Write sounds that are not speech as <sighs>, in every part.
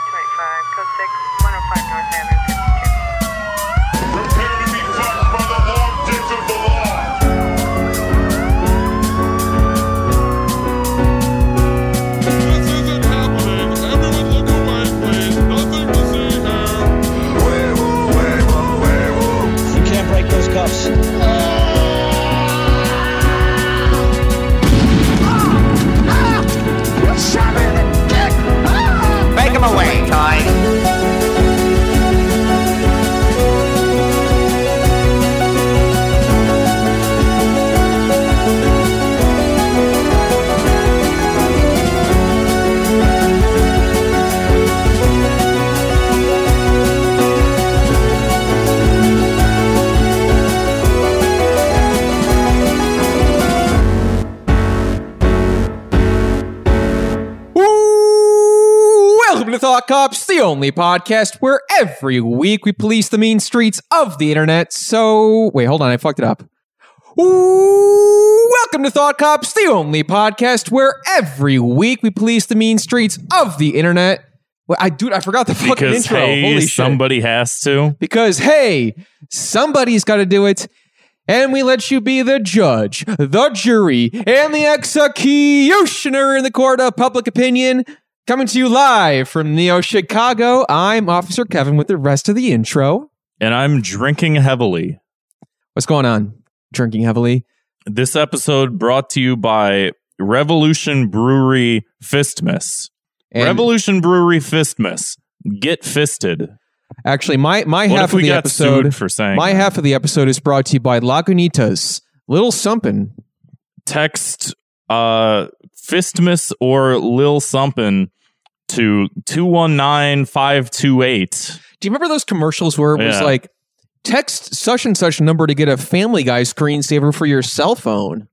Code 6, 105 North Avenue, 52. Prepare to be fucked by the long dick of the law. This isn't happening. Everyone look away, please. Nothing to see here. You can't break those cuffs. Take him away, Ty. Ooh, Welcome to Thought Cops, the only podcast where every week we police the mean streets of the internet. So, wait, hold on, I fucked it up. Ooh, Welcome to Thought Cops, the only podcast where every week we police the mean streets of the internet. Well, I dude, I forgot the fucking because intro. hey, Holy shit. somebody has to. Because hey, somebody's got to do it. And we let you be the judge, the jury, and the executioner in the court of public opinion. Coming to you live from Neo Chicago, I'm Officer Kevin with the rest of the intro. And I'm drinking heavily. What's going on? Drinking heavily. This episode brought to you by Revolution Brewery Fistmas. And Revolution Brewery Fistmas. Get fisted. actually, my my What half if we of the got episode, sued for saying my half of the episode is brought to you by Lagunitas, Little Something. text uh Fistmas or Lil Something to 219528. Do you remember those commercials where it was Yeah. like text such and such number to get a Family Guy screensaver for your cell phone?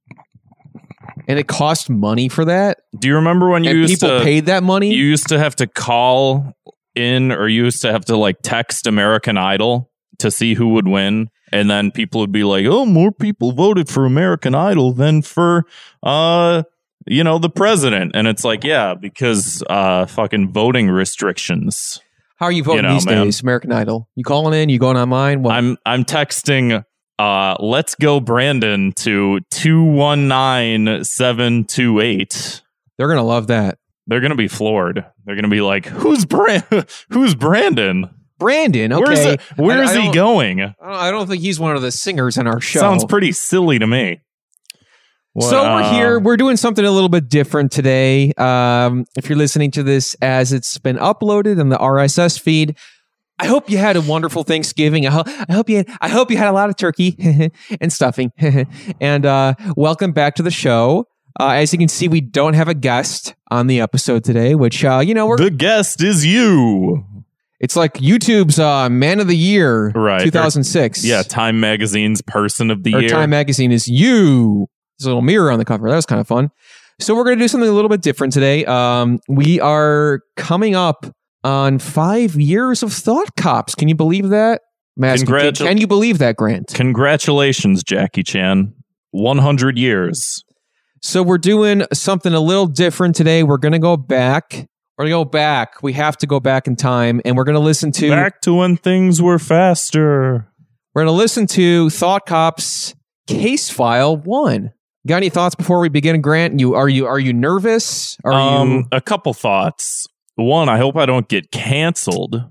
And it cost money for that, Do you remember when you and used people to paid that money. you used to have to call in or you used to have to like text American Idol to see who would win. And then people would be like, oh, more people voted for American Idol than for, uh, you know, the president. And it's like, yeah, because uh, fucking voting restrictions. How are you voting know, these man. days? American Idol. You calling in? You going online? Well, I'm I'm texting. Uh, let's go, Brandon, to two one nine seven two eight. they're gonna love that. They're gonna be floored. They're gonna be like, "Who's Brand? <laughs> Who's Brandon? Brandon. Okay, Where's it, where I- is I he don't- going? I don't, I don't think he's one of the singers in our show. Sounds pretty silly to me. so Well, we're uh, here. We're doing something a little bit different today. Um, if you're listening to this as it's been uploaded in the RSS feed, I hope you had a wonderful Thanksgiving. I, ho- I hope you had, I hope you had a lot of turkey <laughs> and stuffing. and uh, welcome back to the show. Uh, as you can see, we don't have a guest on the episode today, which uh, you know we're The guest is you. it's like YouTube's uh, Man of the Year, Right. 2006. Yeah, Time Magazine's Person of the or Year. Time Magazine is you. There's a little mirror on the cover. That was kind of fun. So we're going to do something a little bit different today. Um, we are coming up on five years of Thought Cops. Can you believe that? Mask, Congratu- can you believe that, Grant? Congratulations, Jackie Chan. One hundred years. So we're doing something a little different today. We're going to go back. We're going to go back. We have to go back in time, and we're going to listen to Back to when things were faster. we're going to listen to Thought Cops Case File One. Got any thoughts before we begin, Grant? You are you are you nervous? Are um, you a couple thoughts. One, I hope I don't get canceled.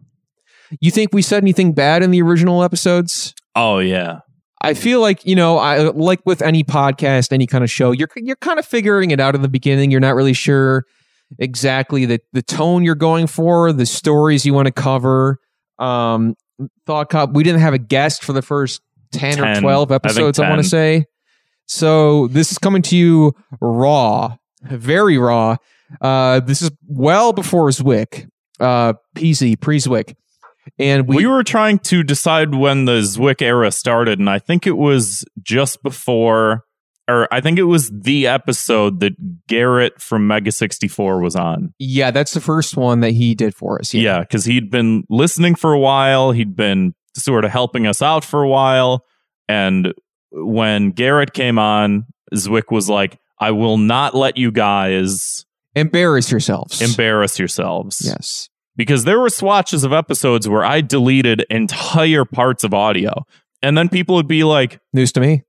You think we said anything bad in the original episodes? Oh yeah, I feel like you know, I like with any podcast, any kind of show, you're you're kind of figuring it out in the beginning. You're not really sure exactly the the tone you're going for, the stories you want to cover. Um, Thought Cop, we didn't have a guest for the first ten, or 10, twelve I think episodes. I, want 10. to say, so this is coming to you raw, very raw. Uh, this is well before Zwick, uh, PZ pre Zwick, and we, we were trying to decide when the Zwick era started, and I think it was just before, or I think it was the episode that Garrett from Mega sixty four was on. Yeah, that's the first one that he did for us. Yeah, because he'd been listening for a while. He'd been sort of helping us out for a while. And when Garrett came on, Zwick was like, I will not let you guys <sighs> Embarrass yourselves. embarrass yourselves. yes. because there were swatches of episodes where I deleted entire parts of audio. And then people would be like, News to me.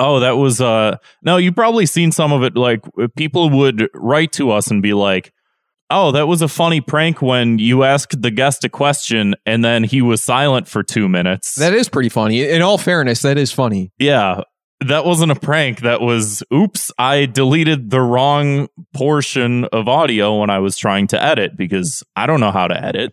oh, that was, uh, no, you probably seen some of it. Like people would write to us and be like, oh, that was a funny prank when you asked the guest a question and then he was silent for two minutes. That is pretty funny. In all fairness, that is funny. yeah. That wasn't a prank. That was, oops, I deleted the wrong portion of audio when I was trying to edit because I don't know how to edit.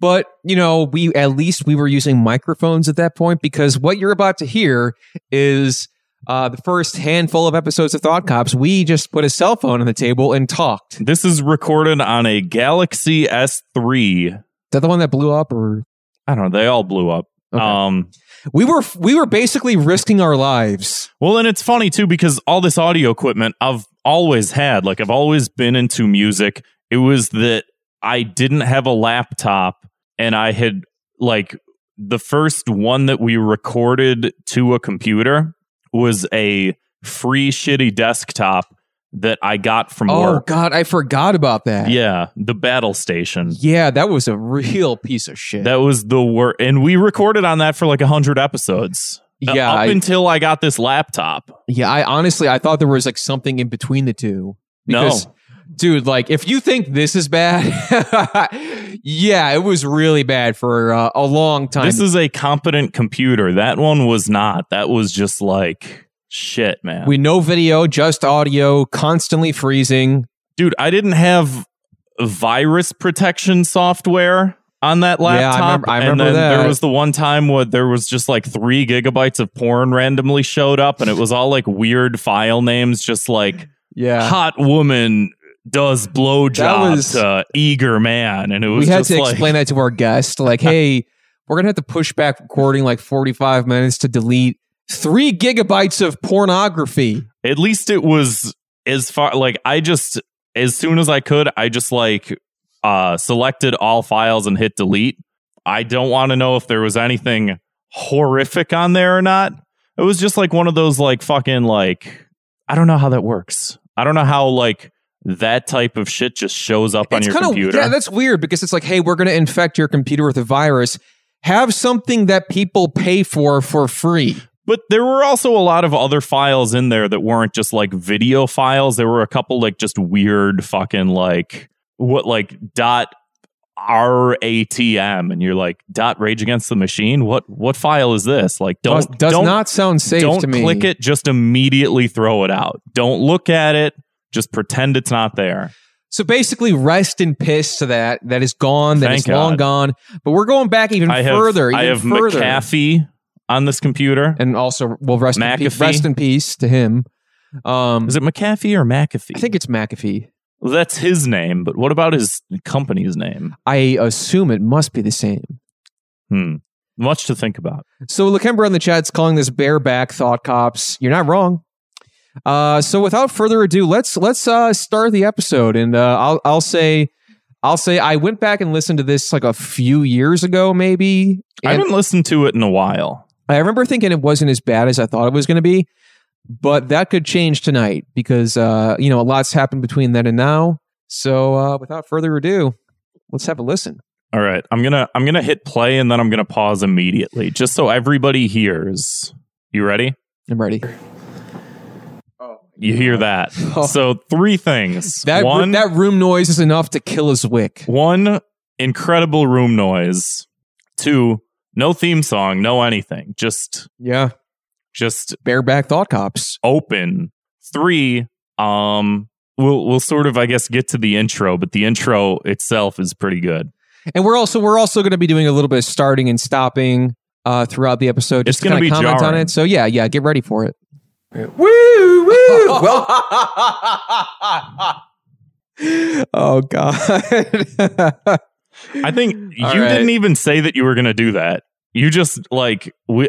But you know, we at least we were using microphones at that point because what you're about to hear is uh, the first handful of episodes of Thought Cops. We just put a cell phone on the table and talked. Is This is recorded on a Galaxy S3. that the one that blew up, or I don't know. They all blew up. Okay. Um, we were we were basically risking our lives? well, and it's funny too because all this audio equipment I've always had. Like I've always been into music. It was that I didn't have a laptop and I had like the first one that we recorded to a computer was a free shitty desktop that I got from Oh work. God, I forgot about that. Yeah, the battle station. yeah, that was a real piece of shit. That was the worst. And we recorded on that for like 100 episodes. Uh, yeah, Up I, until I got this laptop. yeah. I honestly I thought there was like something in between the two. Because, no. dude, like if you think this is bad, <laughs> yeah, it was really bad for uh, a long time. This is a competent computer. That one was not. That was just like shit, man. We no video, just audio, constantly freezing. Dude, I didn't have virus protection software on that Yeah, I laptop. remember- I remember and then that. there was the one time where there was just like three gigabytes of porn randomly showed up and it was all like weird file names, just like Yeah. hot woman does That blowjob was- to eager man, and it was We had just to like, explain that to our guest. <laughs> Like, hey, we're going to have to push back recording like 45 minutes to delete three gigabytes of pornography. At least it was as far like I just as soon as I could, I just like uh selected all files and hit delete. I don't want to know if there was anything horrific on there or not. It was just like one of those like fucking like I don't know how that works. I don't know how like that type of shit just shows up on it's your kinda- computer. Yeah, that's weird because it's like, hey, we're going to infect your computer with a virus. Have something that people pay for for free. But there were also a lot of other files in there that weren't just like video files. There were a couple like just weird fucking like what like dot ratm and you're like dot rage against the machine. What what file is this? Like don't does does don't, not sound safe don't to me. click it. Just immediately throw it out. Don't look at it. Just pretend it's not there. So basically, rest and piss to that. That is gone. That is Thank long gone. But we're going back even I have further. I even have further. McAfee on this computer. and also well rest in peace, McAfee. rest in peace to him. Um, is it McAfee or McAfee? I think it's McAfee. Well, that's his name, but what about his company's name? I assume it must be the same. Hmm. Much to think about. So Lakemba in the chat's calling this bareback thought cops. You're not wrong. Uh, so without further ado, let's let's uh, start the episode, and uh, I'll I'll say I'll say I went back and listened to this like a few years ago, maybe. I and- haven't listened to it in a while. I remember thinking it wasn't as bad as I thought it was going to be, but that could change tonight because uh, you know a lot's happened between then and now. So uh, without further ado, let's have a listen. All right, I'm gonna I'm gonna hit play and then I'm gonna pause immediately, just so everybody hears. You ready? I'm ready. You hear that? <laughs> Oh. So three things. That one, that room noise is enough to kill a Zwick. one incredible room noise. Two, no theme song, no anything. Just Yeah, just bareback thought cops. open. Three, um, we'll we'll sort of I guess get to the intro, but the intro itself is pretty good. And we're also we're also going to be doing a little bit of starting and stopping uh, throughout the episode. Just It's to gonna kinda be comment on jarring. it. So yeah, yeah, get ready for it. Woo, <laughs> woo. well, oh god. I think <laughs> you All right. didn't even say that you were going to do that. You just like we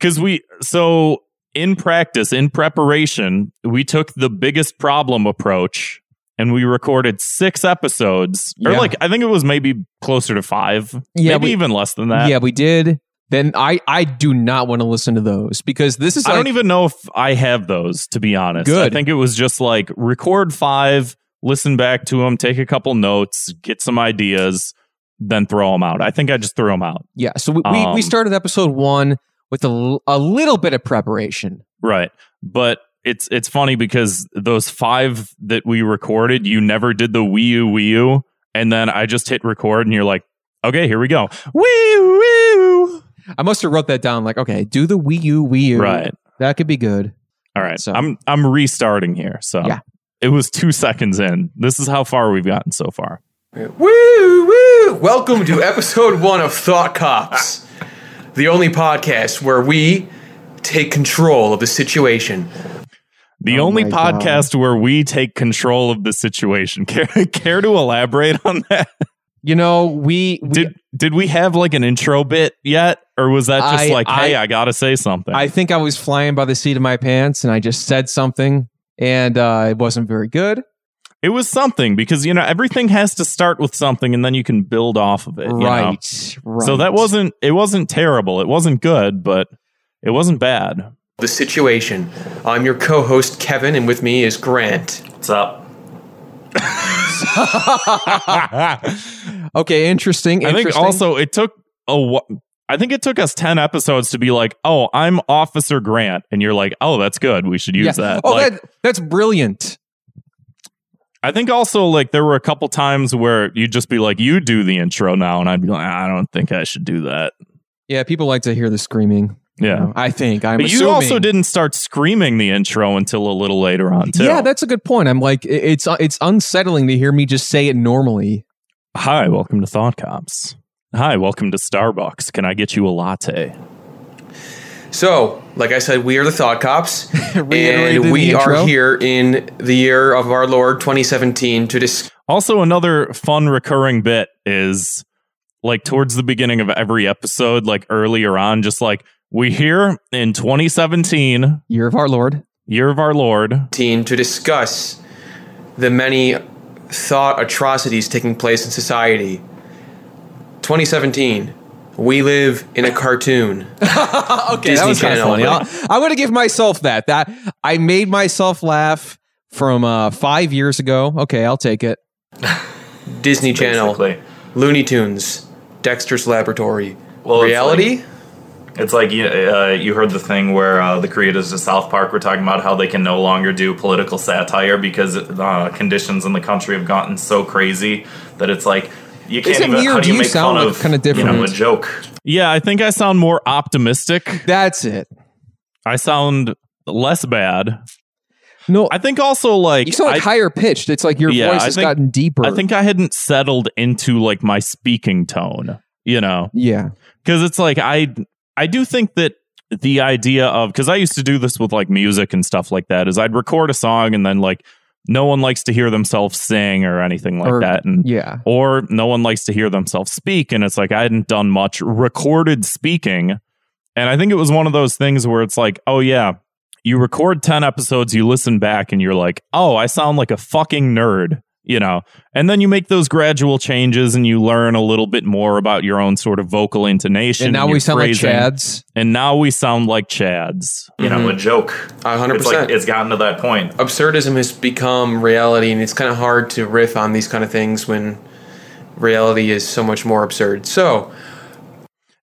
cuz we so in practice in preparation, we took the biggest problem approach and we recorded 6 episodes Yeah. or like I think it was maybe closer to 5, Yeah, maybe we- even less than that. Yeah, we did. Then I I do not want to listen to those because this is I like, don't even know if I have those to be honest. Good. I think it was just like record 5, listen back to them, take a couple notes, get some ideas, than throw them out. I think I just threw them out. Yeah. So we, we, Um, we started episode one with a, l- a little bit of preparation. Right. But it's it's funny because those five that we recorded, you never did the Wii U Wii U, and then I just hit record, and you're like, okay, here we go. Wii U Wii U. I must have wrote that down like, okay, do the Wii U, Wii U. Right. That could be good. All right. So- I'm I'm restarting here. So Yeah. it was two seconds in. This is how far we've gotten so far. Woo, woo! Welcome to episode one of Thought Cops, the only podcast where we take control of the situation. Oh The only podcast where we take control of the situation. <laughs> Care care to elaborate on that? You know, we, we Did did we have like an intro bit yet? Or was that just I- like, hey, I- I gotta say something? I think I was flying by the seat of my pants and I just said something and uh, it wasn't very good. It was something because you know everything has to start with something and then you can build off of it. you know? right, right. So that wasn't it wasn't terrible. It wasn't good, but it wasn't bad. The situation. I'm your co host, Kevin, and with me is Grant. What's <laughs> up? okay. Interesting. I think interesting. also it took a wh- I think it took us 10 episodes to be like, "Oh, I'm Officer Grant." And you're like, "Oh, that's good. We should use Yeah. that." Oh, Like, that, that's brilliant. I think also like there were a couple times where you'd just be like, "You do the intro now." And I'd be like, "I don't think I should do that." Yeah, people like to hear the screaming. you Yeah. know, I think. I'm But you also assuming. didn't start screaming the intro until a little later on, too. Yeah, that's a good point. I'm like, i- it's uh, it's unsettling to hear me just say it normally. Hi, welcome to Thought Cops. Hi, welcome to Starbucks. Can I get you a latte? So, like I said, we are the <laughs> Thought Cops, Reiterated in and the we intro. are here in the year of our Lord 2017 to discuss. Also, another fun recurring bit is like towards the beginning of every episode, like earlier on, just like we here in 2017, Year of our Lord. year of our Lord. team to discuss the many thought atrocities taking place in society. 2017. We live in a <laughs> cartoon. Okay, Disney that was kind of Channel, funny. right? I'll- I'm going to give myself that. That I made myself laugh from uh, five years ago. Okay, I'll take it. Disney Channel. Basically. Looney Tunes. Dexter's Laboratory. Well, it's Reality? It's like you, uh, you heard the thing where uh, the creators of South Park were talking about how they can no longer do political satire because uh, conditions in the country have gotten so crazy that it's like you can't Isn't it even weird? how do you, You make sound, fun like, of kinda you know a different. joke. Yeah, I think I sound more optimistic. That's it. I sound less bad. No, I think also like you sound like I, higher pitched. It's like your Yeah, voice I has think- gotten deeper. I think I hadn't settled into like my speaking tone, you know. Yeah. because it's like i i do think that the idea of because i used to do this with like music and stuff like that is i'd record a song and then like no one likes to hear themselves sing or anything like Or- that and Yeah. or no one likes to hear themselves speak and it's like i hadn't done much recorded speaking and i think it was one of those things where it's like oh yeah you record 10 episodes you listen back and you're like oh i sound like a fucking nerd you know and then you make those gradual changes and you learn a little bit more about your own sort of vocal intonation And now your we sound phrasing. like Chads. Mm-hmm. and now we sound like chads You know a joke. A hundred It's like percent. it's gotten to that point. Absurdism has become reality, and it's kind of hard to riff on these kind of things when reality is so much more absurd. So,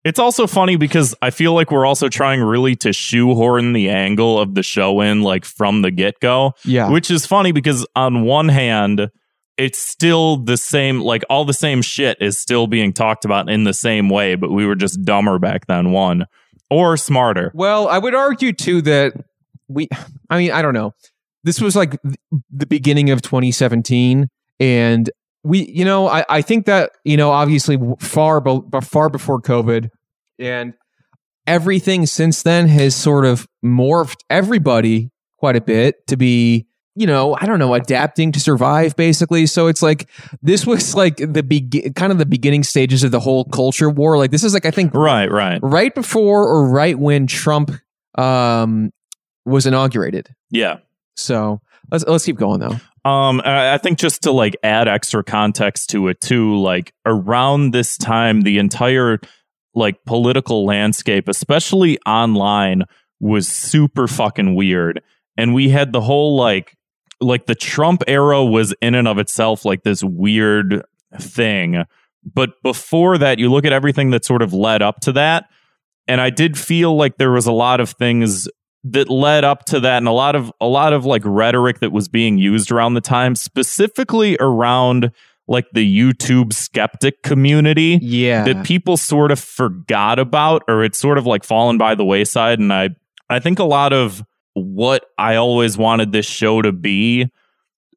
It's also funny because I feel like we're also trying really to shoehorn the angle of the show in, like from the get go. Yeah. Which is funny because, on one hand, it's still the same, like all the same shit is still being talked about in the same way, but we were just dumber back then, one, or smarter. Well, I would argue too that we, I mean, I don't know. This was like th- the beginning of 2017. And we, you know, I, I think that, you know, obviously far, be, far before COVID and everything since then has sort of morphed everybody quite a bit to be, you know, I don't know, adapting to survive basically. So it's like, this was like the be- kind of the beginning stages of the whole culture war. Like, this is like, I think Right, right. right before or right when Trump um, was inaugurated. Yeah. So let's let's keep going though. Um, I I think just to like add extra context to it too, like around this time, the entire like political landscape, especially online, was super fucking weird. And we had the whole like, like the Trump era was in and of itself like this weird thing But before that, you look at everything that sort of led up to that. And I did feel like there was a lot of things that led up to that and a lot of a lot of like rhetoric that was being used around the time, specifically around like the YouTube skeptic community Yeah. that people sort of forgot about or it's sort of like fallen by the wayside and i i think a lot of what i always wanted this show to be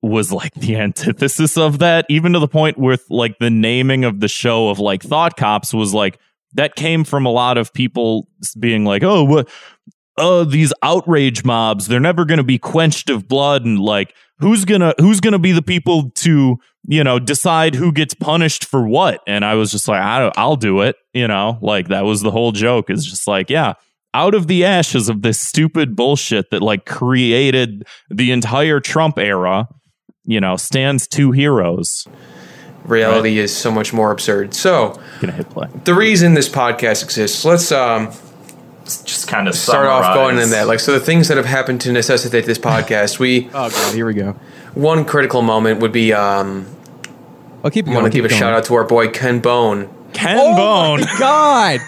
was like the <laughs> antithesis of that even to the point with like the naming of the show of like thought cops was like that came from a lot of people being like oh what oh these outrage mobs they're never going to be quenched of blood and like who's going to who's going to be the people to you know decide who gets punished for what and i was just like I don't, i'll do it you know like that was the whole joke is just like yeah out of the ashes of this stupid bullshit that like created the entire trump era you know stands two heroes Reality is so much more absurd. So gonna hit play the reason this podcast exists, let's um, Just kind of start off going in that. Like, so the things that have happened to necessitate this podcast. We Oh god, here we go. one critical moment would be um, I'll keep I going. want to give a shout out to our boy Ken Bone. ken Oh bone my God.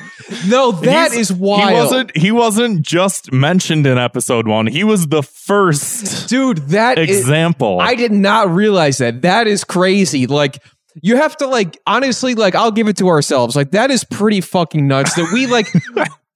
No, that He's- is wild. He wasn't. He wasn't just mentioned in episode one. He was the first Dude, that is- example. I did not realize that. That is crazy. Like you have to like honestly like I'll give it to ourselves. Like that is pretty fucking nuts that we <laughs> like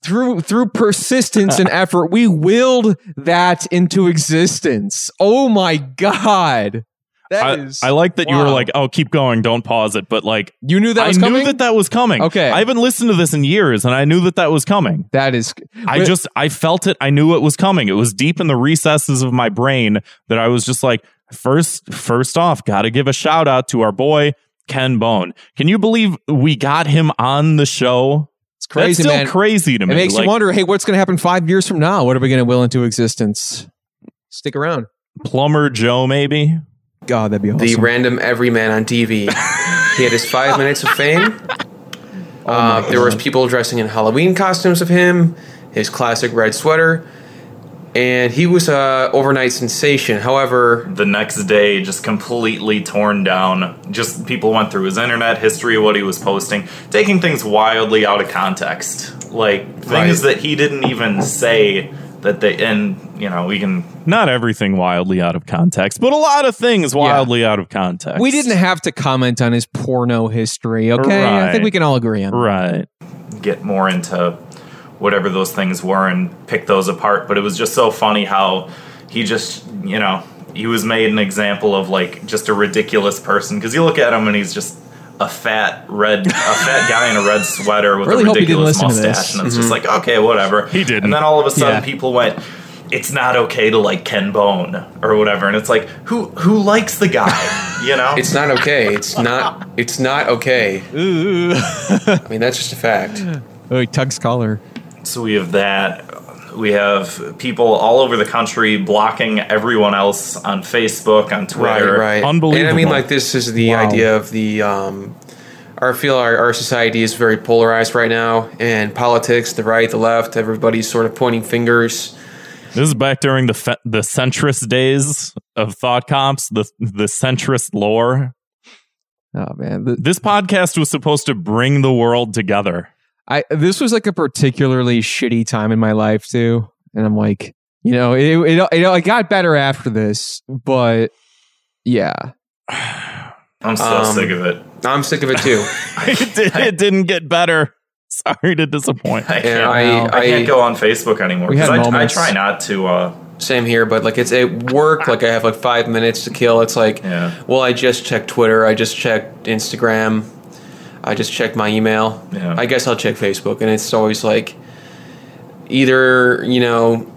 through through persistence and effort we willed that into existence. Oh my god. That I, is I like that you were wow. like, "Oh, keep going, don't pause it." But like, you knew that I was knew coming. that that was coming. Okay. I haven't listened to this in years, and I knew that that was coming. that is I Wait, just, I felt it. I knew it was coming. It was deep in the recesses of my brain that I was just like, first, first off, got to give a shout out to our boy Ken Bone. Can you believe we got him on the show? it's crazy That's still man. crazy to it me. makes Like, you wonder, hey, what's going to happen 5 years from now? What are we going to will into existence? Stick around. Plumber Joe, maybe. God, that'd be awesome. the random everyman on TV. he had his five minutes of fame. Uh, there was people dressing in Halloween costumes of him, his classic red sweater, and he was a overnight sensation. However, the next day just completely torn down just people went through his internet history what he was posting taking things wildly out of context like things Right. that he didn't even say that they and you know we can not everything wildly out of context, but a lot of things wildly out of context. We didn't have to comment on his porno history, okay? I Right. think we can all agree on that. right. get more into whatever those things were and pick those apart but it was just so funny how he just you know he was made an example of like just a ridiculous person because you look at him and he's just a fat red <laughs> a fat guy in a red sweater with Really a hope he didn't ridiculous listen to this. Mm-hmm. mustache and it's just like okay whatever he didn't. and then all of a sudden Yeah. people went it's not okay to like ken bone or whatever and it's like who who likes the guy <laughs> you know it's not okay. It's not. It's not okay. I mean, that's just a fact. Oh, he tugs collar. So we have that. We have people all over the country blocking everyone else on Facebook, on Right, Twitter. right. And I mean, Unbelievable. like, this is the Wow. idea of the. Um, I feel our, our society is very polarized right now, and politics, the right, the left, everybody's sort of pointing fingers. This is back during the fe- the centrist days of thought comps, the the centrist lore. Oh man, Th- This podcast was supposed to bring the world together. I this was like a particularly shitty time in my life too, and I'm like, you know, it it it, it got better after this, but yeah, I'm so Um, sick of it. I'm sick of it <laughs> too. it, did, it didn't get better. Sorry to disappoint. I And can't, I, I, I, can't go on Facebook anymore We had because I, I moments. try not to. Uh, same here, but like it's at work. Like I have like five minutes to kill. It's like, Yeah. well, I just checked Twitter. I just checked Instagram. I just checked my email. Yeah. I guess I'll check Facebook, and it's always like either you know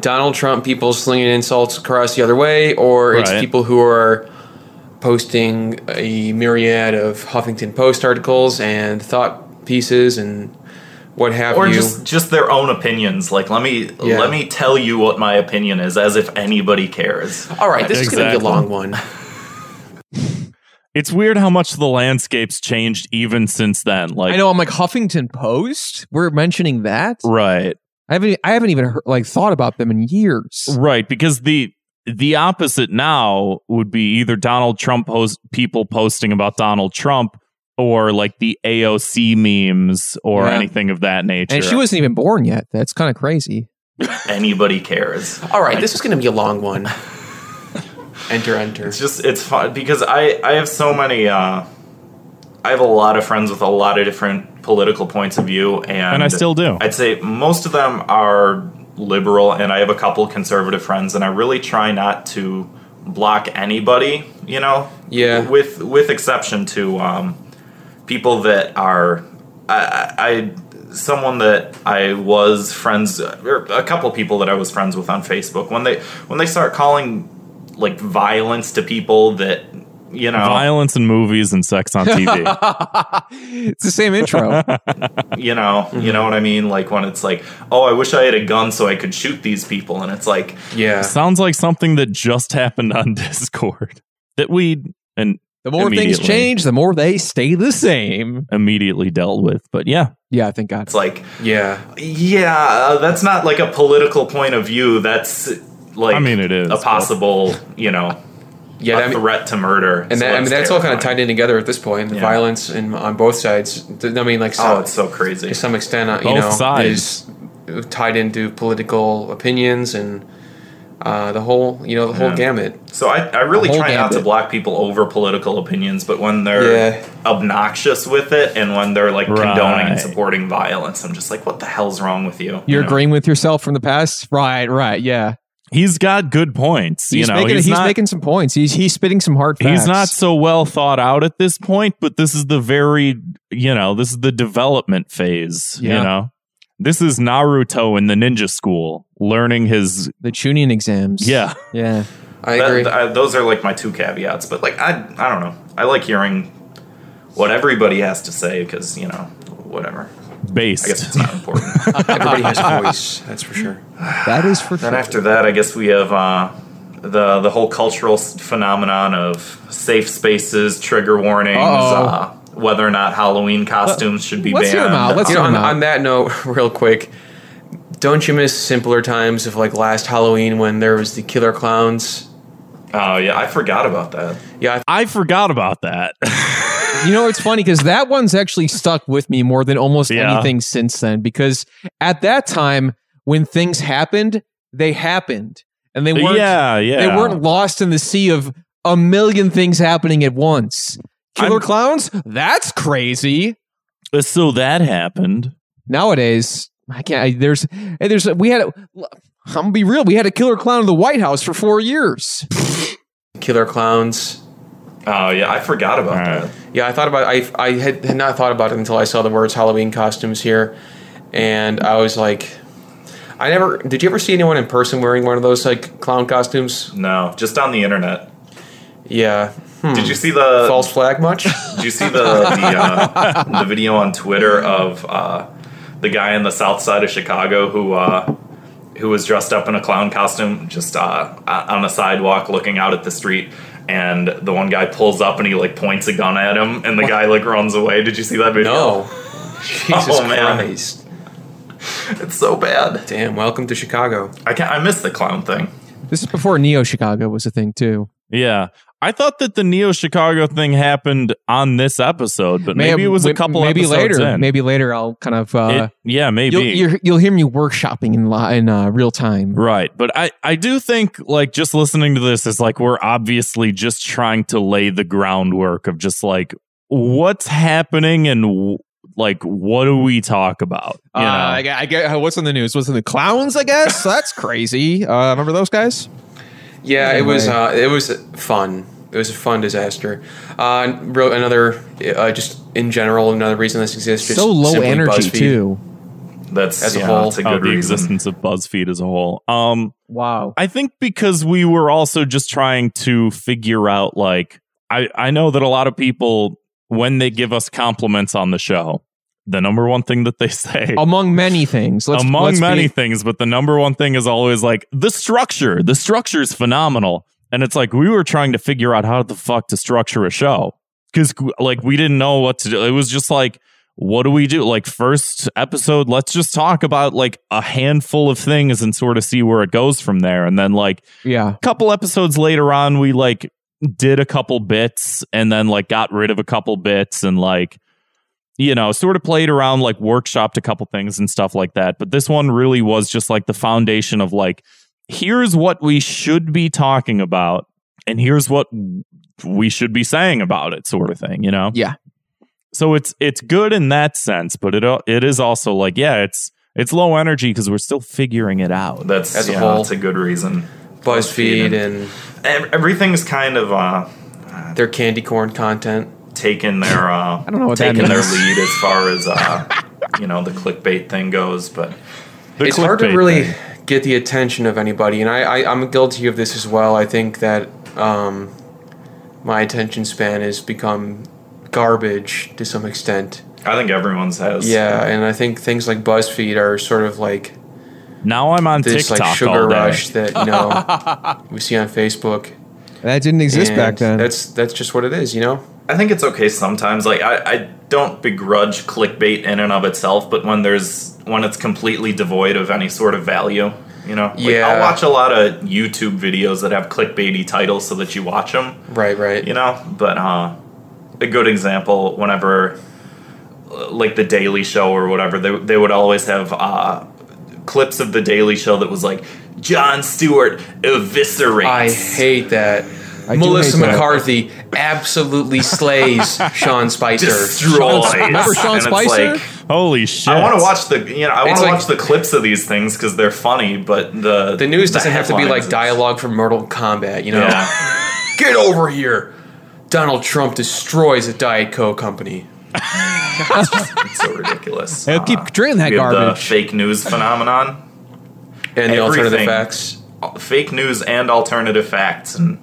Donald Trump people slinging insults across the other way, or it's Right. people who are posting a myriad of Huffington Post articles and thought pieces and what have or you. just just their own opinions. Like let me Yeah. let me tell you what my opinion is, as if anybody cares. All right, this is going to be Exactly. a long one. It's weird how much the landscape's changed even since then. Like I know. I'm like Huffington Post. We're mentioning that. right. I haven't I haven't even heard, like thought about them in years. Right, because the the opposite now would be either Donald Trump post people posting about Donald Trump or like the AOC memes or Yeah. anything of that nature. And she wasn't even born yet. That's kind of crazy. Anybody cares. All right, this is going to be a <laughs> long one. enter, enter. It's just it's fun because I I have so many uh I have a lot of friends with a lot of different political points of view <laughs> and And I still do. I'd say most of them are liberal and I have a couple conservative friends and I really try not to block anybody, you know. Yeah. With with exception to um people that are I, I I- someone that I was friends or a couple people that I was friends with on Facebook when they when they start calling like violence to people that you Oh. know Violence in movies and sex <laughs> on TV. It's the same <laughs> intro. you know you know what I mean like when it's like oh I wish I had a gun so I could shoot these people and it's like Yeah. Sounds like something that just happened on <laughs> Discord that we and The more things Immediately. change, the more they stay the same. immediately dealt with. But yeah, Yeah, thank God. it's like Yeah. yeah uh, that's not like a political point of view that's like I mean, it is, a but- possible you know Yeah. a I mean- threat to murder and that, I mean, that's all kind of tied in together at this point. The Yeah. violence in, on both sides. th- I mean, like, Oh, some, it's so crazy. to some extent, uh, you Both know, sides. is tied into political opinions and uh, the whole, you know, the whole Yeah. gamut. So I, I really The whole try not to gambit. block people over political opinions, but when they're Yeah. obnoxious with it and when they're like condoning Right. and supporting violence, I'm just like, what the hell's wrong with you? You're You know? agreeing with yourself from the past, right? Right? Yeah. he's got good points. He's you know, making he's, he's not making some points. He's he's spitting some hard facts. he's not so well thought out at this point. But this is the very you know this is the development phase. You Yeah. know, this is Naruto in the ninja school learning his the Chunin exams. yeah. yeah. I That- <laughs> agree. I- those are like my two caveats, but like I I don't know. I like hearing what everybody has to say because you know whatever. I guess based. it's not important. Everybody has a voice. That's for sure. That is for then sure. after that, I guess we have. Uh, the, the whole cultural s- phenomenon of safe spaces, trigger warnings, Uh-oh. uh, whether or not Halloween costumes should be let's banned. hear 'em out. Let's you know, hear 'em on, out. on that note, <laughs> real quick, don't you miss simpler times of like last Halloween when there was the killer clowns? Oh yeah, I forgot about that. Yeah, I forgot about that. <laughs> You know, it's funny because that one's actually stuck with me more than almost Yeah. anything since then. Because at that time, when things happened, they happened, and they weren't yeah, yeah. they weren't lost in the sea of a million things happening at once. Killer I'm- clowns? That's crazy. So that happened. Nowadays, I can't. I, there's hey, there's we had. A, I'm gonna be real. We had a killer clown in the White House for four years. killer clowns. Oh yeah, I forgot about All that. right. Yeah, I thought about I I had, had not thought about it until I saw the words Halloween costumes here, and I was like, I never. Did you ever see anyone in person wearing one of those like clown costumes? No, just on the internet. Yeah, Did you see the false flag much? Did you see the the, uh, the video on Twitter of uh, the guy in the South Side of Chicago who uh, who was dressed up in a clown costume, just uh, on a sidewalk looking out at the street? And the one guy pulls up and he like points a gun at him, and the guy like runs away. Did you see that video? <laughs> <laughs> No. <laughs> Jesus Oh, man. Christ! It's so bad. Damn. Welcome to Chicago. I can not I miss the clown thing. This is before Neo Chicago was a thing too. Yeah. I thought that the Neo Chicago thing happened on this episode, but maybe, it was a couple Maybe episodes later. in. Maybe later. I'll kind of. Uh, It- yeah, maybe. you'll, you're, you'll hear me workshopping in li- in uh, real time. right. But I, I do think, like, just listening to this is like we're obviously just trying to lay the groundwork of just like what's happening and w- like what do we talk about? You know? Uh, I, gue- I get what's in the news. What's in the clowns? I <laughs> guess that's crazy. Uh, remember those guys? Yeah, it was Anyway. uh, it was fun. It was a fun disaster. Uh, real- another uh, just in general another reason this exists. Just so low simply energy BuzzFeed. too. That's As a yeah, whole. that's a Oh, good the reason. existence of BuzzFeed as a whole. Um, Wow. I think because we were also just trying to figure out like I I know that a lot of people when they give us compliments on the show, the number one thing that they <laughs> say Among many things. Let's, among let's be- many things, but the number one thing is always like the structure. The structure is phenomenal. And it's like we were trying to figure out how the fuck to structure a show cuz like we didn't know what to do. It was just like what do we do? Like first episode, let's just talk about like a handful of things and sort of see where it goes from there. And then like yeah. couple episodes later on we like did a couple bits and then like got rid of a couple bits and like you know sort of played around like workshopped a couple things and stuff like that but this one really was just like the foundation of like here's what we should be talking about and here's what we should be saying about it sort of thing you know Yeah. so it's it's good in that sense but it al- it is also like yeah it's it's low energy because we're still figuring it out That's As a yeah, whole. that's a good reason. BuzzFeed and Ev- Everything's kind of uh, their candy corn content. taken their uh, I don't know what that taken their means. lead as far as uh, you know the clickbait thing goes, but The it's hard to clickbait really thing. get the attention of anybody, and I, I I'm guilty of this as well. I think that um, my attention span has become garbage to some extent. I think everyone's has. Yeah, and I think things like BuzzFeed are sort of like now i'm on this tiktok like sugar all day. rush that you know we see on Facebook. That didn't exist and back then. That's that's just what it is, you know. I think it's okay sometimes. Like I, I don't begrudge clickbait in and of itself, but when there's when it's completely devoid of any sort of value, you know. Like, Yeah. I'll watch a lot of YouTube videos that have clickbaity titles so that you watch them. Right, right. you know but uh, a good example whenever uh, like the daily show or whatever they, they would always have uh, clips of the daily show that was like john stewart eviscerates I hate that. do Melissa hate that. McCarthy absolutely slays Sean <laughs> Spicer. destroys remember Sean And it's Spicer? like, holy shit I want to watch the you know I want It's to like- watch the clips of these things because they're funny, but the The news doesn't have to be headlines like is- dialogue from Mortal Kombat, you know? Yeah, <laughs> Get over here! Donald Trump destroys a Diet Coke company. <laughs> it's so ridiculous. Uh, I'll keep drilling that we have garbage. The fake news phenomenon. And the alternative Everything. facts. fake news and alternative facts and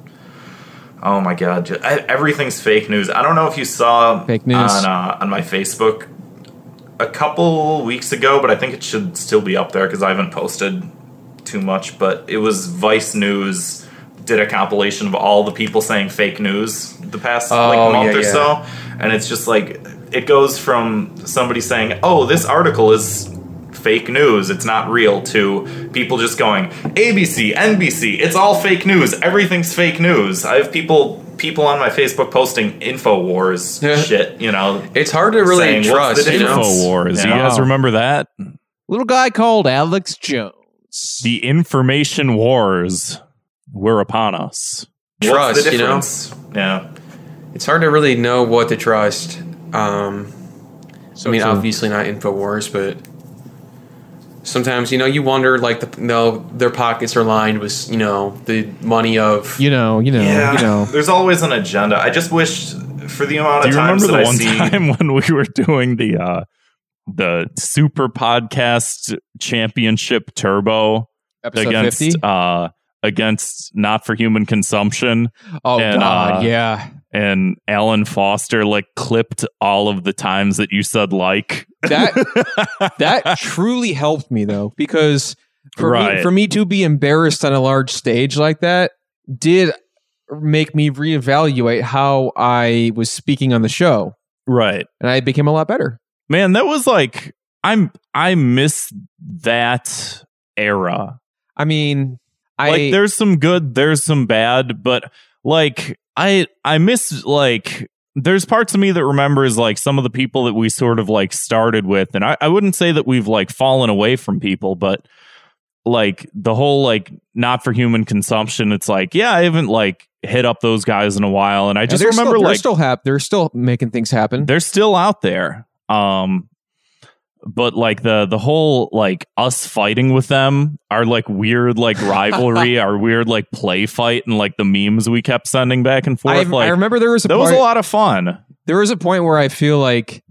oh my god ju- I, everything's fake news i don't know if you saw Fake news. on, uh, on my facebook a couple weeks ago but i think it should still be up there because i haven't posted too much but it was vice news did a compilation of all the people saying fake news the past Oh, like month yeah, or yeah. so and it's just like it goes from somebody saying oh this article is fake news, it's not real, to people just going, ABC, NBC, it's all fake news, everything's fake news. I have people people on my Facebook posting InfoWars Yeah. shit, you know. It's hard to really Saying, what's trust, the you know? difference? InfoWars. Do you Yeah. guys remember that? Little guy called Alex Jones. The information wars were upon us. Trust, what's the you know? difference? Yeah. It's hard to really know what to trust. Um, I mean, obviously not Infowars, but sometimes you know you wonder like the no their pockets are lined with you know the money of You know, you know, Yeah. you <laughs> know. There's always an agenda. I just wish for the amount Do of you times remember that the I one see time <laughs> when we were doing the uh the super podcast championship turbo Episode against 50? uh against not for human consumption Oh, and, God, uh, yeah. and Alan Foster like clipped all of the times that you said like <laughs> That that truly helped me though, because for me Right. for me to be embarrassed on a large stage like that did make me reevaluate how I was speaking on the show. right And I became a lot better. man that was like I'm I miss that era I mean, I like there's some good there's some bad but like i i miss like there's parts of me that remembers like some of the people that we sort of like started with and i, I wouldn't say that we've like fallen away from people but like the whole like not for human consumption it's like yeah i haven't like hit up those guys in a while and i Yeah, just they're remember still, they're like still hap- they're still making things happen. they're still out there um but like the the whole like us fighting with them our like <laughs> weird like rivalry our weird like play fight and like the memes we kept sending back and forth I, like I remember there was a that was part, a lot of fun there was a point where I feel like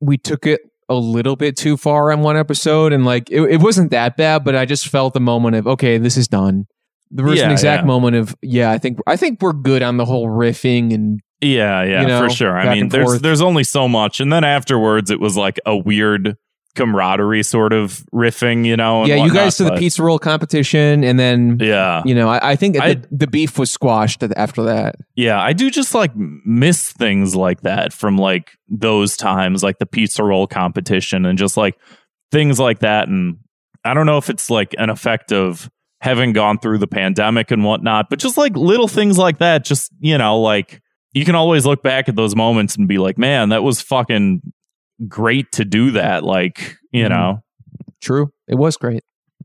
we took it a little bit too far on one episode, and like it, it wasn't that bad, but I just felt the moment of okay, this is done. There was an Yeah, exact yeah. moment of yeah, I think I think we're good on the whole riffing and yeah yeah You know, for sure i back mean and there's forth. there's only so much and then afterwards it was like a weird camaraderie sort of riffing you know and yeah, you whatnot, guys to the but- pizza roll competition, and then yeah you know I, I think I- the, the beef was squashed at- after that. Yeah, I do just like miss things like that from like those times, like the pizza roll competition and just like things like that. And I don't know if it's like an effect of having gone through the pandemic and whatnot. But just like little things like that, just, you know, like you can always look back at those moments and be like, man, that was fucking great to do that. Like, you Mhm. know, True. It was great.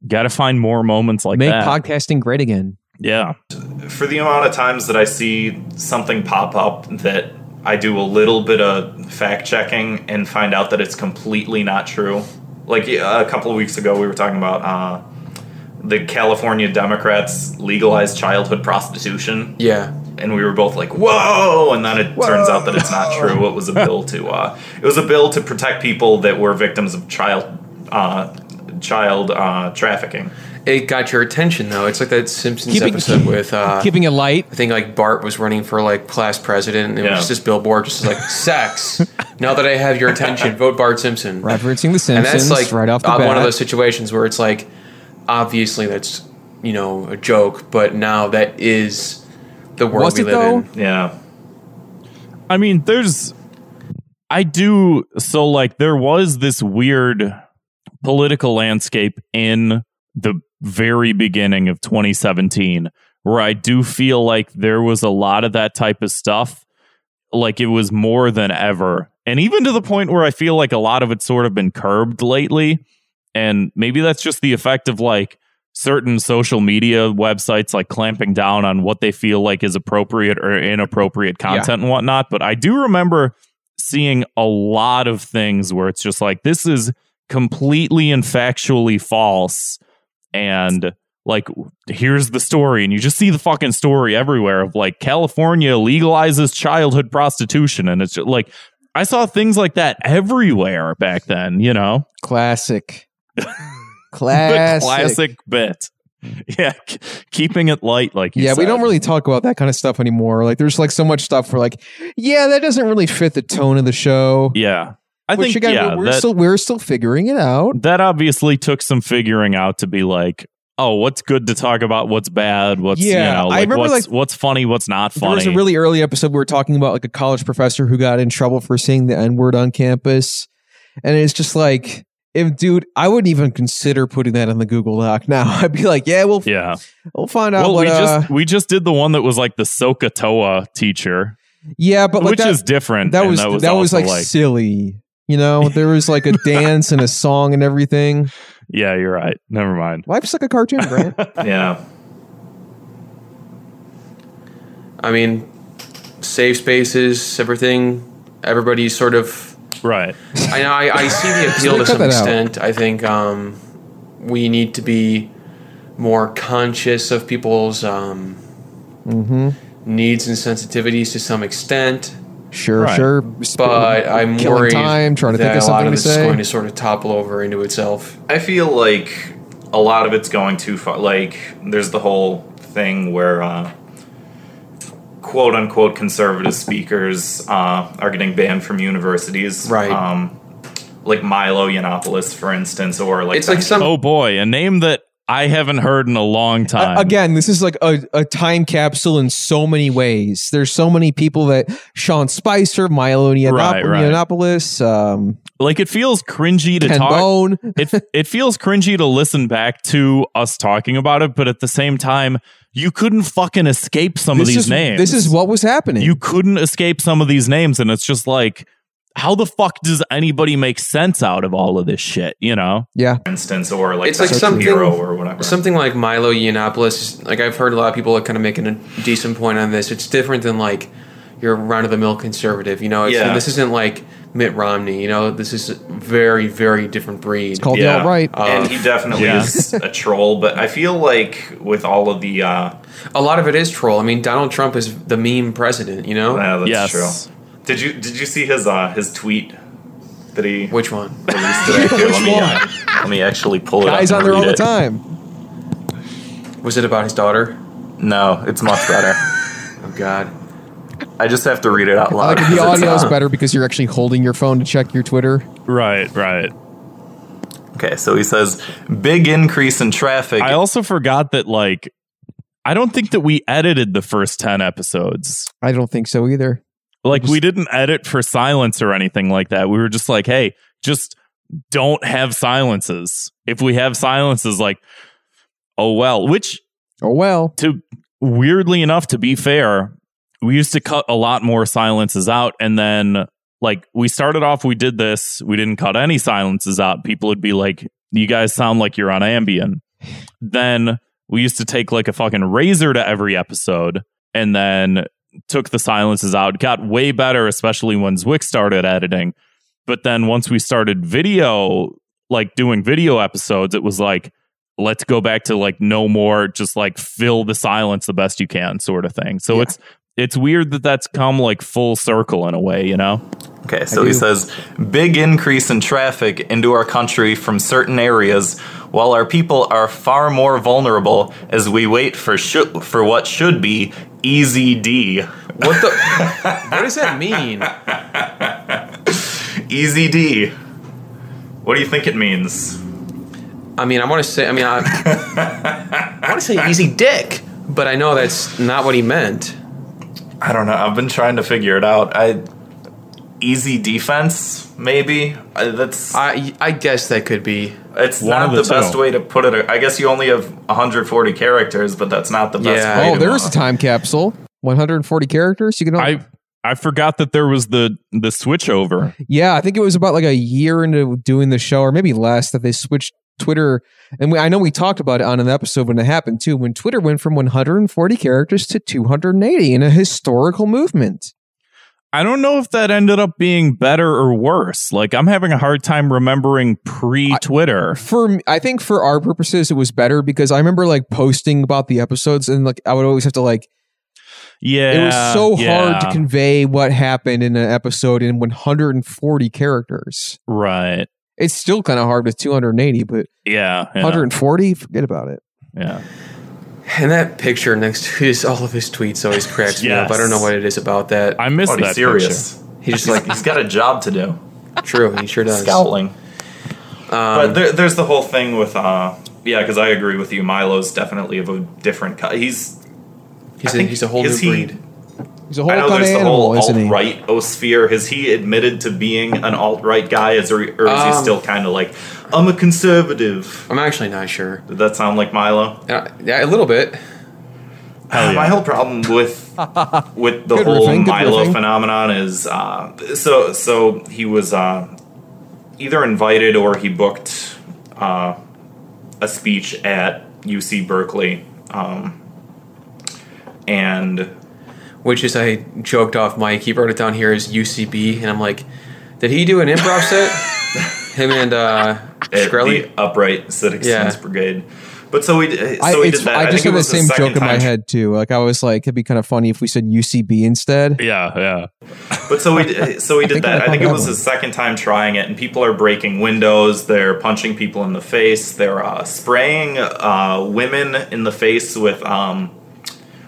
got to find more moments like Make that. podcasting great again. yeah. for the amount of times that I see something pop up that I do a little bit of fact checking and find out that it's completely not true. Like yeah, a couple of weeks ago, we were talking about uh, the California Democrats legalized childhood prostitution, Yeah. and we were both like, "Whoa!" And then it turns out that it's not true. It was a bill to uh, it was a bill to protect people that were victims of child uh, child uh, trafficking. It got your attention though. It's like that Simpsons Keeping- episode with uh, Keeping it light. I think like Bart was running for like class president, and it Yeah. was just billboard, just like sex. Now that I have your attention, vote Bart Simpson. Referencing The and Simpsons that's like right off the uh, bat. one of those situations where it's like, obviously that's you know a joke, but now that is the world Was we it, live though? in. Yeah, I mean, there's, I do. So, like, there was this weird political landscape in the very beginning of 2017 where I do feel like there was a lot of that type of stuff. Like, it was more than ever. And even to the point where I feel like a lot of it's sort of been curbed lately. And maybe that's just the effect of like, certain social media websites like clamping down on what they feel like is appropriate or inappropriate content and whatnot. But I do remember seeing a lot of things where it's just like, this is completely and factually false. And like, here's the story. And you just see the fucking story everywhere of like California legalizes childhood prostitution. And it's just like, I saw things like that everywhere back then, you know? Classic. the Classic. <laughs> classic bit. <laughs> Yeah, k- keeping it light, like you yeah, we said. don't really talk about that kind of stuff anymore. Like, there's like so much stuff for like, yeah, that doesn't really fit the tone of the show. Yeah, I Which think again, yeah, we're that, still we're still figuring it out. that obviously took some figuring out to be like, oh, what's good to talk about, what's bad, what's Yeah, you know, I like, remember, what's like, what's funny, what's not funny. There was a really early episode we were talking about like a college professor who got in trouble for saying the N word on campus, and it's just like, if dude, I wouldn't even consider putting that in the Google Doc <laughs> now. I'd be like, yeah, we'll yeah. we'll find out Well, what. we uh, just we just did the one that was like the Sokotoa teacher, yeah, but like which that, is different. that and was that was, also, like, silly. You know, there was <laughs> like a dance and a song and everything. yeah, you're right. Never mind. Life's like a cartoon, Grant. yeah. I mean, safe spaces, everything. Everybody's sort of Right. I know. I, I <laughs> see the appeal to Cut some that out. extent. I think um, we need to be more conscious of people's um, Mm-hmm. needs and sensitivities to some extent. Sure, Right. sure. But I'm Killing worried time, trying to that think of a lot something of to this say. is going to sort of topple over into itself. I feel like a lot of it's going too far. Like, there's the whole thing where uh, quote unquote conservative speakers uh, are getting banned from universities. Right. Um, like Milo Yiannopoulos, for instance, or like. It's like some. Oh boy, a name that I haven't heard in a long time. Uh, again, this is like a, a time capsule in so many ways. There's so many people that Sean Spicer, Milo Right, Yiannop- right. Yiannopoulos, um, like it feels cringy to Ken talk. Bone. it it feels cringy to listen back to us talking about it, but at the same time, you couldn't fucking escape some of This these is- names. This is what was happening. you couldn't escape some of these names, and it's just like, how the fuck does anybody make sense out of all of this shit? You know? yeah, instance, or like It's like Dr. something- Hero or whatever. Something like Milo Yiannopoulos, like I've heard a lot of people are kind of making a decent point on this. It's different than like your round of the mill conservative. You know, it's, Yeah. this isn't like Mitt Romney. You know, this is a very, very different breed. called Yeah. the alt-right. Uh, Uh, and he definitely Yeah. is a troll, but I feel like with all of the. Uh, a lot of it is troll. I mean, Donald Trump is the meme president. You know, yeah, that's Yes. true. Did you did you see his uh, his tweet that he which one? <laughs> released today? Here, let, me, uh, let me actually pull it. Guys up on and there read all the it. time. Was it about his daughter? No, it's much better. Oh God. I just have to read it out I like loud. 'cause the it's, audio is uh, better because you're actually holding your phone to check your Twitter. Right, right. Okay, so he says big increase in traffic. I also forgot that like I don't think that we edited the first ten episodes. I don't think so either. Like we didn't edit for silence or anything like that. We were just like, hey, just don't have silences. If we have silences, like oh well, which Oh well. to weirdly enough, to be fair, we used to cut a lot more silences out, and then like we started off, we did this, we didn't cut any silences out. People would be like, "You guys sound like you're on Ambien." then we used to take like a fucking razor to every episode, and then took the silences out. Got way better, especially when Zwick started editing. But then once we started video, like doing video episodes, it was like let's go back to like no more just like fill the silence the best you can sort of thing so it's it's weird that that's come like full circle in a way you know Okay, so he says big increase in traffic into our country from certain areas, while our people are far more vulnerable as we wait for sh- for what should be easy D. <laughs> What the? what does that mean? Easy D. What do you think it means? I mean, I want to say. I mean, I, I want to say easy dick, but I know that's not what he meant. I don't know. I've been trying to figure it out. I easy defense maybe. I, that's I I guess that could be. it's One not of the, the best two. way to put it. I guess you only have 140 characters, but that's not the best Yeah. way. Oh, to, there is uh, a time capsule. 140 characters. You can. Only, i i forgot that there was the the switchover yeah, I think it was about like a year into doing the show, or maybe less, that they switched Twitter. And we, I know we talked about it on an episode when it happened too. When Twitter went from 140 characters to 280 in a historical movement. i don't know if that ended up being better or worse like i'm having a hard time remembering pre-twitter for m- I think for our purposes, it was better because I remember like posting about the episodes and like I would always have to like yeah it was so hard to yeah, convey what happened in an episode in 140 characters. right It's still kind of hard with 280, but yeah yeah, 140, forget about it. yeah. And that picture next to his all of his tweets always cracks me up. I don't know Yes. what it is about that. i missed what, he's that serious. He's just like He's got a job to <laughs> do. true. He sure does. Scowling. Um, but there, there's the whole thing with, uh, yeah, because I agree with you. Milo's definitely of a different cut. He's He's I a, think- he's a whole new is he- breed. He's a whole I know kind of there's the animal, whole isn't alt he? right osphere. Has he admitted to being an alt right guy, is or, or is he Um, still kind of like, I'm a conservative? I'm actually not sure. Did that sound like Milo? Uh, yeah, a little bit. Hell yeah. Uh, My whole problem <laughs> with with the Good whole riffing, good Milo riffing. phenomenon is uh, so so he was uh, either invited or he booked uh, a speech at UC Berkeley, um, and Which is I joked off Mike. He wrote it down here as UCB, and I'm like, did he do an improv set? <laughs> Him and uh, at Shkreli. the Upright Citizens Yeah. Brigade. But so we d- so I, we it's- did that. I I just think had the it was same second joke in my time- head too. Like I was like, it'd be kind of funny if we said UCB instead. yeah yeah <laughs> But so we d- so we did think that. I I think it caught was that his second time trying it, and people are breaking windows. They're punching people in the face. They're uh, spraying uh, women in the face with um,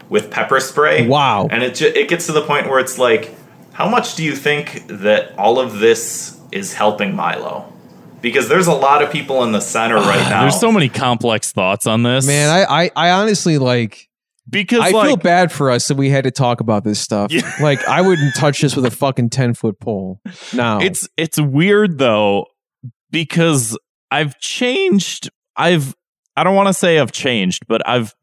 with pepper spray. Wow. And it ju- it gets to the point where it's like, how much do you think that all of this is helping Milo? Because there's a lot of people in the center Ah, right now. there's so many complex thoughts on this Man, I, I, I honestly like because I like feel bad for us that we had to talk about this stuff. Yeah. Like I wouldn't touch this with a fucking ten foot pole. No, It's it's weird though because I've changed. I've I don't want to say I've changed, but I've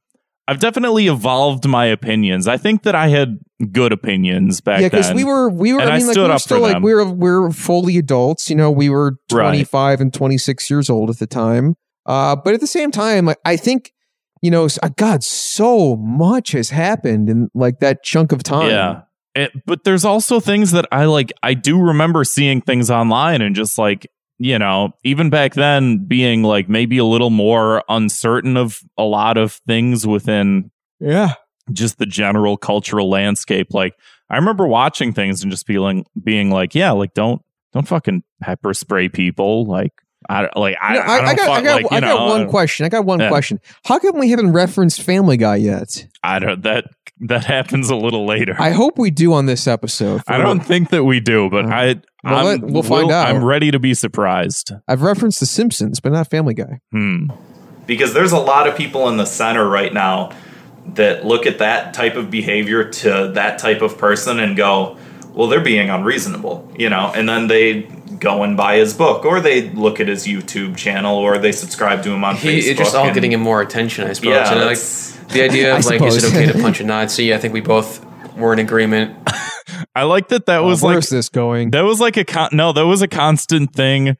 I've definitely evolved my opinions. I think that I had good opinions back yeah, because then. we were we were. And I I mean, like stood we were up for still like them. we were we were fully adults. You know, we were Right. twenty five and twenty six years old at the time. Uh, but at the same time, I, I think you know, s- uh, God, so much has happened in like that chunk of time. yeah. It- but there's also things that I like. I do remember seeing things online and just like you know, even back then, being like maybe a little more uncertain of a lot of things within yeah. just the general cultural landscape. Like I remember watching things and just feeling being like, yeah, like don't don't fucking pepper spray people. Like I like I, No, I, don't got, fuck, I got, like you I got know uh, one question. I got one Yeah. question. How come we haven't referenced Family Guy yet? I don't that that <laughs> happens a little later. I I, hope we do on this episode. for don't think that we do, but Uh, I well, I'm, let- we'll find will- I'm out. ready to be surprised. I've referenced The Simpsons, but not Family Guy. Hmm. because there's a lot of people in the center right now that look at that type of behavior to that type of person and go, well, they're being unreasonable, you know, and then they go and buy his book, or they look at his YouTube channel, or they subscribe to him on He, Facebook. it's just all and- getting him more attention, I suppose. Yeah, and like that's- the <laughs> idea I of like, is it suppose. okay to punch a Nazi? I think we both were in agreement. I like that. That was Where's like this going? that was like a con- no. That was a constant thing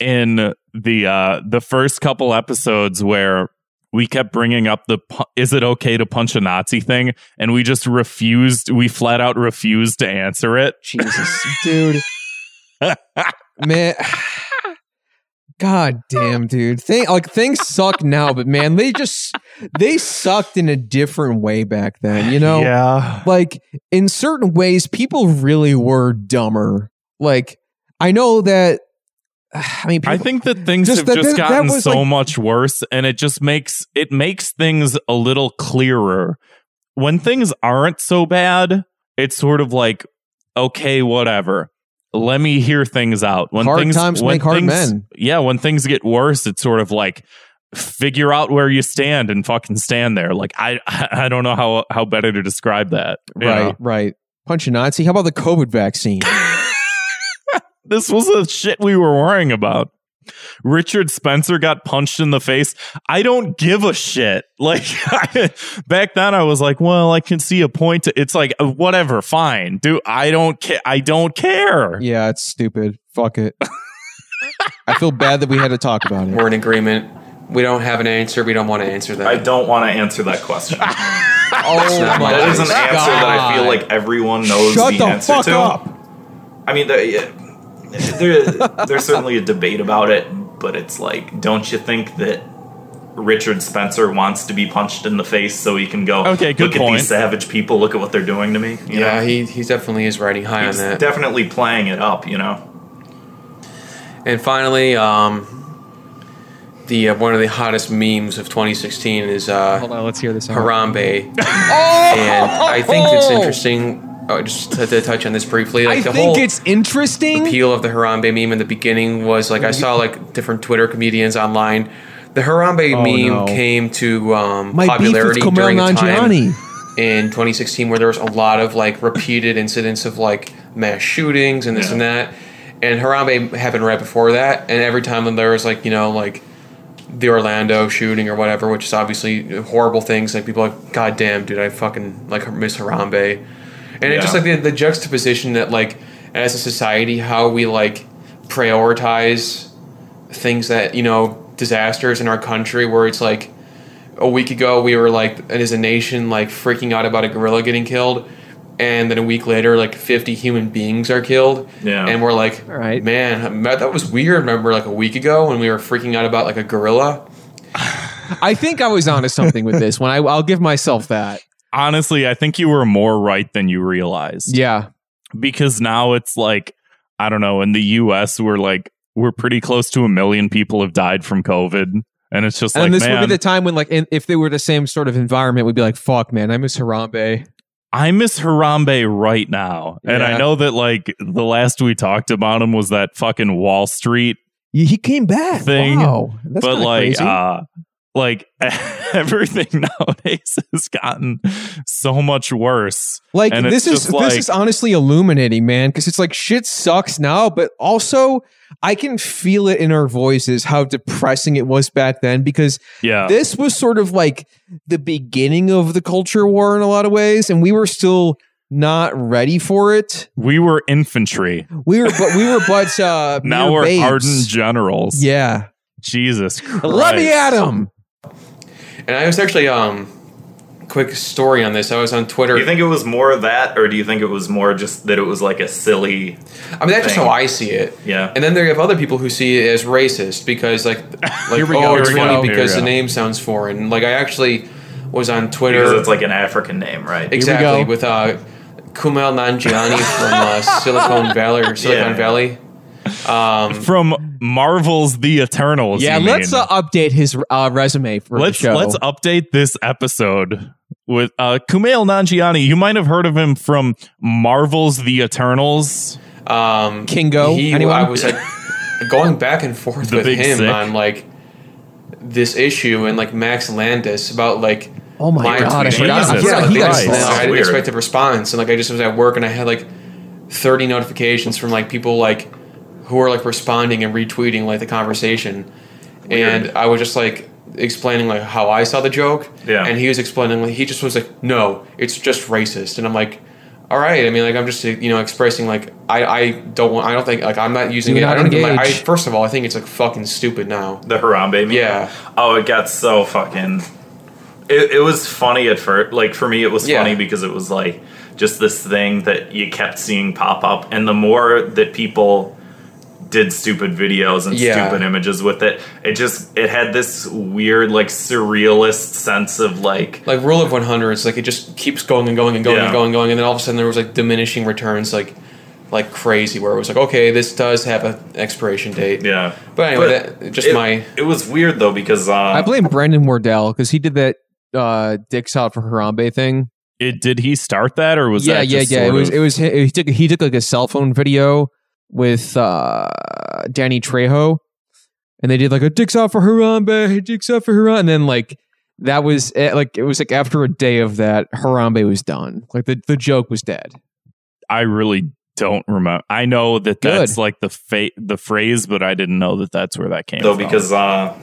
in the uh the first couple episodes where we kept bringing up the pu- is it okay to punch a Nazi thing, and we just refused. We flat out refused to answer it. Jesus, dude. man. God damn, dude. Thing like things suck now, but man, they just they sucked in a different way back then, you know? yeah. Like in certain ways people really were dumber. Like I know that I mean people, I think that things Just have that- just that- that gotten was so like- much worse, and it just makes it makes things a little clearer. When things aren't so bad, it's sort of like, okay, whatever. Let me hear things out. When Hard things, times when make hard things- men. Yeah, when things get worse, it's sort of like figure out where you stand and fucking stand there. Like I, <laughs> I don't know how how better to describe that. you right, know? right. Punch a Nazi. How about the COVID vaccine? This was the shit we were worrying about. Richard Spencer got punched in the face. I don't give a shit. <laughs> Like back then, I was like, "Well, I can see a point." To, it's like, uh, whatever, fine, dude. I don't care. I don't care. yeah, it's stupid. Fuck <laughs> it. I feel bad that we had to talk about it. We're in agreement. We don't have an answer. We don't want to answer that. I don't want to answer that question. that <laughs> Oh my is an answer that I feel like everyone knows Shut the, the answer fuck to. up. I mean, there, there, there's certainly a debate about it, but it's like, don't you think that Richard Spencer wants to be punched in the face so he can go, Okay, good look at point." these savage people, look at what they're doing to me? You yeah, know? he, he definitely is riding high he's on that. definitely playing it up, you know? And finally, um, the uh, one of the hottest memes of 2016 is uh, Hold on, let's hear this. out. Harambe, and I think it's interesting. Oh, just to, to touch on this briefly, like I the think whole it's interesting. appeal of the Harambe meme in the beginning was like I saw like different Twitter comedians online. The Harambe Oh, meme no. came to um, My beef with popularity Kumail during a time Nanjiani. in 2016 where there was a lot of like repeated incidents of like mass shootings and this Yeah. and that and harambe happened right before that and every time when there was like you know like the orlando shooting or whatever which is obviously horrible things like people are like god damn dude i fucking like miss harambe and it just Yeah. like the, the juxtaposition that like as a society how we like prioritize things that you know disasters in our country where it's like a week ago we were like and as a nation like freaking out about a gorilla getting killed and then a week later like 50 human beings are killed Yeah. and we're like All right. man that that was weird remember like a week ago when we were freaking out about like a gorilla I think I was onto something with this one. I, I'll give myself that. Honestly, I think you were more right than you realized. Yeah. because now it's like I don't know. In the U.S., we're like we're pretty close to a million people have died from COVID, and it's just And like this man, would be the time when, like, in, if they were the same sort of environment, we'd be like, fuck, man, I miss Harambe. I miss Harambe right now. And I Yeah. know that like the last we talked about him was that fucking Wall Street He he came back. Thing, Wow. That's but kinda like crazy. uh like <laughs> everything <laughs> nowadays has gotten so much worse. like and this it's is just like- this is honestly illuminating, man, because it's like shit sucks now, but also I can feel it in our voices how depressing it was back then because Yeah. this was sort of like the beginning of the culture war in a lot of ways, and we were still not ready for it. we were infantry. We were, but we were, but uh, <laughs> Now mere we're babes. hardened generals. Yeah, Jesus Christ. let me at him. and i was actually um quick story on this i was on twitter Do you think it was more that, or do you think it was more just that it was like a silly. i mean that's just thing. how i see it Yeah. and then there you have other people who see it as racist because <laughs> like like Here we go, oh it's here we go, funny here we because the go. name sounds foreign like i actually was on twitter Because it's like an African name, right? Exactly, go. with uh, Kumail Nanjiani <laughs> from uh, Silicon Valley or Silicon Yeah. Valley. From Marvel's The Eternals. Yeah, you let's mean. uh, update his uh, resume for let's the show. let's update this episode with uh Kumail Nanjiani. You might have heard of him from Marvel's The Eternals. Um, Kingo, He, Oh, anyone? I was like going back and forth The with big him sick. on like this issue and like Max Landis about like Oh my God, I tweet. forgot about yeah, that. like, He I got didn't- slammed. I didn't Weird. expect a response, and like I just was at work and I had like thirty notifications from like people like who were like responding and retweeting like the conversation, and I was just like explaining like how I saw the joke, Yeah. and he was explaining like he just was like, no, it's just racist, and I'm like. All right. I mean, like, I'm just you know expressing like I, I don't want I don't think like I'm not using Do it. I not don't even like. I, engage. first of all, I think it's like fucking stupid now. The Harambe meme? Yeah. Oh, it got so fucking. It, it was funny at first. Like, for me, it was Yeah. funny because it was like just this thing that you kept seeing pop up. And the more that people did stupid videos and Yeah. stupid images with it, it just, it had this weird, like, surrealist sense of like, like rule of 100 it's like it just keeps going and going and going Yeah. and going and going and then all of a sudden there was like diminishing returns like like crazy where it was like okay this does have an expiration date yeah. but anyway that, just it, my It was weird though because. Uh, I blame Brendan Wardell because he did that uh, dicks out for Harambe thing. It did he start that or was yeah, that yeah, just yeah. It sort was, of- it was. hi- He took he took like a cell phone video with uh, Danny Trejo, and they did like a dicks out for Harambe, dicks out for Harambe, and then like that was it, like it was like after a day of that, Harambe was done. Like the the joke was dead. I really don't remember. I know that Good. that's like the fa- the phrase, but I didn't know that that's where that came though from. because uh,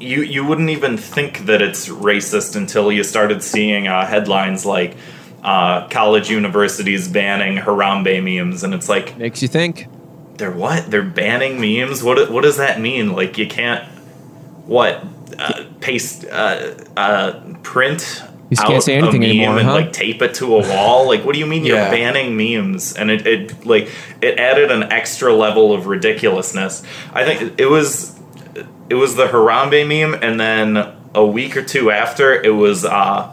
you you wouldn't even think that it's racist until you started seeing uh, headlines like uh, college universities banning Harambe memes, and it's like Makes you think. they're what? They're banning memes? What what does that mean? Like you can't what uh, paste uh, uh, print. You just can't out say anything a meme anymore, and huh? like tape it to a wall. Like, what do you mean Yeah. you're banning memes? And it, it like it added an extra level of ridiculousness. I think it was it was the Harambe meme, and then a week or two after, it was uh,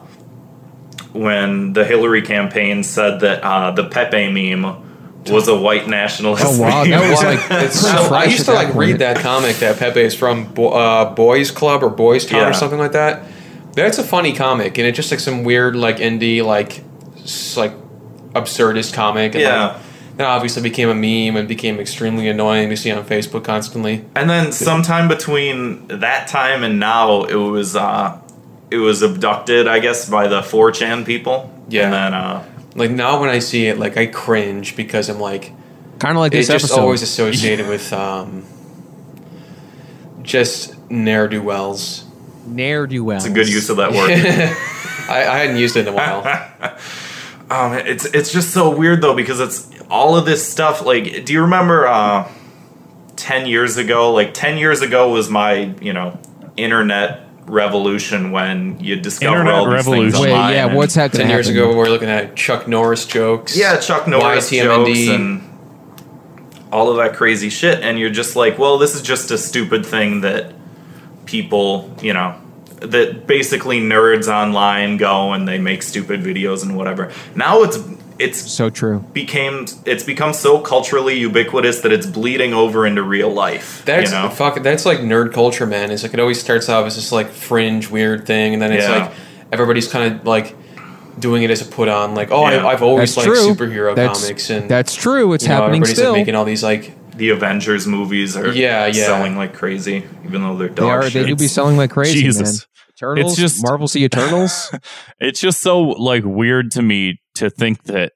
when the Hillary campaign said that uh, the Pepe meme was a white nationalist. Oh, wow. meme. That was, <laughs> Well, like, it's pretty so- I fresh used at to that like read point. that comic that Pepe is from Bo- uh, Boys Club or Boys Town Yeah. or something like that. That's a funny comic, and it's just like some weird like indie like s- like absurdist comic. And, Yeah. like, that obviously became a meme and became extremely annoying to see on Facebook constantly. And then sometime between that time and now, it was uh, it was abducted, I guess, by the 4chan people. Yeah. And then uh, Like now when I see it, like I cringe because I'm like Kind of like it's this just episode. <laughs> always associated with um, just ne'er do wells. Ne'er do well. it's a good use of that word. I, I hadn't used it in <laughs> a while. Um, it's it's just so weird though because it's all of this stuff. Like, do you remember uh, ten years ago? Like ten years ago was my you know internet revolution when you discover Internet all these revolution. things Wait, online. yeah. and- What's happening? Ten years ago, we were looking at Chuck Norris jokes. yeah, Chuck Norris YTMND. jokes and all of that crazy shit, and you're just like, well, this is just a stupid thing that people, you know, that basically nerds online go and they make stupid videos and whatever. Now it's it's So true. became it's become so culturally ubiquitous that it's bleeding over into real life. That's you know? fuck. That's like nerd culture, man. It's like it always starts off as this like fringe weird thing, and then it's Yeah. like everybody's kind of like doing it as a put on. Like, oh, Yeah. I, I've always That's liked true. superhero That's- comics, and That's true. It's you know, happening everybody's like, still. making all these like the Avengers movies are Yeah, yeah. selling like crazy, even though they're they dog are. They shit. do be selling like crazy, Jesus. man. Eternals. It's just- Marvel. See <laughs> Eternals. it's just so like weird to me to think that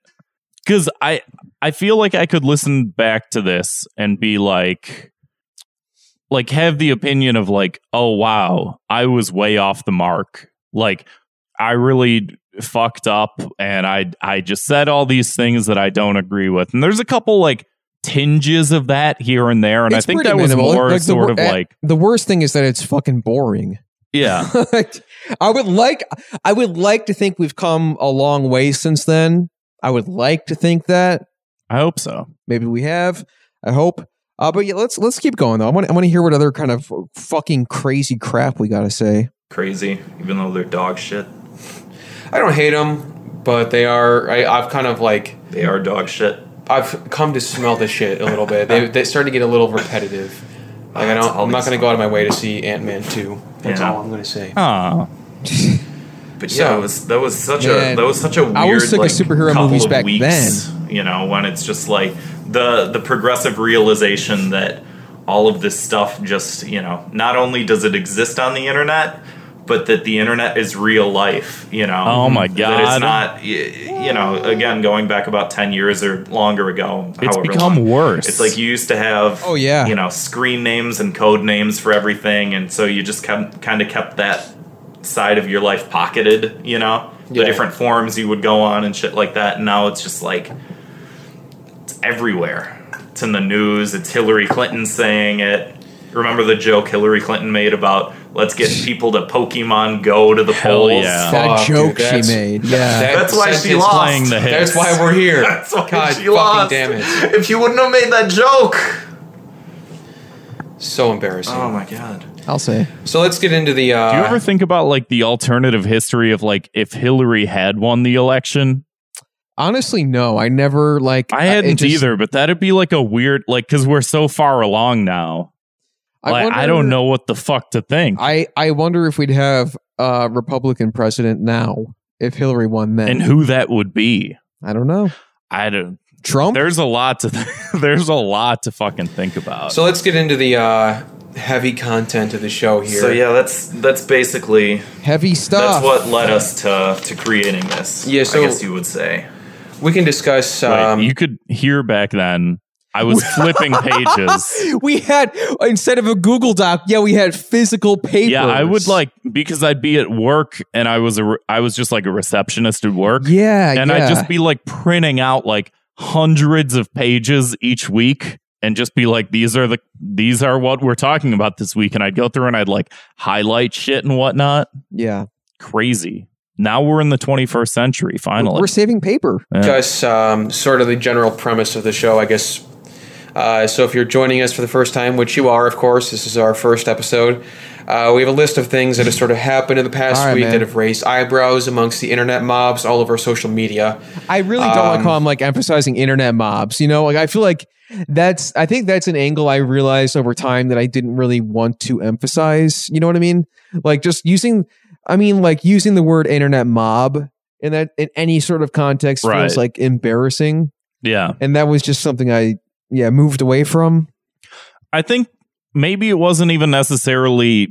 because I I feel like I could listen back to this and be like like have the opinion of like oh wow I was way off the mark like I really fucked up and I I just said all these things that I don't agree with and there's a couple like tinges of that here and there and It's I think pretty that was minimal. more Like, the sort wor- of eh, like the worst thing is that it's fucking boring. yeah Like, <laughs> I would like I would like to think we've come a long way since then. I would like to think that I hope so maybe we have. I hope. Uh, but yeah, let's let's keep going though. I want I want to hear what other kind of fucking crazy crap we got to say. crazy, even though they're dog shit. I don't hate them, but they are. I, I've kind of like They are dog shit. I've come to smell the shit a little <laughs> bit. They they start to get a little repetitive. Like I don't, I'm not going to go out of my way to see Ant Man two. That's Yeah. all I'm going to say. ah But yeah, Yeah. it was that was such a Man. that was such a weird I always took like, a superhero couple movies of back weeks, You know, when it's just like the the progressive realization that all of this stuff just you know not only does it exist on the internet, but that the internet is real life. You know, Oh my that God. it's not. y- You know, again, going back about ten years or longer ago, It's however become long, worse. It's like you used to have. Oh, yeah. You know, screen names and code names for everything, and so you just kind of kept that side of your life pocketed. You know, the Yeah. different forums you would go on and shit like that. And now it's just like it's everywhere. It's in the news. It's Hillary Clinton saying it. Remember the joke Hillary Clinton made about let's get people to Pokemon Go to the Hell polls? yeah. That Fuck, joke dude, she that's- made. Yeah. That That's why she sentence- lost. playing the hits. That's why we're here. <laughs> That's why God she fucking lost. damn it. If you wouldn't have made that joke. So embarrassing. Oh my god. I'll say. so let's get into the. Uh, Do you ever think about like the alternative history of like if Hillary had won the election? Honestly, no. I never like. I it hadn't just- either, but that'd be like a weird like because we're so far along now. I like I wonder- don't know what the fuck to think. I I wonder if we'd have a Republican president now if Hillary won then. and who that would be. I don't know. I don't. Trump. There's a lot to. <laughs> there's a lot to fucking think about. so let's get into the uh, heavy content of the show here. Ah. So yeah, that's that's basically Heavy stuff. that's what led us to to creating this. Yeah, so- I guess you would say. we can discuss. Like, Um, you could hear back then. <laughs> I was flipping pages. we had instead of a Google Doc, yeah, we had physical papers. Yeah, I would like because I'd be at work and I was a re- I was just like a receptionist at work. Yeah, and Uh, yeah. I'd just be like printing out like hundreds of pages each week and just be like these are the these are what we're talking about this week and I'd go through and I'd like highlight shit and whatnot. yeah. Crazy. Now we're in the 21st century finally. We're saving paper. discuss um, sort of the general premise of the show, I guess. Uh, so, if you're joining us for the first time, which you are, of course, this is our first episode. Uh, we have a list of things that have sort of happened in the past All right, week man. that have raised eyebrows amongst the internet mobs all over social media. I really don't like Um, how I'm like emphasizing internet mobs. You know, like I feel like that's I think that's an angle I realized over time that I didn't really want to emphasize. You know what I mean? Like just using I mean like using the word internet mob in that in any sort of context Right. feels like embarrassing. yeah. And that was just something I yeah, moved away from. I think maybe it wasn't even necessarily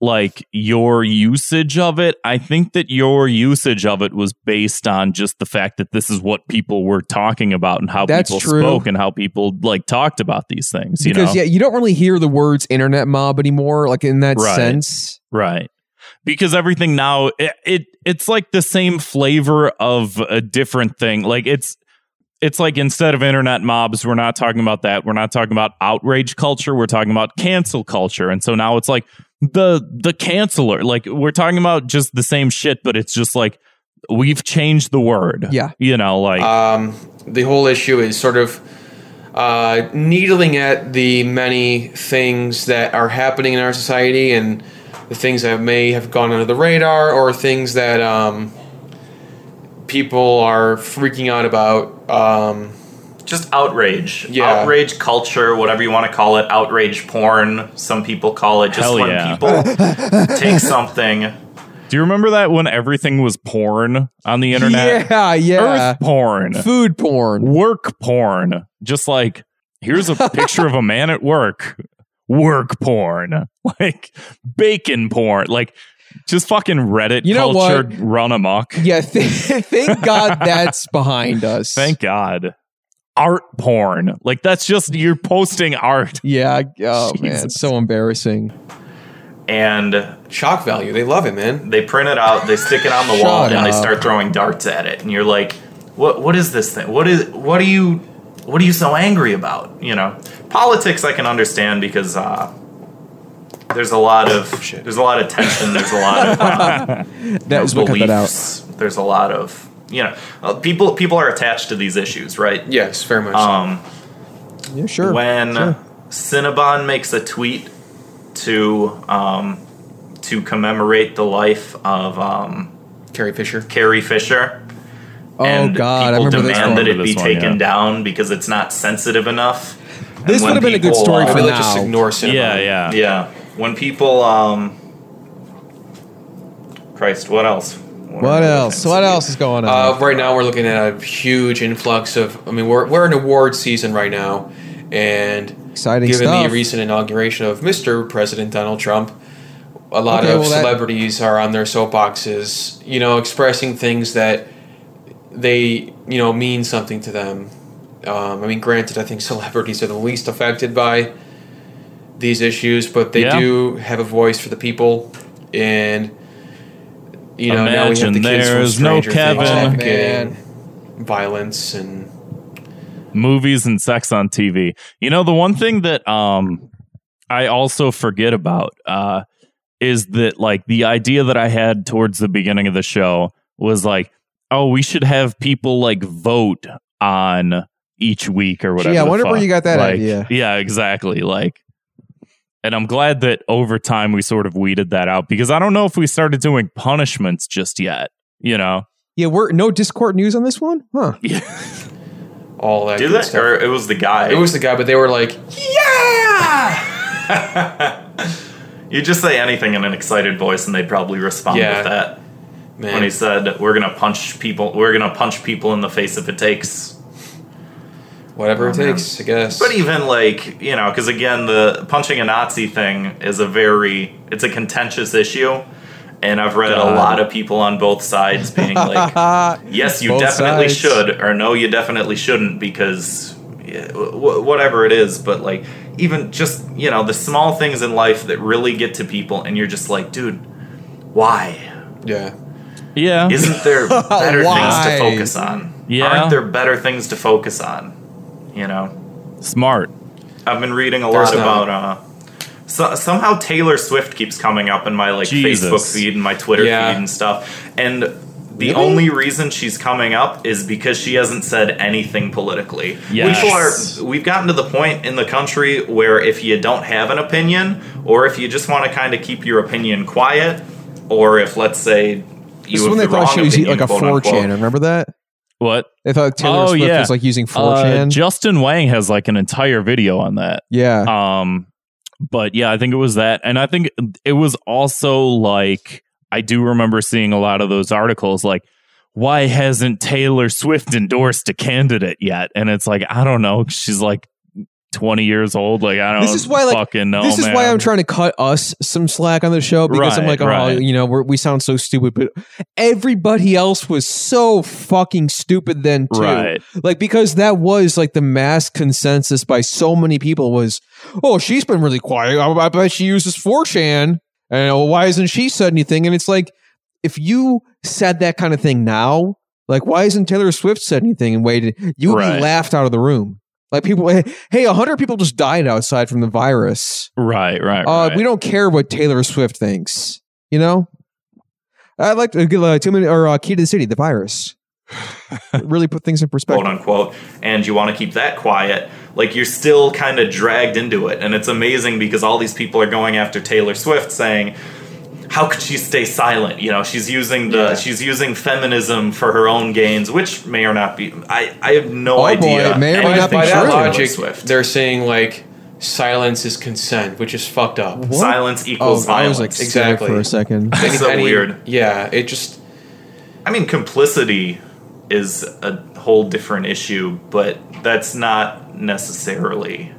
like your usage of it. I think that your usage of it was based on just the fact that this is what people were talking about and how That's people true. spoke and how people like talked about these things, you Because know? yeah, you don't really hear the words internet mob anymore, like in that Right. sense. Right. Because everything now it, it it's like the same flavor of a different thing. Like it's it's like instead of internet mobs, we're not talking about that. We're not talking about outrage culture. We're talking about cancel culture. And so now it's like the the canceler. Like we're talking about just the same shit, but it's just like we've changed the word. Yeah. You know, like Um, the whole issue is sort of uh, needling at the many things that are happening in our society and the things that may have gone under the radar or things that um, people are freaking out about. Um, just outrage Yeah. outrage culture whatever you want to call it outrage porn some people call it just Hell when yeah. people take something do you remember that when everything was porn on the internet? Yeah, yeah. Earth porn. Food porn. work porn. Just like here's a picture of a man at work. Work porn. <laughs> Like bacon porn. Like just fucking Reddit You know culture what? run amok. Yeah, <laughs> th- thank God that's behind us. Thank God. Art porn. Like that's just you're posting art. Yeah. Oh man, <laughs> Jesus. so embarrassing. and shock value. They love it, man. they print it out they stick it on the Shut wall and they up. start throwing darts at it and you're like what what is this thing what is what are you what are you so angry about you know politics i can understand because uh there's a lot of Shit. there's a lot of tension there's a <laughs> lot of uh, That was what cut that out. beliefs there's a lot of you know uh, people people are attached to these issues right Yes, very much. um Yeah, sure. when sure. Cinnabon makes a tweet to um, to commemorate the life of um, Carrie Fisher. Carrie Fisher. Oh and God, I people remember this demand one. that it Remember be this one, taken yeah. down because it's not sensitive enough. And This when would've been a good people, story uh, for Maybe let's just now. ignore cinema. Yeah, yeah. Yeah, when people, um, Christ, what else? What, What are the other else? things What that we- else is going on? Uh, right now, we're looking at a huge influx of. I mean, we're we're in award season right now, and Exciting given stuff. the recent inauguration of Mr. President Donald Trump, a lot Okay, of well, that- celebrities are on their soapboxes, you know, expressing things that they, you know, mean something to them. Um, I mean, granted, I think <laughs> celebrities are the least affected by these issues, but they Yeah. do have a voice for the people. And, you know, now we have Imagine the kids from there's no Stranger Things Kevin. talking Man. violence and. movies and sex on TV. You know, the one thing that um I also forget about uh is that like the idea that I had towards the beginning of the show was like, oh, we should have people like vote on each week or whatever. Gee, I the wonder where fuck. you got that Like, idea. Yeah, exactly. Like and I'm glad that over time we sort of weeded that out because I don't know if we started doing punishments just yet, you know. Yeah, we're no Discord news on this one, huh? All that Did good that? stuff. Or uh, it was the guy. it was the guy, but they were like, you just say anything in an excited voice and they'd probably respond Yeah. with that. "Man, When he said, "We're gonna punch people. We're gonna punch people in the face if it takes." whatever it Oh, man. takes, I guess." But even like you know, because again, the punching a Nazi thing is a very it's a contentious issue, and I've read a lot of people on both <laughs> sides being Uh, like, "Yes, you Both definitely sides. should," or "No, you definitely shouldn't," because yeah, wh- whatever it is. But like even just you know the small things in life that really get to people, and you're just like, dude, why? yeah, Yeah. <laughs> Isn't there better things Why? to focus on? Yeah. Aren't there better things to focus on? You know. Smart. I've been reading a There's lot not. about uh so, somehow Taylor Swift keeps coming up in my like Jesus. Facebook feed and my Twitter Yeah. feed and stuff. And the only reason she's coming up is because she hasn't said anything politically. Yes. People are we've gotten to the point in the country where if you don't have an opinion or if you just want to kind of keep your opinion quiet or if let's say you This is have when they the wrong thought she was opinion, like a quote 4chan. unquote. Remember that? What? They thought Taylor Oh, Swift yeah. was like using Uh, 4chan. Justin Wang has like an entire video <laughs> on that. yeah. Um, but yeah, I think it was that, and I think it was also like I do remember seeing a lot of those articles like. Why hasn't Taylor Swift endorsed a candidate yet? And it's like I don't know. She's like twenty years old. Like I don't. This is why, like, fucking know. this is why Oh, man. I'm trying to cut us some slack on the show because I'm Right, like, oh, right. you know, we're, we sound so stupid, but everybody else was so fucking stupid then too. Right. Like because that was like the mass consensus by so many people was, oh, she's been really quiet. I, I bet she uses 4chan, and oh, why hasn't she said anything? And it's like, if you said that kind of thing now, like why isn't Taylor Swift said anything and waited? You would Right. be laughed out of the room. Like people, hey, hey, hundred people just died outside from the virus. Right. Right. Uh, right. We don't care what Taylor Swift thinks. You know, I like to get uh, two minute or uh, key to the city, the virus. really put things in quote perspective. unquote, and you want to keep that quiet, like you're still kind of dragged into it. And it's amazing because all these people are going after Taylor Swift saying, how could she stay silent? You know, she's using the she's using feminism for her own gains, which may or not be. I I have no Oh, boy, idea. it may or may anything not be by Sure. that about Taylor logic, Swift. they're saying like silence is consent, which is fucked up. What? silence Oh, equals I violence. was like static Exactly. for a <laughs> second. It's so weird. Yeah, it just I mean, complicity is a whole different issue, but that's not necessarily.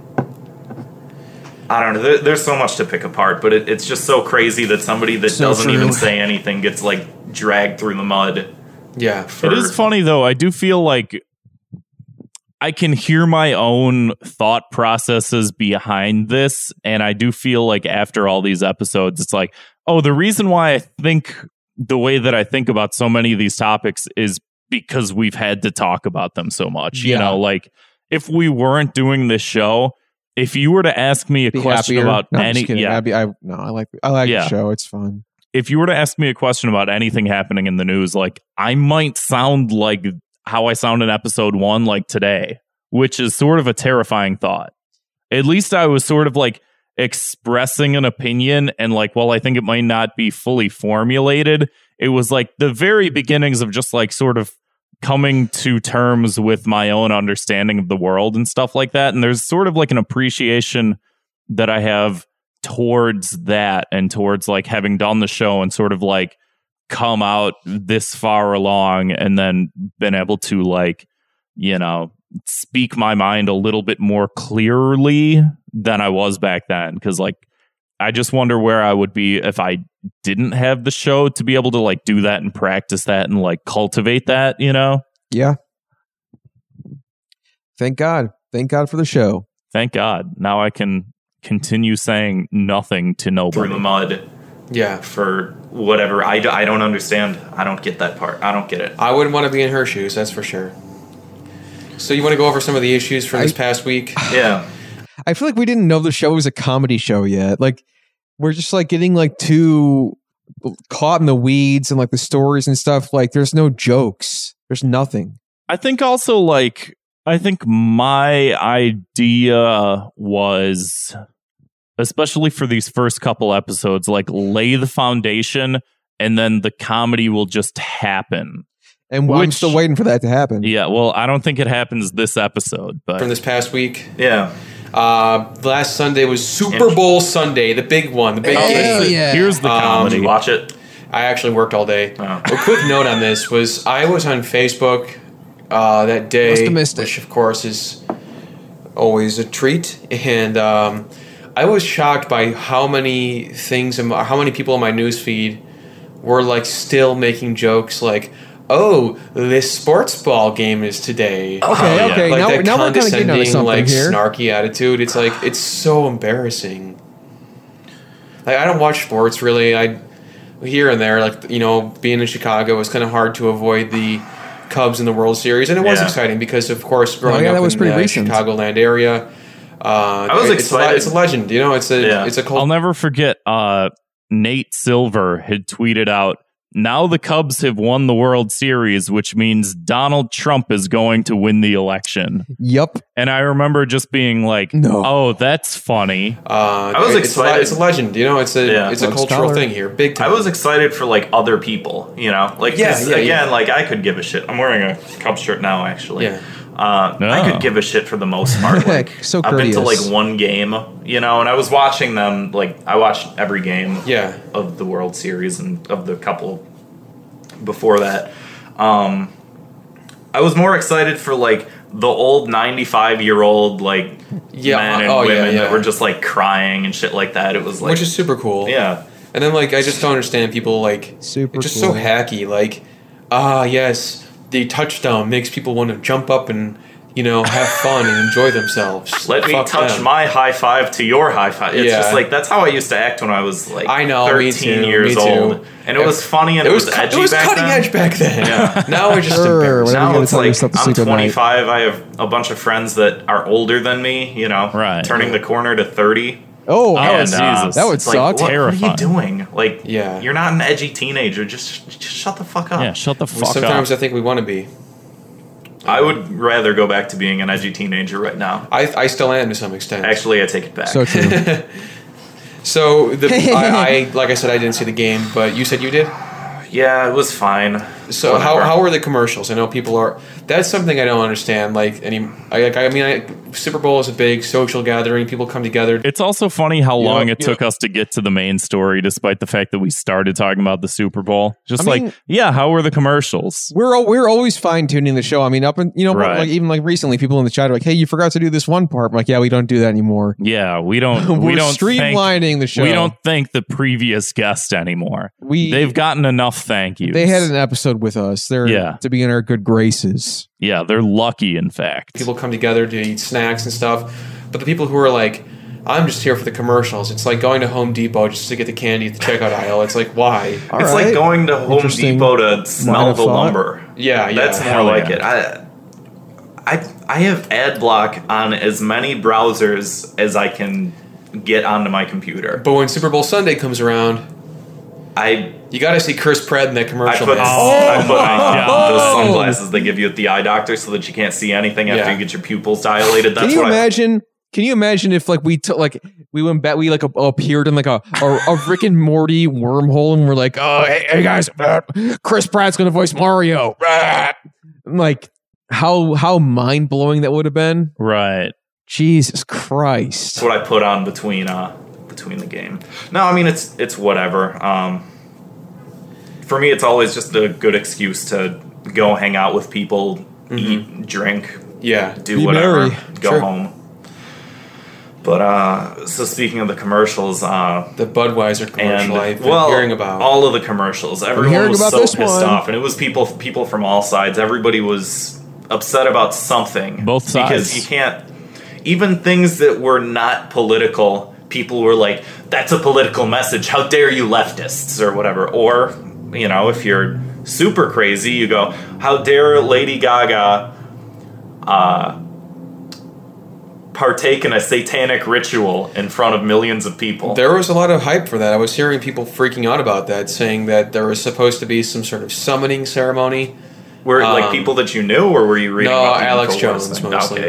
I don't know. There, there's so much to pick apart, but it, it's just so crazy that somebody that So doesn't true. even say anything gets like dragged through the mud. yeah. For, It is funny though. I do feel like I can hear my own thought processes behind this, and I do feel like after all these episodes, it's like, oh, the reason why I think the way that I think about so many of these topics is because we've had to talk about them so much. You Yeah. know, like if we weren't doing this show, if you were to ask me a Be question happier. about no, I'm any, just kidding. yeah, I'd be, I, no, I like I like Yeah. the show. It's fun. if you were to ask me a question about anything happening in the news, like I might sound like how I sound in episode one, like today, which is sort of a terrifying thought. At least I was sort of like expressing an opinion and like, well, I think it might not be fully formulated. It was like the very beginnings of just like sort of coming to terms with my own understanding of the world and stuff like that. And there's sort of like an appreciation that I have towards that and towards like having done the show and sort of like come out this far along and then been able to like you know speak my mind a little bit more clearly than I was back then cuz like I just wonder where I would be if I didn't have the show to be able to like do that and practice that and like cultivate that, you know? Yeah. Thank God. Thank God for the show. Thank God. Now I can continue saying nothing to through the nobody. mud Yeah. for whatever. I, d- I don't understand. I don't get that part. I don't get <laughs> it. I wouldn't want to be in her shoes, that's for sure. So you want to go over some of the issues from this past week? Yeah. I feel like we didn't know the show was a comedy show yet. Like we're just like getting like too caught in the weeds and like the stories and stuff. Like there's no jokes. There's nothing. I think also like I think my idea was especially for these first couple episodes like lay the foundation and then the comedy will just happen. And I'm Which- still waiting for that to happen. Yeah, well, I don't think it happens this episode, but From this past week, Yeah. uh, last Sunday was Super Bowl Sunday, the big one, the big game. Oh, yeah. here's the Um, comedy. Did you watch it? I actually worked all day. Oh. A quick note on this was I was on Facebook uh, that day, Must have missed it. which of course is always a treat, and um, I was shocked by how many things, in my, how many people in my newsfeed were like still making jokes like. Oh, this sports ball game is today. Oh, Okay, yeah. okay. Like now, that now we're kind of getting condescending, onto something like here. snarky attitude. It's like it's so embarrassing. Like I don't watch sports really. I here and there, like you know, being in Chicago, it was kind of hard to avoid the Cubs in the World Series, and it was Yeah. exciting because, of course, growing yeah, up that was in pretty the recent. Chicagoland area, uh, I was it's a le- excited. It's a, legend, you know. It's a Yeah. it's a I'll cult. never forget uh, Nate Silver had tweeted out, now the Cubs have won the World Series, which means Donald Trump is going to win the election. Yep. And I remember just being like, No. Oh, oh, that's funny. Um, Uh, I was it's a le- excited. It's a legend, you know. It's a Yeah. it's a Plug cultural scholar. thing here, big I time. was excited for like other people, you know, like 'cause, Yeah, yeah, again, yeah. like I could give a shit. I'm wearing a Cubs shirt now, actually. Yeah. Uh, I Oh. could give a shit for the most <laughs> part. Like, So I've been to like courteous. one game, you know, and I was watching them. Like I watched every game Yeah. of the World Series and of the couple before that. Um, I was more excited for like the old 95 year old like Yeah, men and oh, yeah, women yeah. that were just like crying and shit like that. It was like which is super cool. yeah. And then like I just don't understand people like Super it's just so cool. hacky. Like ah yes, the touchdown makes people want to jump up and you know have fun and enjoy <laughs> themselves. Let me Fuck touch them. my high five to your high five. It's Yeah. just like that's how I used to act when I was like I know, me thirteen too, years me too. old, and it, It- was funny and It was cu- edgy. it was back cutting then. edge back then. Yeah. <laughs> now I just Sure, whatever. Now embarrassed. you Now gotta it's tell like yourself to I'm sleep at night. 25. I have a bunch of friends that are older than me. You know, Right. Turning the corner to 30. Oh, Oh, and, that was- Jesus. uh, That would it's like, suck. What, what are you Terrifying. doing? Like, Yeah. you're not an edgy teenager. Just, just shut the fuck up. Yeah, shut the fuck Sometimes I up. think we want to be. I would rather go back to being an edgy teenager right now. I, I still am to some extent. Actually, I take it back. so true. <laughs> So the I, I like I said I didn't see the game, but you said you did. yeah, it was fine. So how, Whatever. how are the commercials? I know people are. That's something I don't understand. Like any, I, like, I mean, I, Super Bowl is a big social gathering. People come together. It's also funny how long know- it took us to get to the main story, despite the fact that we started talking about the Super Bowl. Just I mean- like, yeah, how were the commercials? <laughs> we're al- we're always fine tuning the show. I mean, up and you know, Right. like even like recently, people in the chat are like, "Hey, you forgot to do this one part." I'm like, yeah, we don't do that anymore. Yeah, we <laughs> don't. We're we don't streamlining the show. Thank, we don't thank the previous guest anymore. We They've gotten enough thank yous. they had an episode with us. They're Yeah. to be in our good graces. yeah, they're lucky. In fact, People come together to eat snacks and stuff. But the people who are like, I'm just here for the commercials. It's like going to Home Depot just to get the candy at the checkout aisle. It's like <laughs> why? All it's right. like going to Home Interesting Depot to line smell of the thought. lumber. Yeah, yeah. That's more Hell like yeah. it. I, I, I have ad block on as many browsers as I can get onto my computer. But when Super Bowl Sunday comes around, I, you got to see Chris Pratt in that I commercial. put, man. I put on Oh! those sunglasses they give you at the eye doctor so that you can't see anything after Yeah. you get your pupils dilated. That's Can you what imagine? Can you imagine if like we took like we went back we like a- appeared in like a, a a Rick and Morty wormhole and we're like, oh hey, hey guys, uh, Chris Pratt's gonna voice Mario. Uh, Like how how mind blowing that would have been. right? Jesus I, Christ. that's what I put on between uh between the game. No, I mean it's it's whatever. Um, for me, it's always just a good excuse to go hang out with people, eat, drink, yeah. do Mm-hmm. Be whatever, merry. go Sure. home. But uh, so speaking of the commercials, uh, The Budweiser commercial I've and been well, hearing about. all of the commercials. Everyone hearing was about so this pissed one. off, and it was people people from all sides. Everybody was upset about something. Both because sides. you can't even things that were not political. People were like, "That's a political message. How dare you, leftists, or whatever." Or you know, if you're super crazy, you go, "How dare Lady Gaga?" Uh, partake in a satanic ritual in front of millions of people. There was a lot of hype for that. I was hearing people freaking out about that, saying that there was supposed to be some sort of summoning ceremony. Were it, like Um, people that you knew, or were you reading? No, about the Alex Infowars Jones thing? mostly.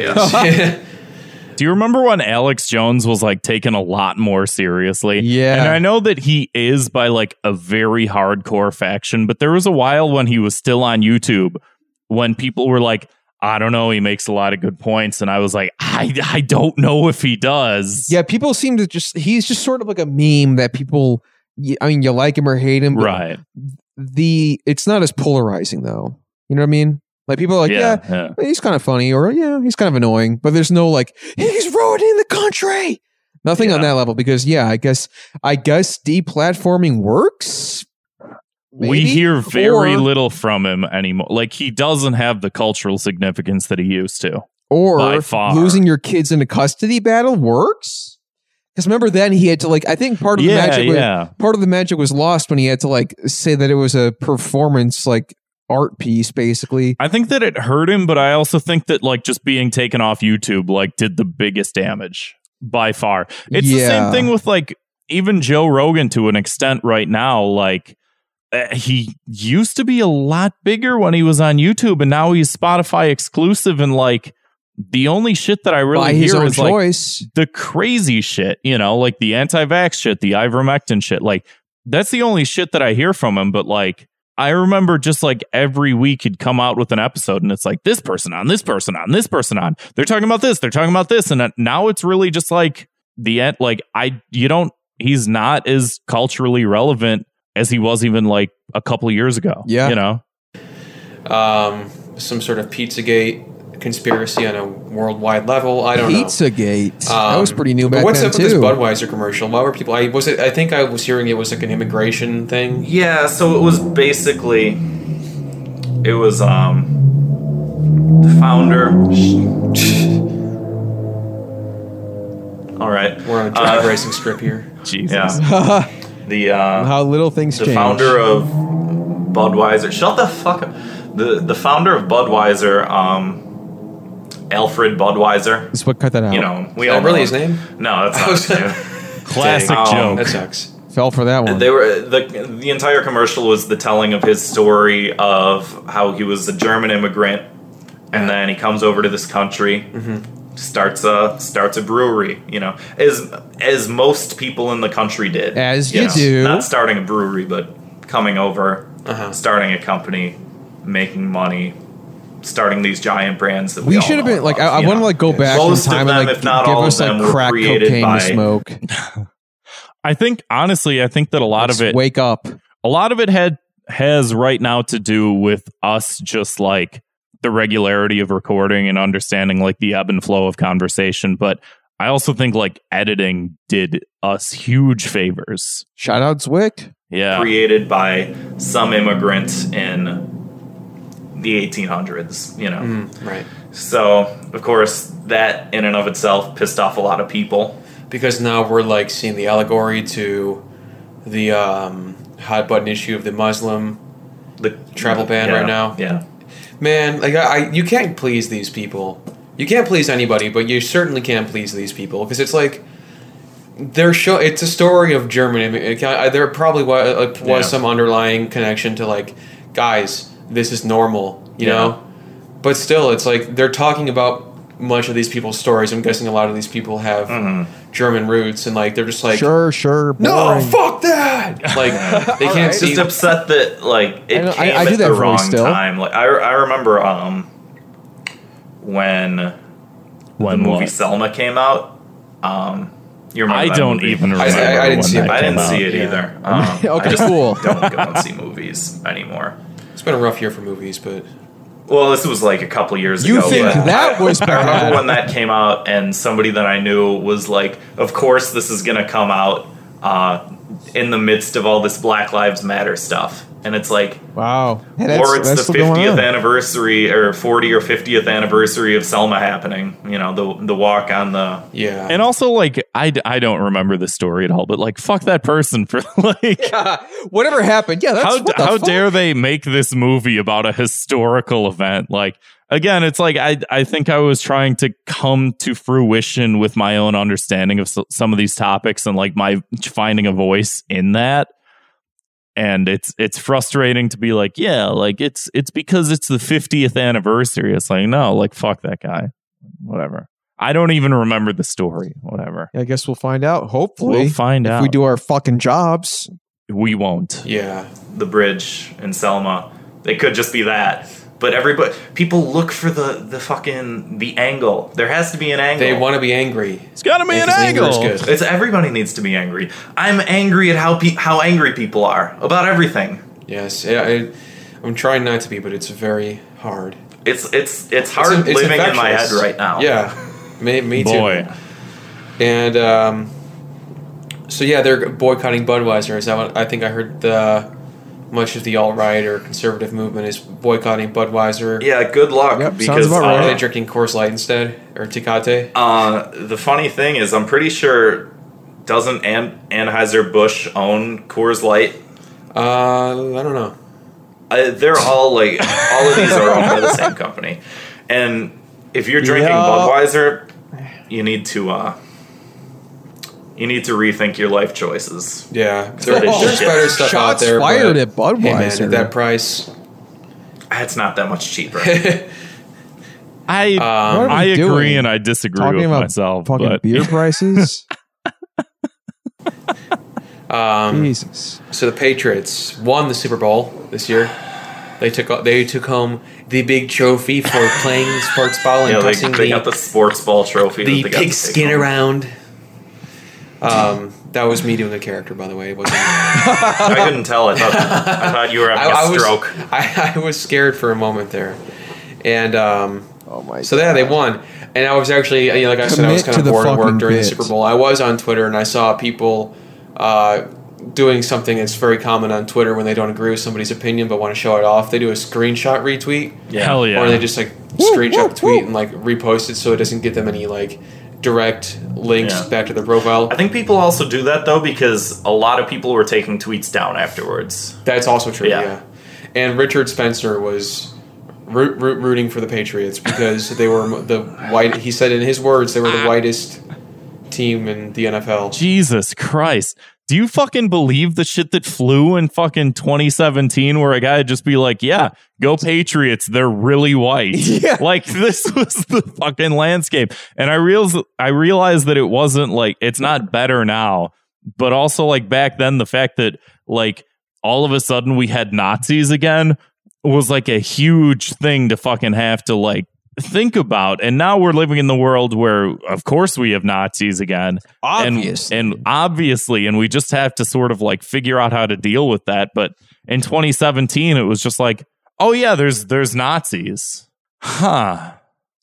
<laughs> Okay, yeah. <laughs> <laughs> Do you remember when Alex Jones was like taken a lot more seriously? Yeah. And I know that he is by like a very hardcore faction, but there was a while when he was still on YouTube when people were like, I don't know, he makes a lot of good points. And I was like, I, I don't know if he does. Yeah, people seem to just he's just sort of like a meme that people y- I mean you like him or hate him, but Right. the it's not as polarizing though. You know what I mean? Like people are like, yeah, yeah, yeah. he's kind of funny or yeah, he's kind of annoying, but there's no like he's ruining the country. Nothing on Yeah. that level because yeah, I guess I guess deplatforming works. we Maybe? hear very Or- little from him anymore. Like he doesn't have the cultural significance that he used to. By or far. losing your kids in a custody battle works. Because remember then he had to like I think part of the Yeah, magic was, yeah. part of the magic was lost when he had to like say that it was a performance like art piece basically. I think that it hurt him, but I also think that like just being taken off YouTube like did the biggest damage by far. It's the Yeah. same thing with like even Joe Rogan to an extent right now. Like uh, he used to be a lot bigger when he was on YouTube, and now he's Spotify exclusive. And like the only shit that I really by hear his own is like choice. the crazy shit, you know, like the anti-vax shit, the ivermectin shit. Like that's the only shit that I hear from him. But like, I remember just like every week he'd come out with an episode, and it's like this person on, this person on, this person on. They're talking about this, they're talking about this, and uh, now it's really just like the end. Like I, you don't. He's not as culturally relevant as he was even like a couple of years ago. Yeah. you know. um, some sort of Pizzagate conspiracy on a worldwide level. I don't know. Pizzagate. that was Um, pretty new But back what's then up too. with this Budweiser commercial? Why were people? I was. It, I think I was hearing it was like an immigration thing. <laughs> yeah. So it was basically, it was um, the founder. All right. Uh, We're on a drag racing strip here. Jesus. <laughs> Yeah. <laughs> the uh, How little things the change. founder of Budweiser. Shut the fuck up. The the founder of Budweiser, um, Alfred Budweiser. That's what cut that out. You know, we Is all that really know his him. name? No, <laughs> that's not his name. Classic Dang. Um, joke. That sucks. Fell for that one. They were the the entire commercial was the telling of his story of how he was a German immigrant, and then he comes over to this country, Mm-hmm. starts a starts a brewery. You know, as as most people in the country did, As you do. not starting a brewery, but coming over, <laughs> Uh-huh. starting a company, making money, starting these giant brands that we, we all should have know been like and I, love, I you want to know? like go back Most in of time them, and like if not give all us of them, like were crack created cocaine by- to smoke. I think honestly, I think that a lot Let's of it wake up. a lot of it had has right now to do with us just like the regularity of recording and understanding like the ebb and flow of conversation but i also think like editing did us huge favors Shout out Zwick. yeah created by some immigrant in the 1800s, you know. Mm, right. So, of course, that in and of itself pissed off a lot of people. Because now we're like seeing the allegory to the um, hot button issue of the Muslim The Travel ban Yeah, right now. Yeah. man. Like I, I, you can't please these people. You can't please anybody, but you certainly can't please these people because it's like they're show. It's a story of Germany. I mean, it, can- I, there probably was, was Yeah. some underlying connection to like, guys, this is normal, you Yeah. know. But still, it's like they're talking about much of these people's stories. I'm guessing a lot of these people have Mm-hmm. German roots, and like they're just like, sure, sure. no, boring. fuck that. <laughs> Like they can't Alright. see. Just upset that, like, I it know- I- came I do that at the for me wrong still. time. Like, I, I remember um, when the when movie what? Selma came out. Um, you remember i that don't movie? even remember I- I didn't when see it. that I came didn't see out. it either. Um, <laughs> Okay, I just cool. Don't go and see movies anymore. It's been a rough year for movies, but Well, this was like a couple years You ago. think but that I- was I bad. <laughs> remember when that came out, and somebody that I knew was like, "Of course, this is going to come out uh, in the midst of all this Black Lives Matter stuff." And it's like, Wow. Hey, or it's the still going fiftieth on. anniversary, or forty or fiftieth anniversary of Selma happening. You know, the the walk on the Yeah. And also, like, I, d- I don't remember the story at all, but like, fuck that person for <laughs> like, <laughs> Whatever happened. Yeah, that's how, what the how fuck? dare they make this movie about a historical event? Like, again, it's like, I, I think I was trying to come to fruition with my own understanding of s some of these topics and like my finding a voice in that. And it's it's frustrating to be like, yeah, like it's it's because it's the 50th anniversary. It's like, no, like fuck that guy. Whatever. I don't even remember the story. Whatever. I guess we'll find out. Hopefully, We'll find if out. we do our fucking jobs. we won't. Yeah. the bridge in Selma. It could just be that. But everybody, people look for the the fucking the angle. There has to be an angle. They want to be angry. It's gotta be an Because anger is angle. good. It's everybody needs to be angry. I'm angry at how pe- how angry people are about everything. Yes. Yeah, I, I'm trying not to be, but it's very hard. It's it's it's It's hard a- it's living in my head infectious. right now. Yeah. Me, me too. Boy. And um, so yeah, they're boycotting Budweiser. Is that what I think I heard? The much of the alt right or conservative movement is boycotting Budweiser. Yeah, good luck Yep, sounds because about uh, Are right. they drinking Coors Light instead or Tecate? Uh, the funny thing is, I'm pretty sure doesn't An- Anheuser Busch own Coors Light? Uh, I don't know. Uh, they're all like all of these are owned by the same company, and if you're drinking Yeah. Budweiser, you need to uh, you need to rethink your life choices. Yeah, That is there's Oh, shit. better stuff out Shots there. fired at but, Budweiser. Hey man, at that price. It's not that much <laughs> cheaper. I Um, What are I we agree doing? and I disagree talking with about myself. fucking But <laughs> beer <laughs> prices. um, Jesus. So the Patriots won the Super Bowl this year. They took they took home the big trophy for playing sports ball and you know, they, passing they got the sports ball trophy. that the, they got to pig take skin home. around. Um, that was me doing a character, by the way. It wasn't. I couldn't tell. I thought I thought <laughs> you were having a I, I was stroke. I, I was scared for a moment there, and um, Oh my. so yeah, they won. And I was actually, you know, like I said, I was Commit kind to of the bored at work fucking during bit. the Super Bowl. I was on Twitter and I saw people uh, doing something that's very common on Twitter when they don't agree with somebody's opinion but want to show it off. They do a screenshot retweet, hell yeah. or they just like screenshot the tweet and like repost it so it doesn't get them any like direct links Yeah. back to their profile. I think people also do that though because a lot of people were taking tweets down afterwards. That's also true. Yeah. Yeah. And Richard Spencer was root, root, rooting for the Patriots because they were the white. He said in his words they were Ah. the whitest team in the NFL. Jesus Christ. Do you fucking believe the shit that flew in fucking 2017 where a guy would just be like, yeah, go Patriots. They're really white. Yeah. Like this was the fucking landscape. And I realized, I realized that it wasn't like, it's not better now, but also like back then, the fact that like all of a sudden we had Nazis again was like a huge thing to fucking have to like think about. And now we're living in the world where of course we have Nazis again Obvious. and, and obviously and we just have to sort of like figure out how to deal with that but in 2017 it was just like oh yeah there's there's nazis huh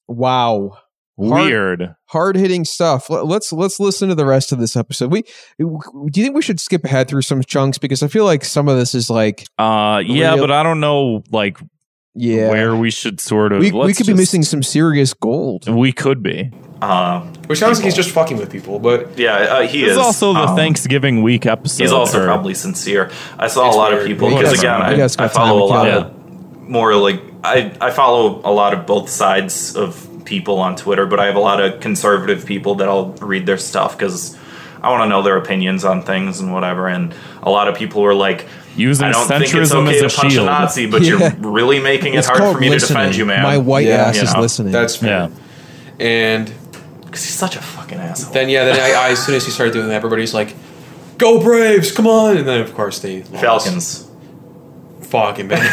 wow. weird Hard hitting stuff. Let- Let's let's listen to the rest of this episode. We do you think we should skip ahead through some chunks because I feel like some of this is like uh yeah Real- but i don't know like yeah where we should sort of we, we let's could be just- missing some serious gold. we could be Um, Which sounds like he's just fucking with people, but yeah, uh, he it's is also the uh, um, thanksgiving week episode He's also or- probably sincere. I saw It's a lot weird. of people We because gotta- again, we I, gotta spend I time follow a with lot y'all. of more like I I follow a lot of both sides of people on Twitter, but I have a lot of conservative people that I'll read their stuff because I want to know their opinions on things and whatever. And a lot of people were like. using I don't think it's centrism okay to as a punch shield a Nazi, but Yeah. you're really making it hard for me to defend you, man. My white Yeah, ass you is know, listening. that's yeah And Because he's such a fucking asshole. then yeah, then I, I, as soon as he started doing that, everybody's like, "Go Braves, come on!" And then of course they lost. Falcons. fucking man.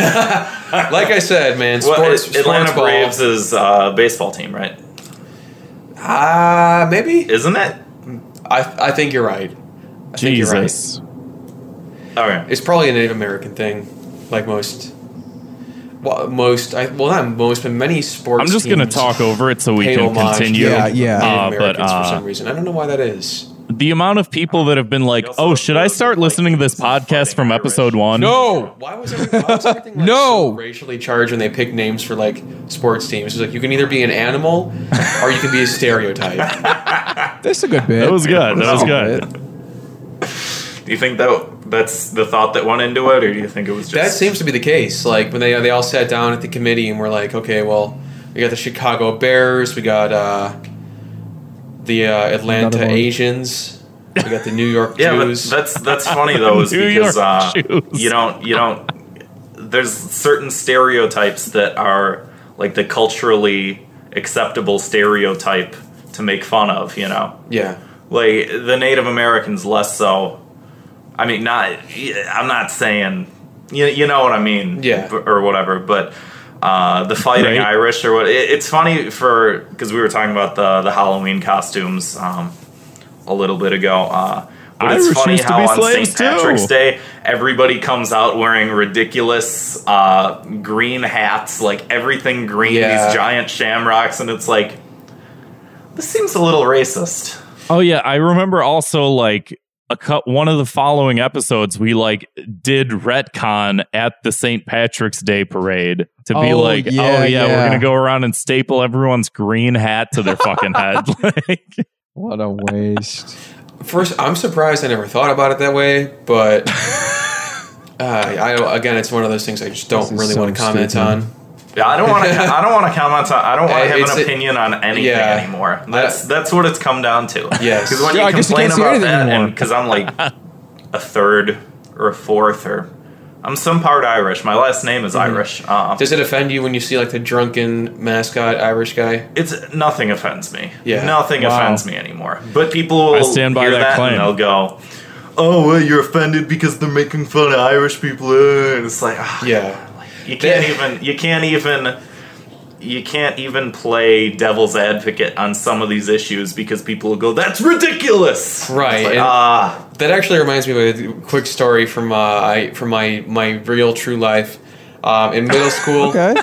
like I said, man, sports, Well, sports Atlanta ball- Braves is uh, baseball team, right? Ah, maybe. Isn't it? I I think you're right. I think you're right. jesus Okay. It's probably a Native American thing, like most. well, most, I, well, not most, but many sports. I'm just going to teams talk over it so we pay can homage continue. to Yeah, yeah. Um, Native Uh, but Americans for uh, some reason, I don't know why that is. the amount of people that have been like, "Oh, should I start listening to this podcast from episode one?" No. Why was, every, why was everything <laughs> like, No. so racially charged when they pick names for like sports teams? It's like you can either be an animal or you can be a <laughs> stereotype. That's a good bit. that was good. That was good. Do you think that that's the thought that went into it, or do you think it was just that seems to be the case. Like when they they all sat down at the committee and were like, okay, well, we got the Chicago Bears, we got uh, the uh, Atlanta Another one. Asians, we got the New York Yeah, but Jews. that's that's funny though, <laughs> is New because York uh, Jews. you don't you don't. There's certain stereotypes that are like the culturally acceptable stereotype to make fun of, you know. yeah, like the Native Americans less so. I mean, not. I'm not saying you, you know what I mean, Yeah. b- or whatever. But uh, the fighting Right. Irish or what? It, it's funny for because we were talking about the the Halloween costumes um, a little bit ago. Uh, but Irish it's funny used to how be on slaves, St. Patrick's too. Day, everybody comes out wearing ridiculous uh, green hats, like everything green, Yeah. these giant shamrocks, and it's like this seems a little racist. Oh yeah, I remember also like a cut one of the following episodes we like did retcon at the St. Patrick's Day parade to be Oh, like, yeah, oh yeah, we're yeah. gonna go around and staple everyone's green hat to their fucking head. <laughs> Like, What a <laughs> waste. First, I'm surprised I never thought about it that way, <laughs> but uh, I, again, it's one of those things I just don't is really so want to comment stupid. on. Yeah, I don't want to. I don't want to comment on. I don't want Uh, to have it's- an opinion on anything yeah. anymore. That's that's what it's come down to. <laughs> Yes. because when Yeah, you I guess you complain can't see about anything that, anymore. and because <laughs> I'm like a third or a fourth, or I'm some part Irish. My last name is Mm-hmm. Irish. Uh, Does it offend you when you see like the drunken mascot Irish guy? it's nothing offends me. Yeah. nothing Wow. offends me anymore. But people will I stand by hear that that claim. and they'll go, "Oh, well, you're offended because they're making fun of Irish people." uh," And it's like, ah, Yeah. You can't Yeah. even. You can't even. You can't even play devil's advocate on some of these issues because people will go, "That's ridiculous." Right, It's like, and- Ah, That actually reminds me of a quick story from uh, I, from my my real true life. Um, <laughs> in middle school, Okay.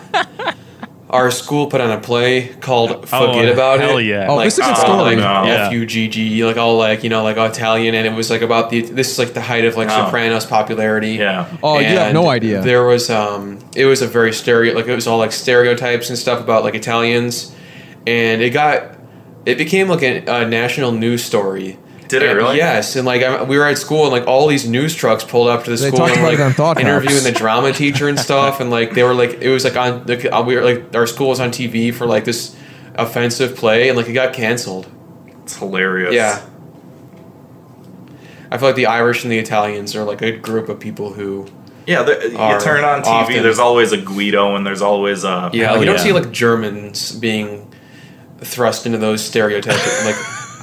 our school put on a play called "Forget Oh, About hell It." yeah. Oh, like, this is a good uh, story. no. Like, Yeah. F U G G, like all like you know like Italian, and it was like about the this is like the height of like Oh. Sopranos popularity. yeah. Oh, you have And no idea. There was um, it was a very stereo, like it was all like stereotypes and stuff about like Italians, and it got, it became like a, a national news story. Did it And really? Yes, and like I, we were at school, and like all these news trucks pulled up to the They school, talked and were, about it on Thought like interviewing Cops. the drama teacher and stuff, and like they were like it was like on like, uh, we were like our school was on TV for like this offensive play, and like it got canceled. It's hilarious. Yeah. I feel like the Irish and the Italians are like a group of people who Yeah, there- Are you turn on TV. often- There's always a Guido, and there's always a Yeah, like, you don't yeah. see like Germans being thrust into those stereotypes. <laughs> like,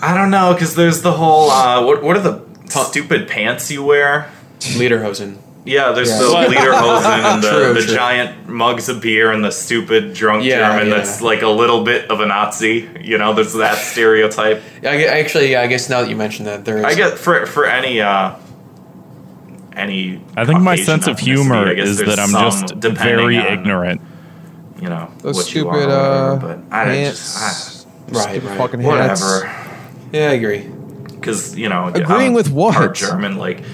I don't know because there's the whole uh, what what are the Huh. stupid pants you wear? Lederhosen. Yeah, there's Yeah. the What? lederhosen <laughs> and the, True, the true. giant mugs of beer and the stupid drunk Yeah, German yeah. that's like a little bit of a Nazi. You know, there's that stereotype. I, gue- actually, yeah, I guess now that you mentioned that, there is. I guess for for any uh, any. I think my Caucasian sense of ethnicity, humor I guess is there's that I'm some, just depending very on, ignorant. You know, Those what you are, stupid, or whatever, uh, but I don't just pants. right, Stupid right. fucking I, hats. whatever. Yeah, I agree. because you know Agreeing I'm with what? Hmm. part German like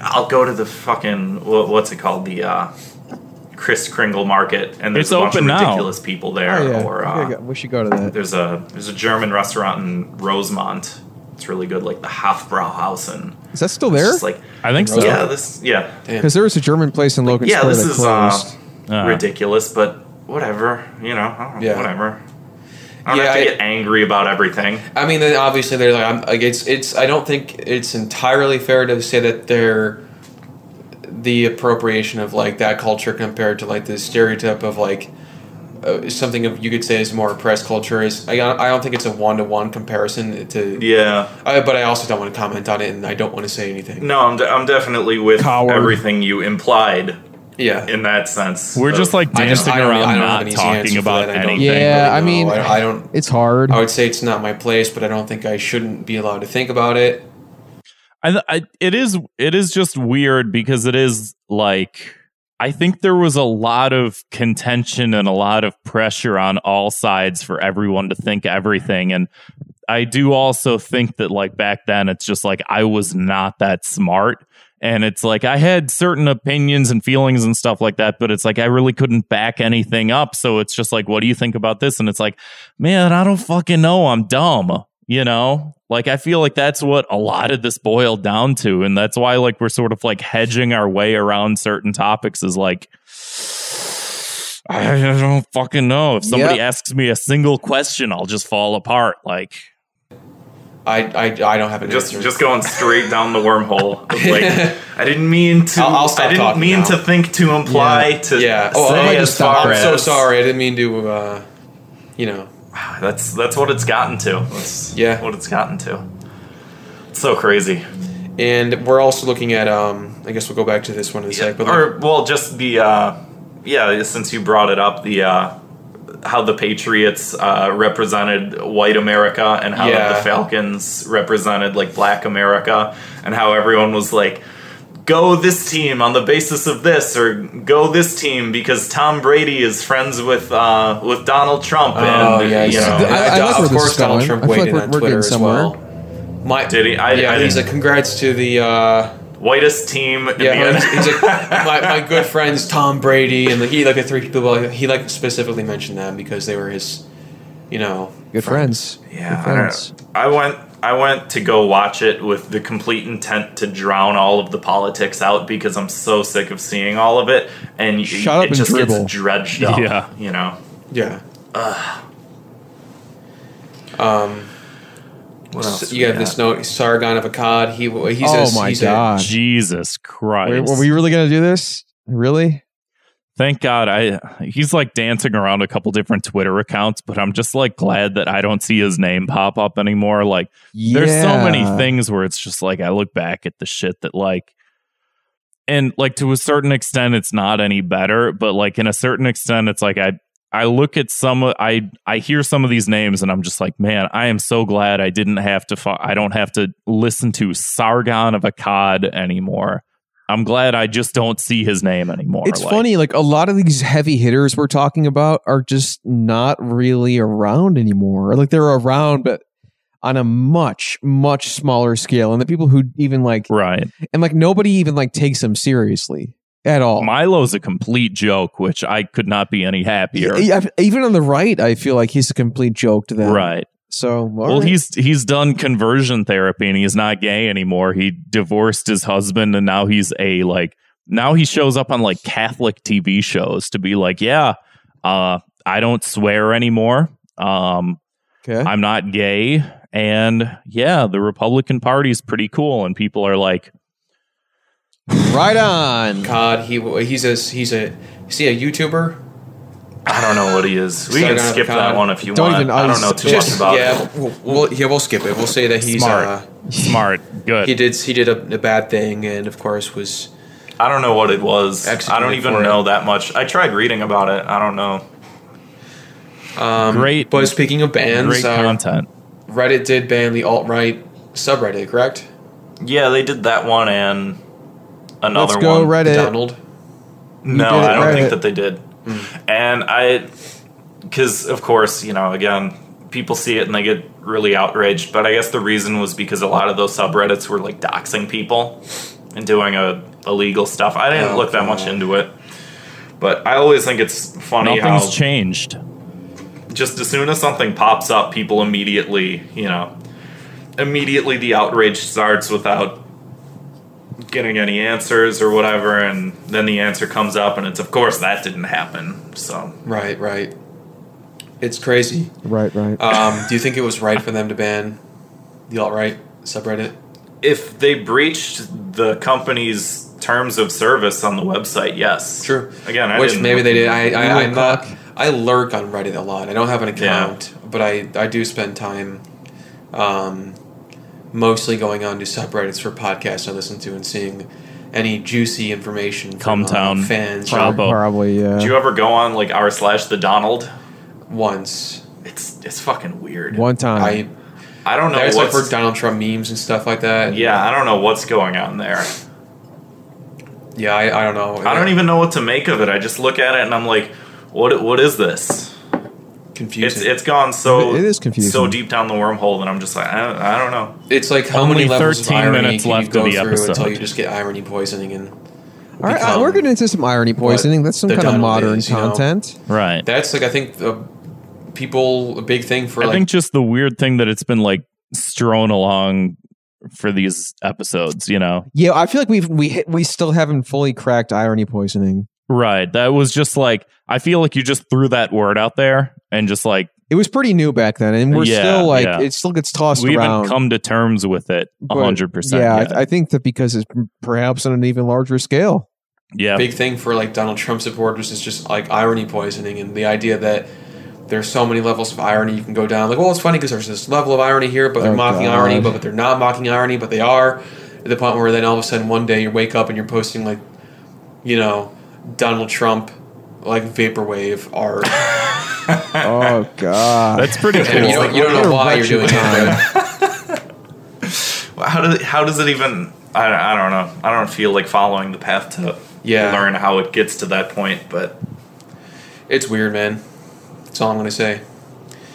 I'll go to the fucking wha- what's it called the uh Chris Kringle market and there's It's a bunch of open now. ridiculous people there Oh, yeah. or Yeah, uh, go- we should go to that. there's a there's a German restaurant in Rosemont it's really good like the Hofbrauhausen Is that still It's there? just like I think so. yeah this yeah Because there was a German place in Logan yeah Square this that is uh, closed. Uh. ridiculous but whatever you know I don't know, Yeah. whatever I don't Yeah, have to I- get angry about everything I mean, then obviously, they're like, I'm, like it's, it's. I don't think it's entirely fair to say that they're the appropriation of like that culture compared to like this stereotype of like uh, something of you could say is more oppressed culture is. I, I don't think it's a one to one comparison to. yeah I, but I also don't want to comment on it, and I don't want to say anything. no I'm, de- I'm definitely with Coward. everything you implied Yeah. in that sense. We're of- just like I just- dancing I don't- I around don't have not an easy answer talking for about that. I don't anything. really Yeah, I know. mean, I, I don't. It's hard. Oh, I would say it's not my place, but I don't think I shouldn't be allowed to think about it. I, th- I it is it is just weird because it is like I think there was a lot of contention and a lot of pressure on all sides for everyone to think everything. And I do also think that, like, back then, it's just like I was not that smart. And it's like I had certain opinions and feelings and stuff like that, but it's like I really couldn't back anything up. So it's just like, what do you think about this? And it's like, man, I don't fucking know. I'm dumb. You know, like I feel like that's what a lot of this boiled down to. And that's why, like, we're sort of like hedging our way around certain topics is like, I don't fucking know. If somebody asks me a single question, I'll just fall apart. Like, I, I, I don't have an Just answer. just going straight down the <laughs> wormhole. It's Like I didn't mean to. I'll- I'll stop I didn't talking mean now. to think to imply to yeah. say Oh, I might as just stop. far I'm so as- sorry. I didn't mean to. Uh, you know. That's that's what it's gotten to. That's Yeah. what it's gotten to. It's so crazy. And we're also looking at. Um, I guess we'll go back to this one in a sec. But like, or well, just the uh, yeah. Since you brought it up, the uh, how the Patriots uh, represented white America and how Yeah. the Falcons represented like Black America, and how everyone was like. Go this team on the basis of this, or go this team because Tom Brady is friends with uh, with Donald Trump, oh and yeah, you yeah. know, And I- I like of where this is course Donald going. Trump I feel weighed like in we're- on we're getting Twitter as well. My, Did he? I- yeah, I he's like, didn't- congrats to the. Uh, whitest team. In yeah, the he's, <laughs> he's like, my, my good friends Tom Brady and like, he like the three people. Like, he like specifically mentioned them because they were his. You know. Good friends. Yeah, Good I, friends. don't- I went. I went to go watch it with the complete intent to drown all of the politics out because I'm so sick of seeing all of it, and y- Shut up it and just dribble. gets <laughs> dredged up. Yeah. you know. Yeah. Um. What So else? you we have got? this note, Sargon of Akkad. He he's Oh a, my he's god. Jesus Christ. Wait, were we really gonna do this? Really? Thank God I he's like dancing around a couple different Twitter accounts, but I'm just like glad that I don't see his name pop up anymore. Like there's so many Yeah. things where it's just like I look back at the shit that like and like to a certain extent it's not any better, but like in a certain extent it's like I I look at some of- I I hear some of these names and I'm just like, man, I am so glad I didn't have to fu- I don't have to listen to Sargon of Akkad anymore. I'm glad I just don't see his name anymore. It's Like, funny, like a lot of these heavy hitters we're talking about are just not really around anymore. Like they're around, but on a much, much smaller scale. And the people who even like Right. and like nobody even like takes them seriously at all. Milo's a complete joke, which I could not be any happier. E- e- Even on the right, I feel like he's a complete joke to them. Right. So Well, he's he's done conversion therapy and he's not gay anymore. He divorced his husband and now he's a like now he shows up on like Catholic TV shows to be like, yeah, uh, I don't swear anymore. Um, okay. I'm not gay. And yeah, the Republican Party's pretty cool. And people are like, right on. Akkad. He he's a he's a is he a YouTuber? I don't know what he is. We can Sargon of skip that Akkad. one if you Don't want. even- I don't I'll know too much Just- about yeah, it. We'll, we'll- yeah, we'll skip it. We'll say that he's Smart. Uh, smart, good. he did he did a, a bad thing, and of course was I don't know what it was. I don't Executed even for it. know that much. I tried reading about it. I don't know. Um, great, But speaking of bans, great uh, content. Reddit did ban the alt right subreddit, correct? Yeah, they did that one and another Let's go one. Reddit. Donald. No, did it I don't right. think that they did. And I, because of course, you know, again, people see it and they get really outraged. But I guess the reason was because a lot of those subreddits were like doxing people and doing a illegal stuff. I didn't Oh, look that God. much into it, but I always think it's funny Nothing's how changed. just as soon as something pops up, people immediately, you know, immediately the outrage starts without getting any answers or whatever, and then the answer comes up, and it's of course that didn't happen. So Right, right. It's crazy. Right, right. Um, do you think it was right for them to ban the alt right subreddit? if they breached the company's terms of service on the website, yes, True. Again, I which didn't- maybe they did. I, I I'm Little not. cock. I lurk on Reddit a lot. I don't have an account, but I I do spend time, um, mostly going on to subreddits for podcasts I listen to and seeing any juicy information from Come uh, town. fans Chop. or Jumbo. Probably, uh, yeah. Did you ever go on like r slash the Donald? once. It's it's fucking weird. One time. I I don't know there's like what's for Donald Trump memes and stuff like that. yeah I don't know what's going on there. Yeah, I, I don't know. I don't even know what to make of it. I just look at it and I'm like, what what is this? It's confusing. It's, it's gone so It is confusing. so deep down the wormhole that I'm just like I, I don't know. like how Only many levels of 13 irony minutes can left you of go the through until episode. you just get irony poisoning and All right, uh, become- we're getting into some irony poisoning. That's some the kind of Donald modern is, you know. content. Right. That's like I think uh, people a big thing for I like think just the weird thing that it's been like strewn along for these episodes, you know. Yeah, I feel like we've we hit- we still haven't fully cracked irony poisoning. Right. That was just like I feel like you just threw that word out there and just like It was pretty new back then, and we're Yeah, still like yeah. it still gets tossed we around. haven't come to terms with it a But, 100%. yeah, yet. I, I think that because it's p- perhaps on an even larger scale. yeah. big thing for like Donald Trump supporters is just like irony poisoning and the idea that there's so many levels of irony you can go down. Like, well, it's funny because there's this level of irony here, but they're Oh, mocking God. irony, but, but they're not mocking irony, but they are. At the point where then all of a sudden one day you wake up and you're posting like, you know, Donald Trump like vaporwave art. Oh God, <laughs> That's pretty <laughs> cool. And you don't, you don't know why you're doing it. But How does how does it even? I don't, I don't know. I don't feel like following the path to Yeah. learn how it gets to that point. But it's weird, man. That's all I'm gonna say.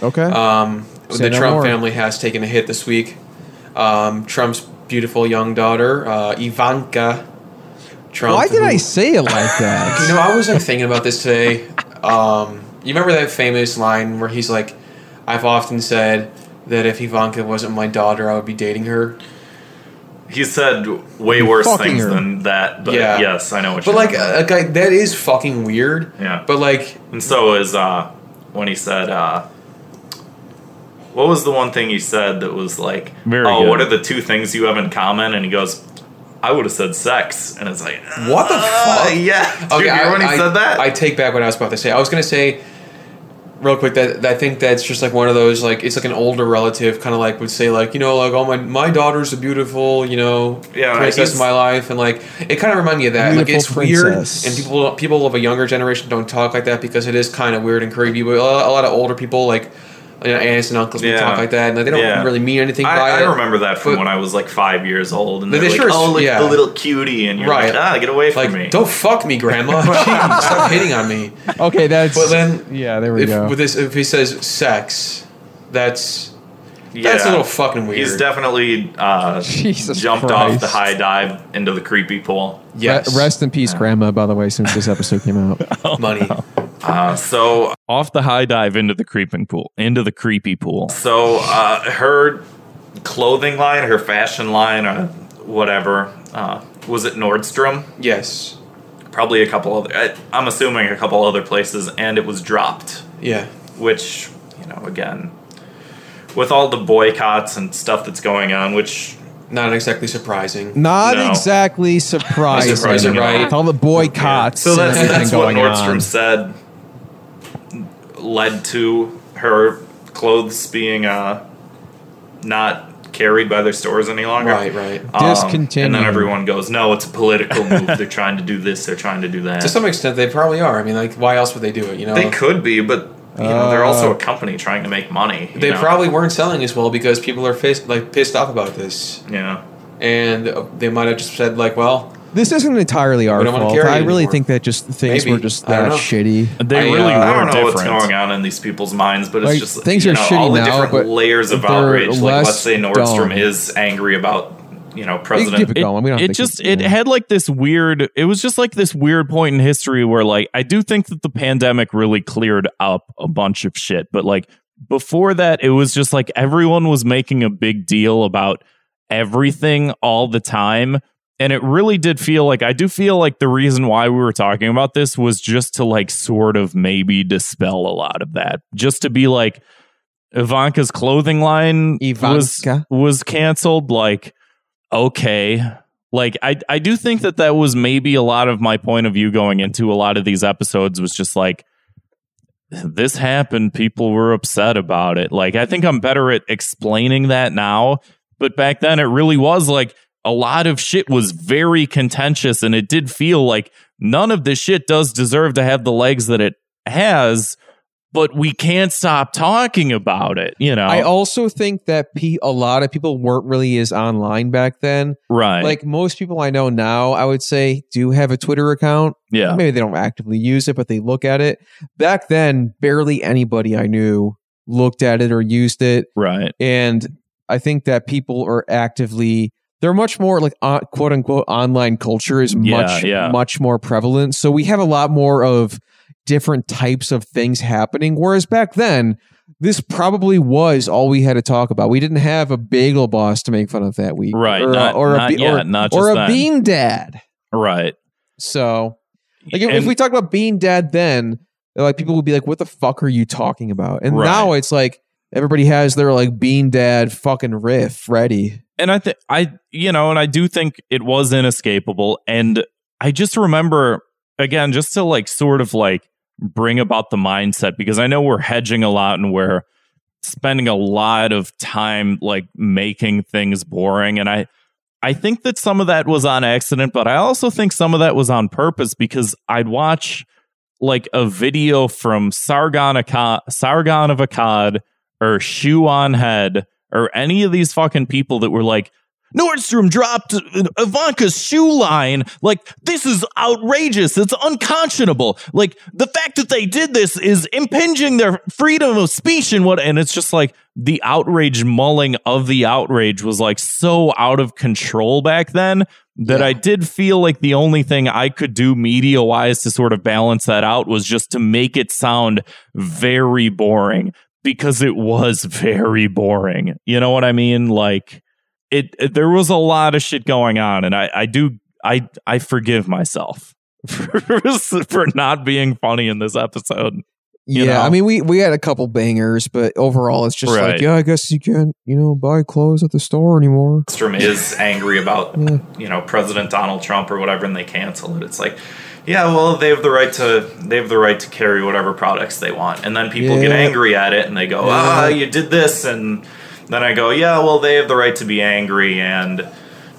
okay. Um, Say the no Trump more. family has taken a hit this week. Um, Trump's beautiful young daughter, uh, Ivanka Trump. Why did who- I say it like <laughs> You that? know, I was like thinking about this today. Um, you remember that famous line where he's like, "I've often said that if Ivanka wasn't my daughter, I would be dating her." he said way worse Fucking things her. than that. But Yeah. yes, I know what. But you like, mean. uh, like I- that is fucking weird. Yeah. But like, and so is uh, when he said, uh, "What was the one thing he said that was like, Very oh, good. what are the two things you have in common?" And he goes, "I would have said sex," and it's like, what the uh, fuck? yeah, Did you hear I, when he I- said that? I take back what I was about to say. I was gonna say real quick that, that I think that's just like one of those like it's like an older relative kind of like would say like you know like oh my my daughter's a beautiful you know Yeah, princess he's- of my life and like it kind of reminded me of that like Beautiful it's princess. weird and people people of a younger generation don't talk like that because it is kind of weird and creepy but a lot, a lot of older people like you know, aunts and uncles would Yeah. talk like that and like, they don't Yeah. really mean anything by I, it. I remember that from But- when I was like five years old, and But they're they like, sure as- "Oh, look, yeah. the little cutie," and you're Right. like, "Ah, get away from like me!" don't fuck <laughs> me grandma <laughs> Jeez, stop hitting on me okay, that's but then yeah. There we if, go. With this, if he says sex, that's Yeah. that's a little fucking weird. He's definitely <laughs> uh, Jesus jumped off Christ. the high dive into the creepy pool. Re- yes, Rest in peace, Grandma. By the way, since this episode came out, <laughs> <laughs> money. Uh, so, Off the high dive into the creeping pool, into the creepy pool. so uh, her clothing line, her fashion line, or whatever, uh, was it Nordstrom? Yes, Probably a couple other. I, I'm assuming a couple other places, and it was dropped. yeah, which you know again with all the boycotts and stuff that's going on which not exactly surprising. not No. <laughs> exactly surprising. Surprising, right? With all the boycotts. so that's, and everything that's what going nordstrom on. said led to her clothes being uh not carried by their stores any longer Right, right. Um, and Discontinued. then everyone goes no it's <laughs> a political move they're trying to do this they're trying to do that To some extent, they probably are. I mean, like, why else would they do it? You know, they could be but you know they're Oh. also a company trying to make money you They know? probably weren't selling as well because people are pissed, like pissed off about this, yeah and uh, they might have just said like, well, This isn't entirely our We don't wanna fault. carry I it really anymore. think that just things Maybe. were just I don't that know. shitty. They I, really uh, were I don't know different. what's going on in these people's minds, but it's Like, just things you are know, shitty all the now, different but layers of they're outrage. Like less let's say Nordstrom dumb. is angry about you know keep President it going. We don't have to it just continue. it had like this weird it was just like this weird point in history where like i do think that the pandemic really cleared up a bunch of shit but like before that it was just like everyone was making a big deal about everything all the time and it really did feel like i do feel like the reason why we were talking about this was just to like sort of maybe dispel a lot of that just to be like ivanka's clothing line was Ivanka. was canceled like okay like I, I do think that that was maybe a lot of my point of view going into a lot of these episodes was just like this happened people were upset about it like i think i'm better at explaining that now but back then it really was like a lot of shit was very contentious and it did feel like none of this shit does deserve to have the legs that it has but we can't stop talking about it, you know? I also think that pe- a lot of people weren't really as online back then. right. Like most people I know now, I would say do have a Twitter account. yeah. Maybe they don't actively use it, but they look at it. Back then, barely anybody I knew looked at it or used it. Right. And I think that people are actively, they're much more like uh, quote unquote online culture is Yeah, much, yeah. much more prevalent. So we have a lot more of different types of things happening. Whereas back then, this probably was all we had to talk about. We didn't have a bagel boss to make fun of that week. Right. Or, a- not or a, not be- yet. or, not just or a then. bean dad. Right. So like if, if And- we talk about being dad then, like people would be like, "What the fuck are you talking about?" And Right. now it's like everybody has their like bean dad fucking riff ready. and I think I you know, and I do think it was inescapable. And I just remember again, just to like sort of like bring about the mindset because I know we're hedging a lot and we're spending a lot of time like making things boring. And I I think that some of that was on accident, but I also think some of that was on purpose because I'd watch like a video from Sargon of Akkad, Sargon of Akkad or Shoe on Head or any of these fucking people that were like, Nordstrom dropped Ivanka's shoe line. Like, this is outrageous. It's unconscionable. Like, the fact that they did this is impinging their freedom of speech and what. And it's just like the outrage mulling of the outrage was like so out of control back then that I did feel like the only thing I could do media wise to sort of balance that out was just to make it sound very boring because it was very boring. You know what I mean? Like it, it- there was a lot of shit going on and I I do I I forgive myself <laughs> for, for not being funny in this episode. You yeah, know? I mean we we had a couple bangers, but overall it's just Right. like, yeah, I guess you can't you know buy clothes at the store anymore. Nordstrom is angry about Mm, Yeah. you know President Donald Trump or whatever, and they cancel it. It's like, yeah, well, they have the right to they have the right to carry whatever products they want, and then people get Yeah. angry at it, and they go, ah, you did this, and then I go, yeah, well, they have the right to be angry, and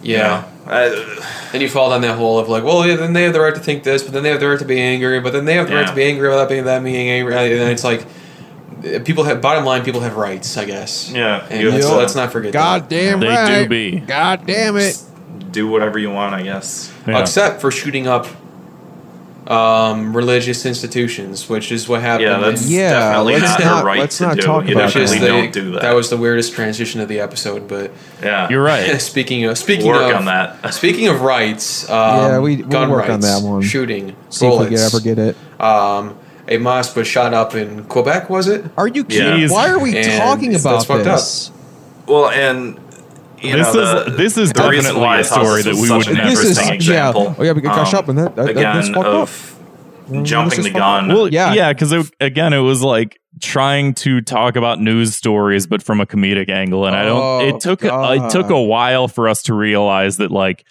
you Yeah. know, I- And you fall down that hole of like, well, yeah, then they have the right to think this, but then they have the right to be angry, but then they have the right Yeah. to be angry without being that being angry. And then it's like, uh, people have bottom line, people have rights, I guess. Yeah, And you- let's, yeah. let's not forget. God damn They right. do be. God damn it. do whatever you want, I guess. that. except for shooting up um, religious institutions, which is what happened. Yeah, that's Yeah, definitely let's not, not- a right let's to not do. talk you about which is definitely the, don't do that. that was the weirdest transition of the episode, but <laughs> yeah, You're right. speaking of speaking work of on that. speaking of rights, um, Yeah, we- we'll gun work on rights, that one. shooting, See if we could bullets. ever get it. um, a mosque was shot up in Quebec, was it? Are you Yeah. kidding? Why are we And talking it's- about that's fucked this? Well, and you This know, is- the- this is the reason definitely why a I thought story this that was we such would an never This interesting is- yeah. example. um, Oh, yeah, but gosh, up, and that- that- that- again that's fucked of this jumping is the fucked gun. Well, Yeah. yeah, yeah, because again, it was like trying to talk about news stories, but from a comedic angle, and I don't. Oh, It took God. it took a while for us to realize that, like,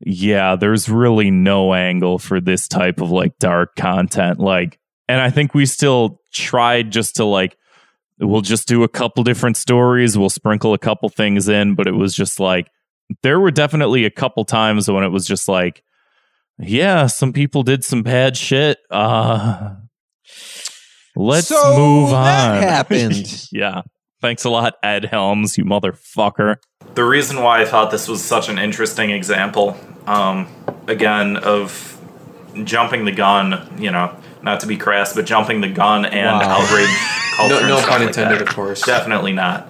yeah, there's really no angle for this type of like dark content. Like, and I think we still tried just to like, we'll just do a couple different stories, we'll sprinkle a couple things in, but it was just like there were definitely a couple times when it was just like. Yeah, some people did some bad shit. Uh let's So move on. <laughs> that happened. yeah. Thanks a lot, Ed Helms, you motherfucker. the reason why I thought this was such an interesting example, um, again, of jumping the gun, you know, not to be crass, but jumping the gun and Wow. <laughs> outrage culture. No, and no stuff pun like intended, that. of course. Definitely not.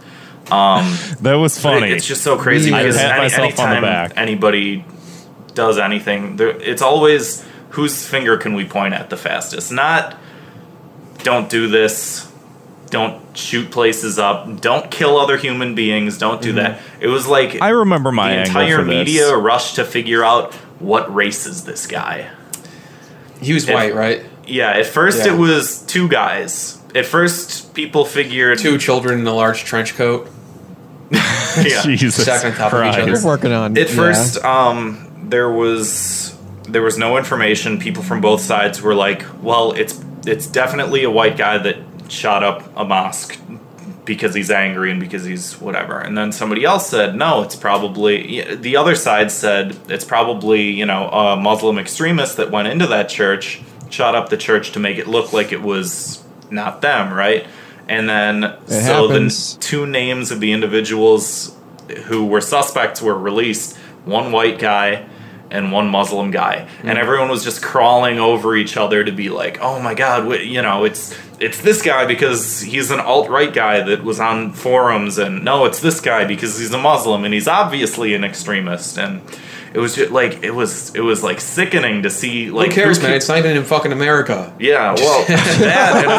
Um, That was but it- funny. it's just so crazy I because pat any, myself on the anytime back. anybody does anything, there, it's always whose finger can we point at the fastest? Not don't do this, don't shoot places up, don't kill other human beings, don't do that. It was like Mm-hmm. I remember my the angle entire for this. media rushed to figure out what race is this guy. He was Yeah. white, right? Yeah, at first Yeah. it was two guys. At first, people figured Two children in a large trench coat. <laughs> Yeah. Jesus. Stacked on top of each Christ. other. We're working on At yeah. first, um, there was there was no information. People from both sides were like, "Well, it's it's definitely a white guy that shot up a mosque because he's angry and because he's whatever." And then somebody else said, "No, it's probably y- the other side said it's probably you know a Muslim extremist that went into that church, shot up the church to make it look like it was not them, right? And then so happens. the n- two names of the individuals who were suspects were released, one white guy and one Muslim guy. Mm-hmm. And everyone was just crawling over each other to be like, "Oh my god, wh- you know, it's it's this guy because he's an alt-right guy that was on forums and no, it's this guy because he's a Muslim and he's obviously an extremist." And it was just like it was it was like sickening to see like Who cares, who man? ca- It's not even in fucking America. yeah, <laughs> well, that and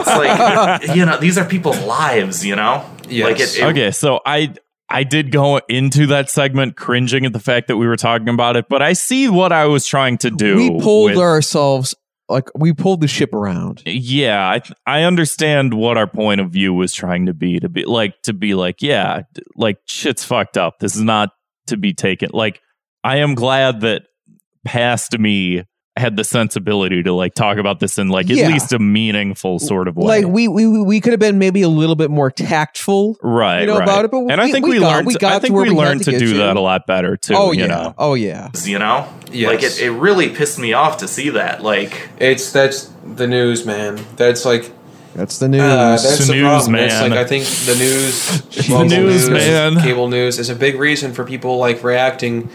it's like you know these are people's lives, you know. Yes. Like it, it- Okay, so I I did go into that segment cringing at the fact that we were talking about it, but I see what I was trying to do. we pulled with- ourselves like we pulled the ship around. yeah, I I understand what our point of view was trying to be to be like to be like yeah, d- like shit's fucked up. This is not to be taken. Like I am glad that past me had the sensibility to like talk about this in like Yeah. at least a meaningful sort of way. Like we we we could have been maybe a little bit more tactful. right, you know, right. about it, but and I we- think we we, got- learned. we got I to think where we we had learned to to, get do to. that a lot better too. oh you yeah. know? Oh yeah. you know, Yes. like it, it really pissed me off to see that. Like, It's that's the news, man. That's like That's the news. Uh, that's the Snooze, problem. That's man. like I think the news, The local news, man. cable news is a big reason for people like reacting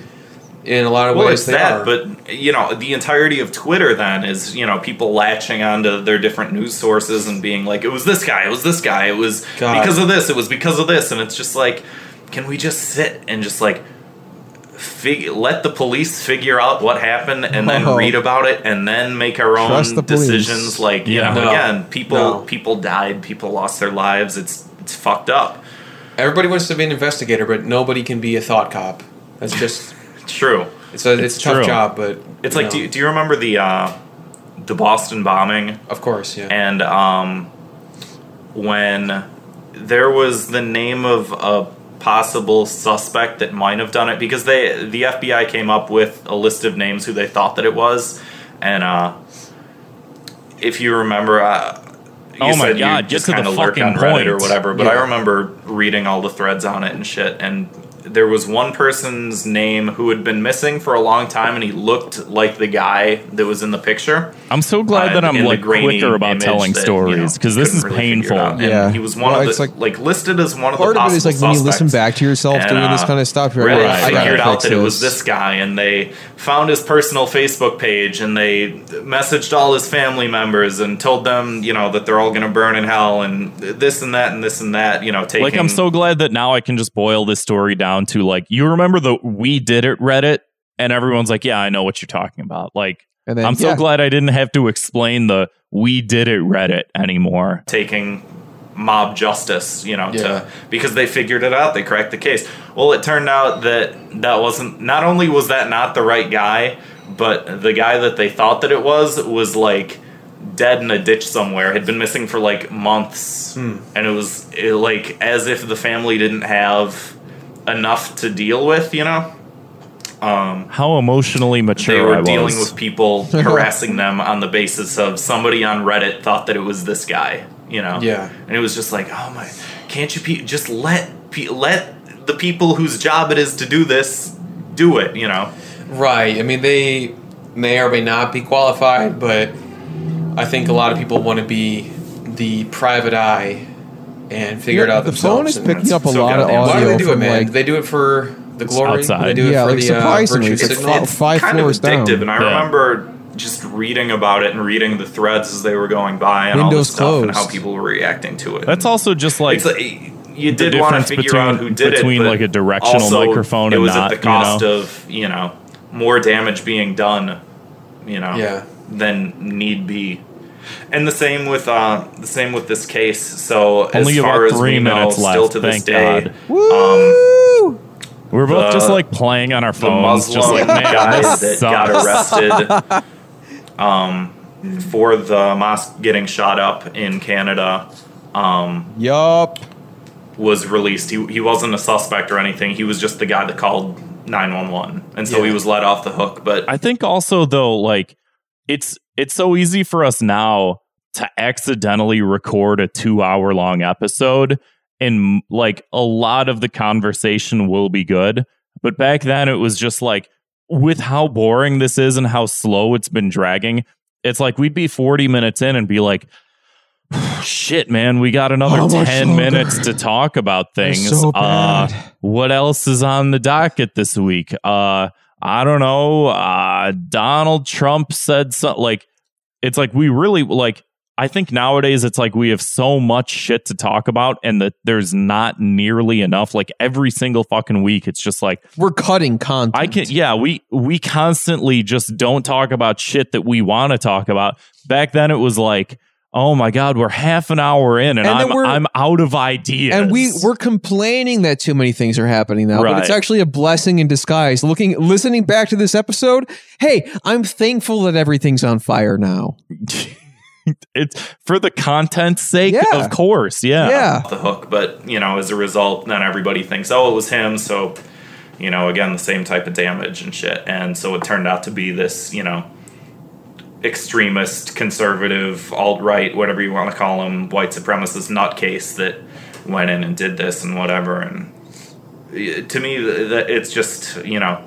in a lot of well, ways. it's they that, are. but you know, the entirety of Twitter then is you know people latching onto their different news sources and being like, it was this guy, it was this guy, it was God. because of this, it was because of this, and it's just like, can we just sit and just like. Fig- let the police figure out what happened and then Oh. read about it and then make our Trust own the police. decisions like you Yeah. know No. again people No. people died people lost their lives it's it's fucked up everybody wants to be an investigator, but nobody can be a thought cop. That's just true it's a it's, a tough true. job, but It's like, no. do, you, do you remember the uh, the Boston bombing of course, yeah. and um, when there was the name of a possible suspect that might have done it because they the FBI came up with a list of names who they thought that it was, and uh, if you remember. Uh, you Oh my said you God, get just to the kinda lurk fucking on Reddit or point. whatever, but Yeah. I remember reading all the threads on it and shit, and there was one person's name who had been missing for a long time, and he looked like the guy that was in the picture. I'm so glad Uh, that I'm in the like grainy quicker about image telling that, you know, stories because this couldn't is really figure painful. it out. And Yeah. he was one Well, of the it's like- like, listed as one of Part the of it possible is like when you listen suspects. back to yourself And, doing this uh, kind of stuff. You're Reddit like, I gotta figured out fix that it was this. this guy, and they found his personal Facebook page, and they messaged all his family members and told them, you know, that they're all going to burn in hell, and this and that, and this and that. You know, taking Like I'm so glad that now I can just boil this story down to like you remember the we did it Reddit and everyone's like yeah I know what you're talking about like And then, I'm so yeah. glad I didn't have to explain the we did it Reddit anymore. taking mob justice, you know, Yeah. to because they figured it out, they cracked the case. Well, it turned out that that wasn't not only was that not the right guy, but the guy that they thought that it was was like dead in a ditch somewhere, had been missing for like months. And it was it, like as if the family didn't have enough to deal with, you know? Um How emotionally mature they were I was. dealing with <laughs> people harassing them on the basis of somebody on Reddit thought that it was this guy, you know? Yeah. And it was just like, oh my, can't you pe- just let pe- let the people whose job it is to do this do it, you know? Right. I mean, they may or may not be qualified, but I think a lot of people want to be the private eye and figure it Yeah, out the themselves. phone is and picking that's- up a so lot of goddamn- audio. Why do they do it, from, man? Like, they do it for the glory. outside. They do it yeah, for like the surprisingly, uh, virtue it's like signal. fi- five kind floors of addictive, down. and I Yeah. remember just reading about it and reading the threads as they were going by and all Windows this stuff and how closed. people were reacting to it. That's also just like it's like, you the did want to difference figure between- out who did between, it, but like, a directional also microphone It and was not, at you the cost know? of you know more damage being done, you know, Yeah. than need be. And the same with uh, the same with this case. So Only as about far as three we know, minutes still left, to this thank day, God. um, we're both just the- like playing on our the phones, Muslim just like man, guy this that got sucks." <laughs> arrested um, for the mosque getting shot up in Canada. Um, Yup. was released. He, he wasn't a suspect or anything. He was just the guy that called 911. And so he was let off the hook. But I think also though, like it's it's so easy for us now to accidentally record a two hour long episode, and like a lot of the conversation will be good. But back then, it was just like with how boring this is and how slow it's been dragging. It's like <sighs> we'd be forty minutes in and be like. Shit, man, we got another How much 10 longer? minutes to talk about things. so uh, bad. what else is on the docket this week? Uh, I don't know. Uh, Donald Trump said something like, it's like we really like, I think nowadays it's like we have so much shit to talk about and that there's not nearly enough. Like every single fucking week, it's just like, We're cutting content. I can yeah, we we constantly just don't talk about shit that we want to talk about. Back then it was like, oh my god, we're half an hour in and, And then I'm we're- I'm out of ideas. And we we're complaining that too many things are happening now, but it's Right. actually a blessing in disguise. Looking, listening back to this episode, hey, I'm thankful that everything's on fire now. it's for the content's sake, Yeah. of course. Yeah. yeah, Ah. off the hook. But you know, as a result, then everybody thinks, oh, it was him. So you know, again, the same type of damage and shit. And so it turned out to be this, you know, extremist, conservative, alt right, whatever you want to call him, white supremacist nutcase that went in and did this and whatever. And uh, to me, th- th- it's just you know,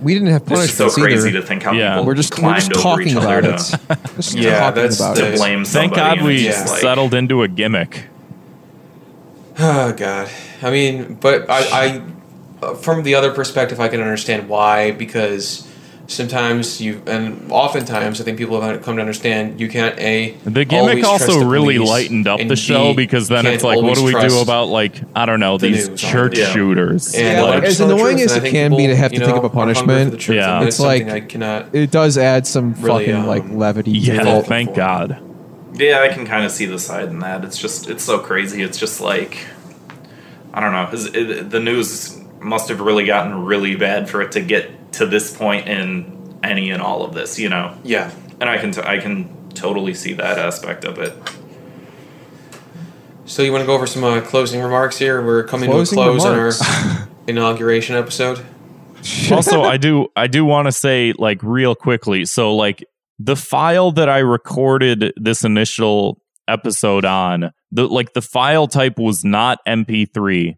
we didn't have it's punishments just so crazy either. to think how Yeah. people we're just we're climbed just over each talking other about it. to, <laughs> Just Yeah, talking that's about the- it. to blame somebody. Thank God and we it's just like- settled into a gimmick. Oh God. I mean, but I, I, uh, from the other perspective, I can understand why because sometimes you and oftentimes I think people have come to understand you can't a The gimmick always trust also the really police, lightened up and the show B, because then can't it's like, what always do we do trust- about like I don't know the these news on church it. Yeah. shooters? and Yeah, like, like, as tell the annoying truth, as and I it think can be people, to have to you think know, of a are hungry for the punishment, truth, Yeah. and it's something like- I cannot. It does add some Really, fucking um, like levity. yeah, to it. thank God. Yeah, I can kind of see the side in that. It's just it's so crazy. It's just like I don't know. Is- it- the news must have really gotten really bad for it to get to this point in any and all of this, you know. Yeah. And I can t- I can totally see that aspect of it. So you want to go over some uh, closing remarks here? We're coming Closing to a close remarks. <laughs> on our inauguration episode. also i do i do want to say like real quickly so like the file that i recorded this initial episode on the like the file type was not mp3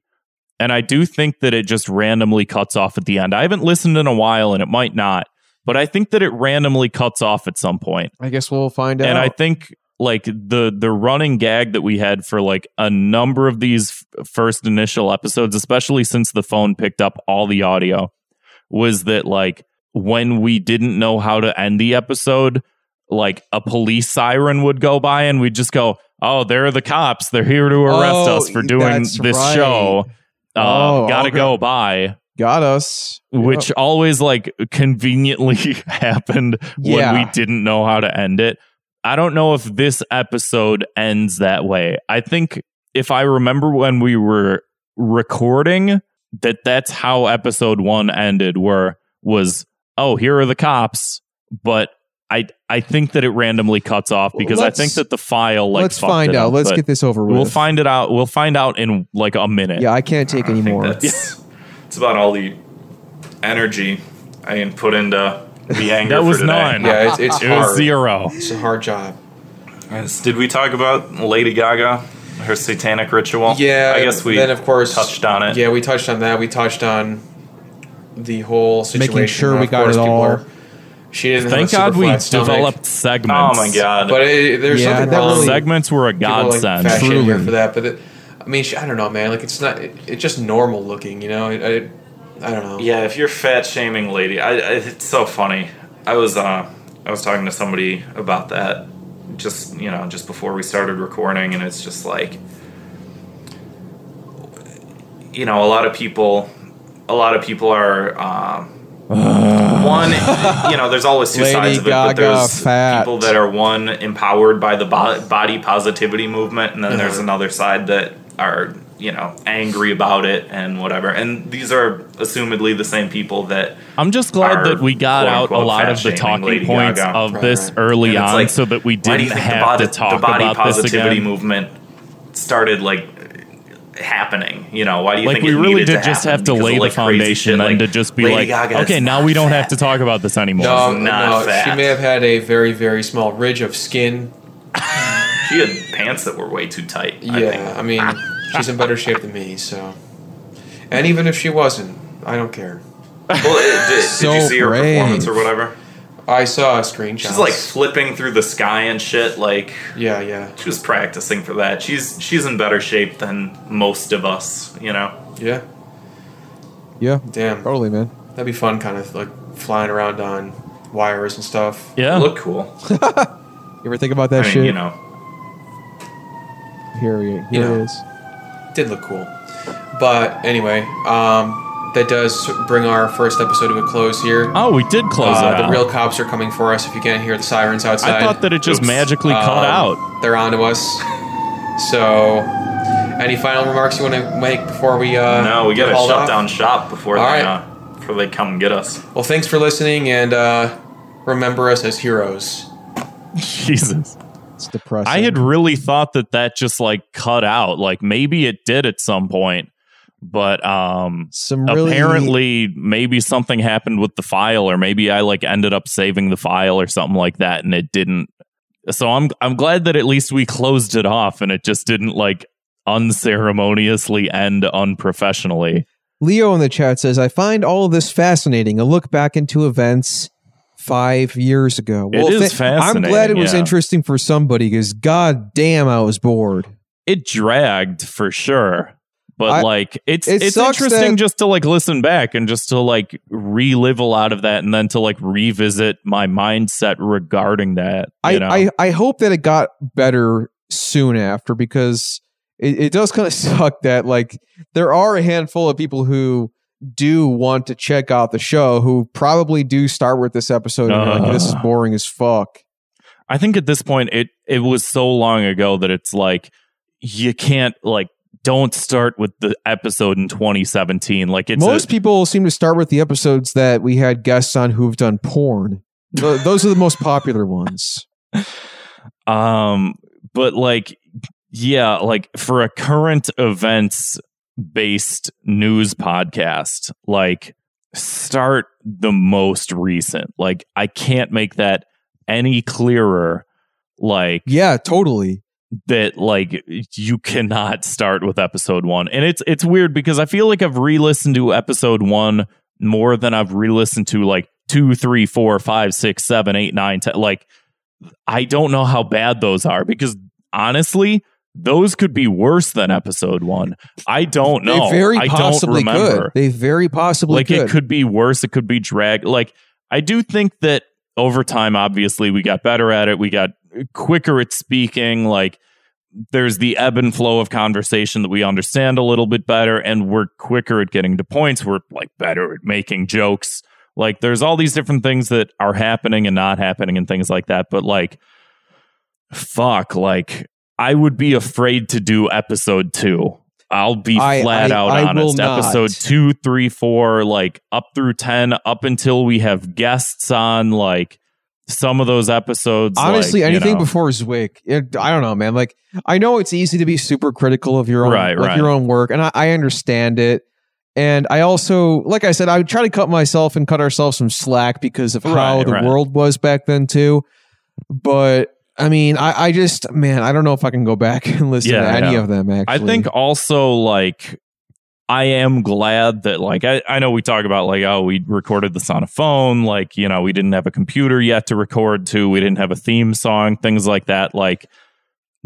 and i do think that it just randomly cuts off at the end i haven't listened in a while and it might not but i think that it randomly cuts off at some point I guess we'll find out. and I think like the the running gag that we had for like a number of these f- first initial episodes, especially since the phone picked up all the audio, was that like when we didn't know how to end the episode, like a police siren would go by and we'd just go, "Oh, there are the cops! They're here to arrest Oh, us for doing that's this right. show." Uh, Oh, gotta okay. go by got us. which always like conveniently <laughs> happened when Yeah. we didn't know how to end it. I don't know if this episode ends that way. I think if I remember when we were recording that that's how episode 1 ended where was oh here are the cops but I I think that it randomly cuts off because Let's- I think that the file like Let's fucked find it out. up, Let's but get this over with. We'll find it out. We'll find out in like a minute. Yeah, I can't take I any think more. <laughs> that's it's about all the energy I can put into the anger That for was today. none. Yeah, it's, it's <laughs> It was hard. zero. It's a hard job. Yes. Did we talk about Lady Gaga, her satanic ritual? Yeah, I guess we then of course touched on it. Yeah, we touched on that. We touched on the whole situation. sure Of we got course, it people all. are- she didn't. have Thank a God super we flat stomach, developed Oh segments. my god. But it, there's Yeah, something that wrong. really- segments were a People, like, godsend. fashion Truly. here for that, but it, I mean, she, I don't know, man. Like it's not. It, it's just normal looking, you know. It, it, I don't know. <laughs> Yeah, if you're fat shaming lady, I, I it's so funny. I was uh I was talking to somebody about that just you know just before we started recording, and it's just like you know a lot of people, a lot of people are. Um, one, you know, there's always two Lady sides of it, but Gaga there's fat. people that are one empowered by the bo- body positivity movement, and then there's Uh-huh. another side that are you know angry about it and whatever. And these are assumedly the same people that I'm just glad Our that we got out a quote-unquote lot of the fat-shaming talking Lady points Gaga. of Right, this right. early And it's on, like, so that we why do didn't you think have the body, to talk the body about positivity this again. movement started like happening. You know, why do you Like think we it really needed did to just have happen? to Because of, lay the like, crazy foundation, shit, then like, to just be Lady like, Gaga is okay, now not we don't fat. have to talk about this anymore. No, She's not Um, no. She fat. may have had a very, very small ridge of skin. She had pants that were way too tight. I Yeah, think. I, mean, she's in better shape than me, so. And even if she wasn't, I don't care. Well, it- did, did So you see her brave. performance or whatever? I saw a screenshot. She's like flipping through the sky and shit. Like yeah, yeah, she was practicing for that. She's she's in better shape than most of us, you know. yeah. Yeah, Damn, totally, man. that'd be fun, kind of like flying around on wires and stuff. Yeah. Look cool. You ever think about I that mean, shit? you know. here we- here You know. it is. Did look cool, but anyway, um, that does bring our first episode to a close here. Oh, we did close Uh, it the out. real cops are coming for us. If you can't hear the sirens outside, I thought that it just Oops. magically Um, cut out. They're onto us. So, any final remarks you want to make before we? Uh, No, we get gotta hauled shut off? down shop before All they right. uh, before they come and get us. Well, thanks for listening, and uh, remember us as heroes. <laughs> Jesus. It's depressing. I had really thought that that just like cut out. Like maybe it did at some point, but um some really apparently maybe something happened with the file or maybe I like ended up saving the file or something like that and it didn't. So I'm I'm glad that at least we closed it off and it just didn't like unceremoniously end unprofessionally. Leo in the chat says, "I find all of this fascinating. A look back into events five years ago. It is thi- I'm glad it fascinating, was yeah. interesting for somebody because, god damn, I was bored. It dragged for sure. But I- like it's it it's sucks interesting that- just to like listen back and just to like relive a lot of that and then to like revisit my mindset regarding that. You I, know? I I hope that it got better soon after because it, it does kind of <laughs> suck that like there are a handful of people who." do want to check out the show who probably do start with this episode and you're like this is Uh. boring as fuck I think at this point it it was so long ago that it's like you can't like don't start with the episode in 2017. Like it's most a, people seem to start with the episodes that we had guests on who've done porn. <laughs> Th- Those are the most popular ones. um but like yeah, like for a current events based news podcast, like start the most recent. Like I can't make that any clearer like Yeah, totally. that like you cannot start with episode one. And it's it's weird because I feel like I've re-listened to episode one more than I've re-listened to like two, three, four, five, six, seven, eight, nine, ten. Like I don't know how bad those are because honestly, those could be worse than episode one. I don't know. they very I don't possibly remember could. They very possibly like could. it could be worse it could be drag like i do think that over time obviously we got better at it we got quicker at speaking like there's the ebb and flow of conversation that we understand a little bit better and we're quicker at getting to points we're like better at making jokes like there's all these different things that are happening and not happening and things like that but like fuck like i would be afraid to do episode two i'll be I- flat I- out I will honest not. episode two three four like up through ten up until we have guests on like some of those episodes Honestly, like, you anything know. before Zwick, it, I don't know, man. Like I know it's easy to be super critical of your own, Right, like right. your own work, and I, I understand it. And I also, like I said, I would try to cut myself and cut ourselves some slack because of how Right, the right. world was back then too. But I mean, I, I just, man, I don't know if I can go back <laughs> and listen Yeah, to any yeah. of them. Actually, I think also like I am glad that like I, I know we talk about like oh we recorded this on a phone like you know we didn't have a computer yet to record to we didn't have a theme song things like that like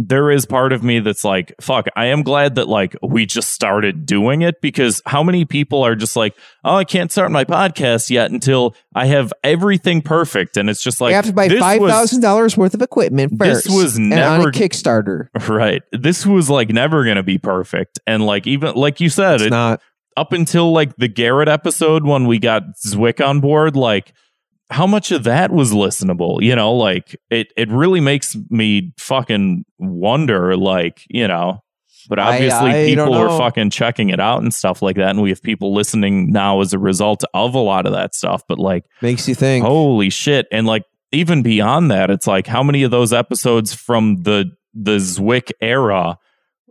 there is part of me that's like fuck I am glad that like we just started doing it because how many people are just like oh I can't start my podcast yet until I have everything perfect and it's just like I have to buy this five was- thousand dollars worth of equipment This first. was and on never- a Kickstarter. <laughs> right this was like never gonna be perfect and like even like you said It's it, not. up until like the Garrett episode when we got Zwick on board, like how much of that was listenable? You know, like it it really makes me fucking wonder, like, you know. But I- obviously I don't people are know. fucking checking it out and stuff like that. And we have people listening now as a result of a lot of that stuff. But like Makes you think. Holy shit. And like even beyond that, it's like how many of those episodes from the the Zwick era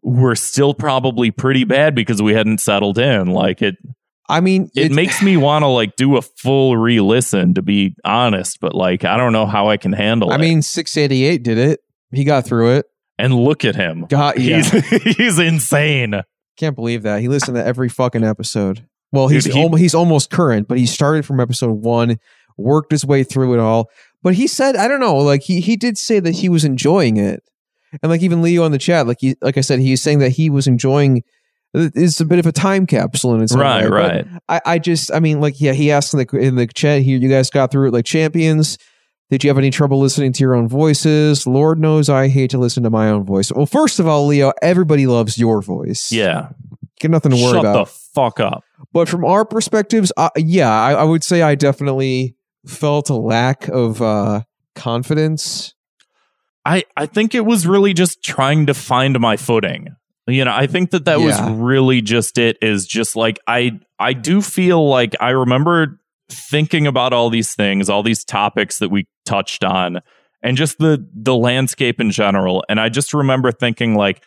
were still probably pretty bad because we hadn't settled in. Like it I mean, it, makes me want to like do a full re-listen to be honest, but like I don't know how I can handle I it. mean, six eighty eight did it. He got through it. and look at him. Got <laughs> yeah. He's he's insane. Can't believe that he listened to every fucking episode. Well, Dude, he's he- almo- he's almost current, but he started from episode one, worked his way through it all. But he said, I don't know, like he he did say that he was enjoying it, and like even Leo on the chat, like he like I said, he was saying that he was enjoying. It's a bit of a time capsule in its own Right, way, but right. I, I just, I mean, like, yeah, he asked in the in the chat here. You guys got through it like champions. Did you have any trouble listening to your own voices? Lord knows I hate to listen to my own voice. Well, first of all, Leo, everybody loves your voice. Yeah. got nothing to worry Shut about. the fuck up. But from our perspectives, I, yeah, I, I would say I definitely felt a lack of uh, confidence. I, I think it was really just trying to find my footing. You know, I think that that Yeah. was really just it is just like I I do feel like I remember thinking about all these things, all these topics that we touched on and just the the landscape in general and I just remember thinking like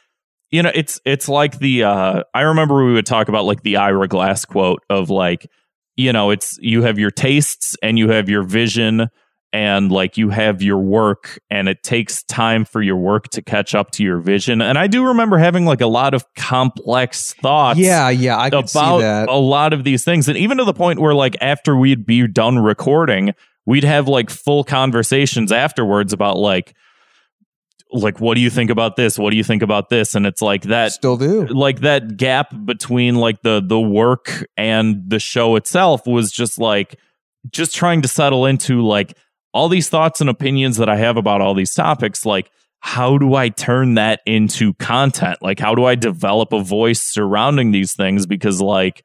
you know, it's it's like the uh I remember we would talk about like the Ira Glass quote of like you know, it's you have your tastes and you have your vision and like you have your work and it takes time for your work to catch up to your vision and i do remember having like a lot of complex thoughts yeah, yeah, I could see about that. a lot of these things and even to the point where like after we'd be done recording we'd have like full conversations afterwards about like like what do you think about this what do you think about this and it's like that Still do. like that gap between like the the work and the show itself was just like just trying to settle into like all these thoughts and opinions that I have about all these topics like how do I turn that into content like how do I develop a voice surrounding these things because like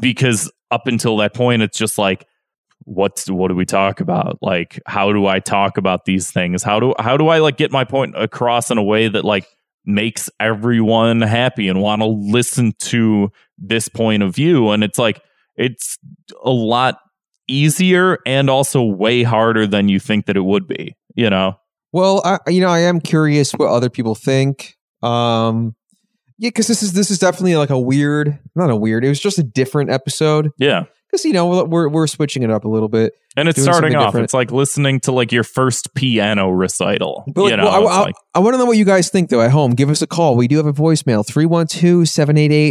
because up until that point it's just like what's what do we talk about like how do I talk about these things how do how do I like get my point across in a way that like makes everyone happy and want to listen to this point of view. And it's like, it's a lot easier and also way harder than you think that it would be, you know? Well, I you know I am curious what other people think. Um, yeah, because this is this is definitely like a weird, not a weird. It was just a different episode Yeah. because you know we're we're switching it up a little bit. And it's Doing starting something off. different. It's like listening to like your first piano recital. But like, you know, well, I- it's I, like, want to know what you guys think though at home. Give us a call. We do have a voicemail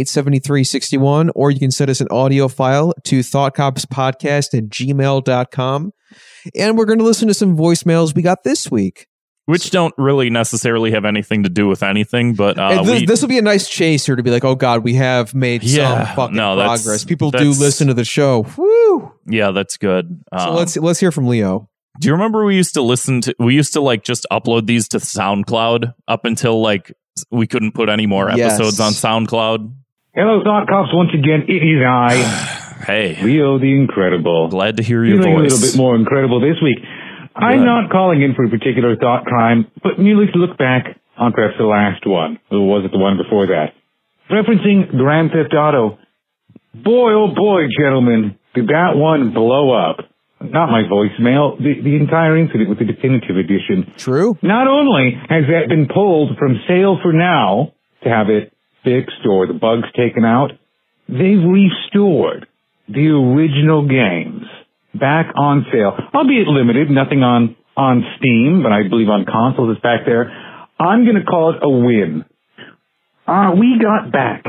312-788-7361 or you can send us an audio file to thoughtcopspodcast at gmail.com. And we're going to listen to some voicemails we got this week. which don't really necessarily have anything to do with anything, but uh, And this, we, this will be a nice chase here to be like, oh God, we have made Yeah, some fucking no, that's- progress. People do that's- listen to the show. Woo! yeah, that's good. So Um, let's let's hear from Leo. Do you remember we used to listen to? We used to like just upload these to SoundCloud up until like we couldn't put any more Yes. episodes on SoundCloud. Hello, Thought Cops. Once again, it is <sighs> I, <sighs> Hey, Leo the Incredible. glad to hear your Feeling a little voice. bit more incredible this week. Good. I'm not calling in for a particular thought crime, but merely to look back on perhaps the last one, or was it the one before that? Referencing Grand Theft Auto. Boy, oh boy, gentlemen, did that one blow up. Not my voicemail, the, the entire incident with the definitive edition. True. Not only has that been pulled from sale for now to have it fixed or the bugs taken out, they've restored the original games back on sale, albeit limited, nothing on, on Steam, but I believe on consoles it's back there. I'm going to call it a win. Ah, we got back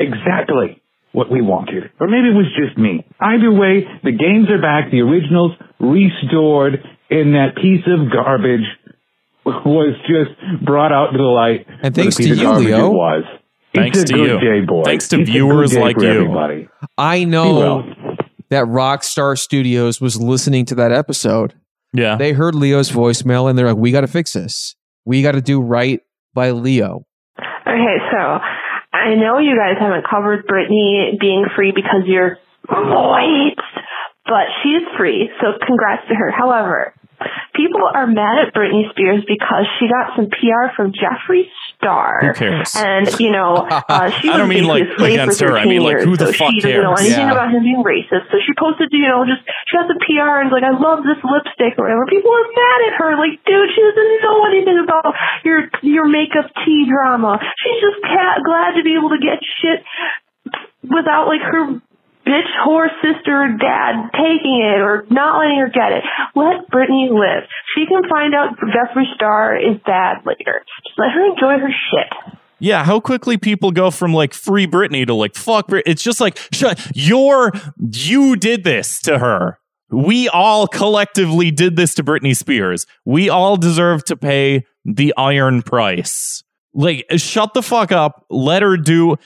exactly what we wanted. Or maybe it was just me. Either way, the games are back, the originals restored, and that piece of garbage <laughs> was just brought out to the light. And for the thanks piece to of you, garbage Leo. It was. Thanks it's a to good you. Day, boy. Thanks to It's a good viewers day like for you. Everybody. I Oh. Be well. know that Rockstar Studios was listening to that episode. Yeah, They heard Leo's voicemail and they're like, we got to fix this. We got to do right by Leo. Okay, so I know you guys haven't covered Britney being free because you're moist, but she's free, so congrats to her. However, people are mad at Britney Spears because she got some PR from Jeffree who Star. cares? And you <laughs> know, uh, she was I don't mean, basically a slave like, against for her. I 13 mean, like, years, who the so fuck she doesn't know cares? anything Yeah. about him being racist. So she posted, you know, just she got the PR and was like, I love this lipstick or whatever. People are mad at her, like, dude, she doesn't know anything about your your makeup tea drama. She's just ca- glad to be able to get shit without like her bitch whore sister or dad taking it or not letting her get it. Let Brittany live. She can find out Jeffree Star is bad later. Just let her enjoy her shit. yeah, how quickly people go from like free Britney to like fuck Britney. It's just like shut. Your you did this to her. we all collectively did this to Britney Spears. We all deserve to pay the iron price. Like, shut the fuck up. Let her do,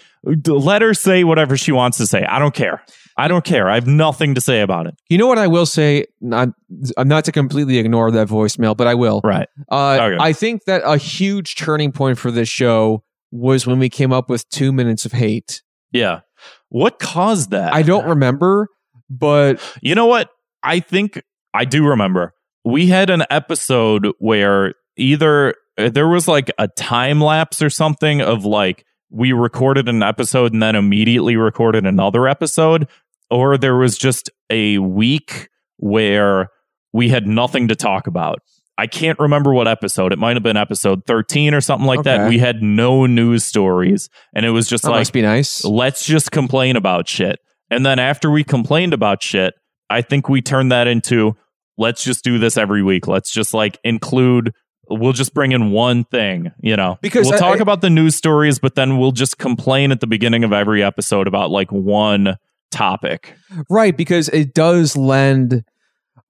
let her say whatever she wants to say. I don't care. I don't care. I have nothing to say about it. You know what I will say? Not, I'm not to completely ignore that voicemail, but I will. Right. Uh, Oh, Okay. I think that a huge turning point for this show was when we came up with two minutes of hate. Yeah. What caused that? I don't remember, but You know what? I think I do remember. We had an episode where either uh, there was like a time lapse or something of like we recorded an episode and then immediately recorded another episode, or there was just a week where we had nothing to talk about. I can't remember what episode. It might have been episode 13 or something like that. Okay. We had no news stories and it was just that like must be nice. let's just complain about shit. And then after we complained about shit, I think we turned that into let's just do this every week. Let's just like include we'll just bring in one thing, you know. Because we'll I- talk I- about the news stories, but then we'll just complain at the beginning of every episode about like one topic. Right, because it does lend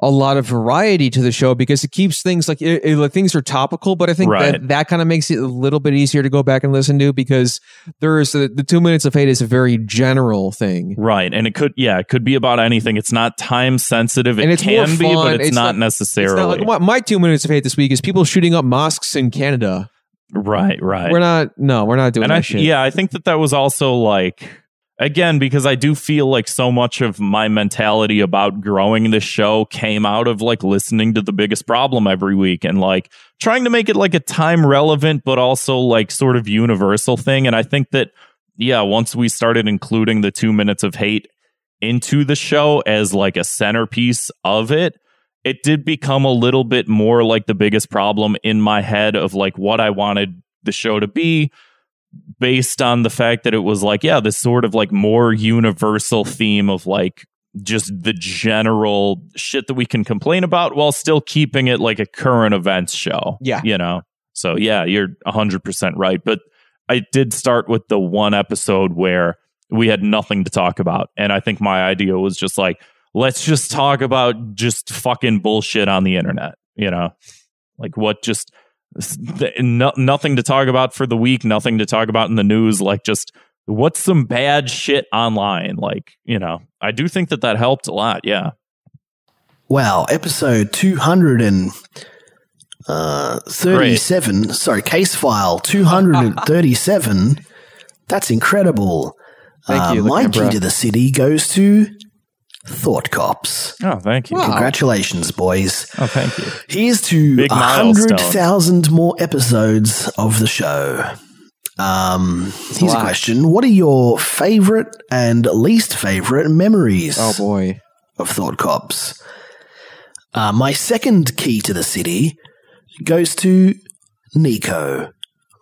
a lot of variety to the show because it keeps things like it, it- like, things are topical, but I think Right. that that kind of makes it a little bit easier to go back and listen to because there is uh, the, the two minutes of hate is a very general thing. Right. And it could yeah, it could be about anything. It's not time sensitive. It And it's can more be, but fun. it's, It's not not- It's necessarily. not like my, my two minutes of hate this week is people shooting up mosques in Canada. right, right. We're not, no, we're not doing and that I, shit. yeah, I think that that was also like again because I do feel like so much of my mentality about growing this show came out of like listening to the biggest problem every week and like trying to make it like a time relevant but also like sort of universal thing. And I think that yeah, once we started including the two minutes of hate into the show as like a centerpiece of it. It did become a little bit more like the biggest problem in my head of like what I wanted the show to be, based on the fact that it was like, yeah, this sort of like more universal theme of like just the general shit that we can complain about while still keeping it like a current events show. Yeah. You know? So, yeah, you're 100% right. But I did start with the one episode where we had nothing to talk about. And I think my idea was just like, let's just talk about just fucking bullshit on the internet, you know? Like what just th- no, nothing to talk about for the week, nothing to talk about in the news, like just what's some bad shit online, like, you know. I do think that that helped a lot, yeah. Wow, episode 237. uh, Sorry, case file 237. That's incredible. Thank Uh, you, the my camera. key to the city goes to Thought Cops. Oh, thank you. Congratulations, boys. Oh, thank you. Here's to Big a milestone. 100,000 more episodes of the show. Um, here's a lot. question. What are your favorite and least favorite memories? Oh boy. of Thought Cops. Uh, my second key to the city goes to Nico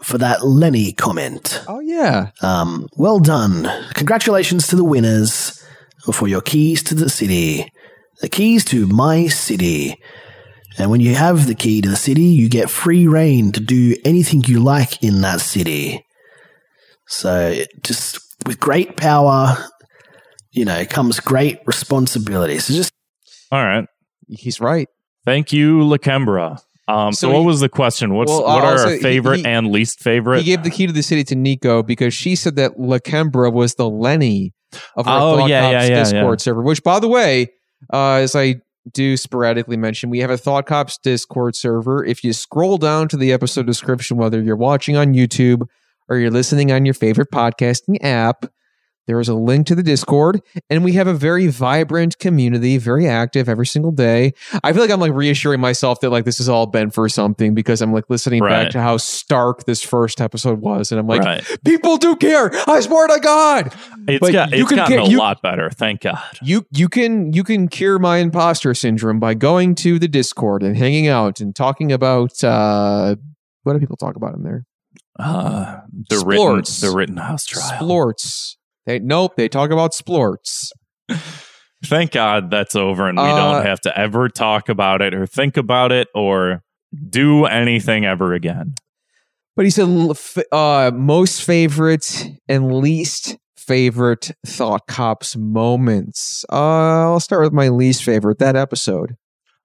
for that Lenny comment. Oh yeah. Um, well done. Congratulations to the winners for your keys to the city. The keys to my city. And when you have the key to the city, you get free reign to do anything you like in that city. So just with great power, you know, comes great responsibility. So just All right. He's right. Thank you, Lakembra. Um, So so, what he- was the question? What's Well, what are also, our he- favorite he- and least favorite? He gave the key to the city to Nico because she said that Lakembra was the Lenny of our Oh, Thought yeah, Cops yeah, yeah, Discord server. Which, by the way, uh, as I do sporadically mention, we have a Thought Cops Discord server. If you scroll down to the episode description, whether you're watching on YouTube or you're listening on your favorite podcasting app, there is a link to the Discord, and we have a very vibrant community, very active every single day. I feel like I'm like reassuring myself that like this has all been for something because I'm like listening Right. back to how stark this first episode was, and I'm like, right. people do care. I swear to God, It's but got you it's can gotten get- a you- lot better, thank God. you you can you can cure my imposter syndrome by going to the Discord and hanging out and talking about uh, what do people talk about in there? Uh, the Splorts. written the written house trial. Splorts. They nope. They talk about splorts. Thank God that's over and we Uh, don't have to ever talk about it or think about it or do anything ever again. But he said l- f- uh, most favorite and least favorite Thought Cops moments. Uh, I'll start with my least favorite that episode.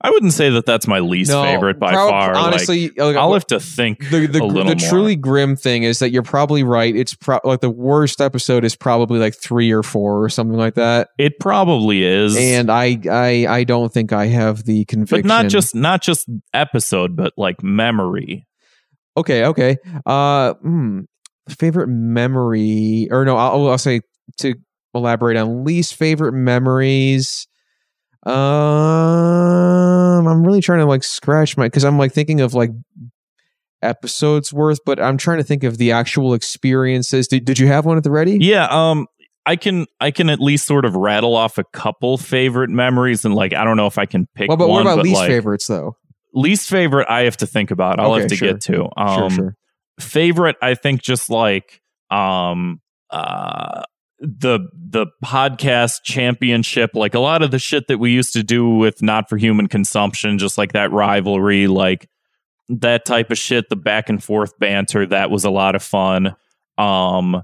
I wouldn't say that that's my least favorite by prob- far. Honestly, Honestly, like, I'll have to think the the, a little the more. truly grim thing is that you're probably right. It's pro- like the worst episode is probably like three or four or something like that. It probably is, And I I I don't think I have the conviction. but not just not just episode, but like memory. okay okay. Uh, hmm. favorite memory or no? I'll, I'll say to elaborate on least favorite memories. Um, I'm really trying to like scratch my because I'm like thinking of like episodes worth, but I'm trying to think of the actual experiences. Did, did you have one at the ready? Yeah, um I can I can at least sort of rattle off a couple favorite memories and like I don't know if I can pick well, but one what about but least like, favorites though? least favorite I have to think about. I'll Okay, have to sure. get to. Um sure, sure. favorite I think just like um uh the the podcast championship like a lot of the shit that we used to do with not for human consumption just like that rivalry like that type of shit the back and forth banter that was a lot of fun um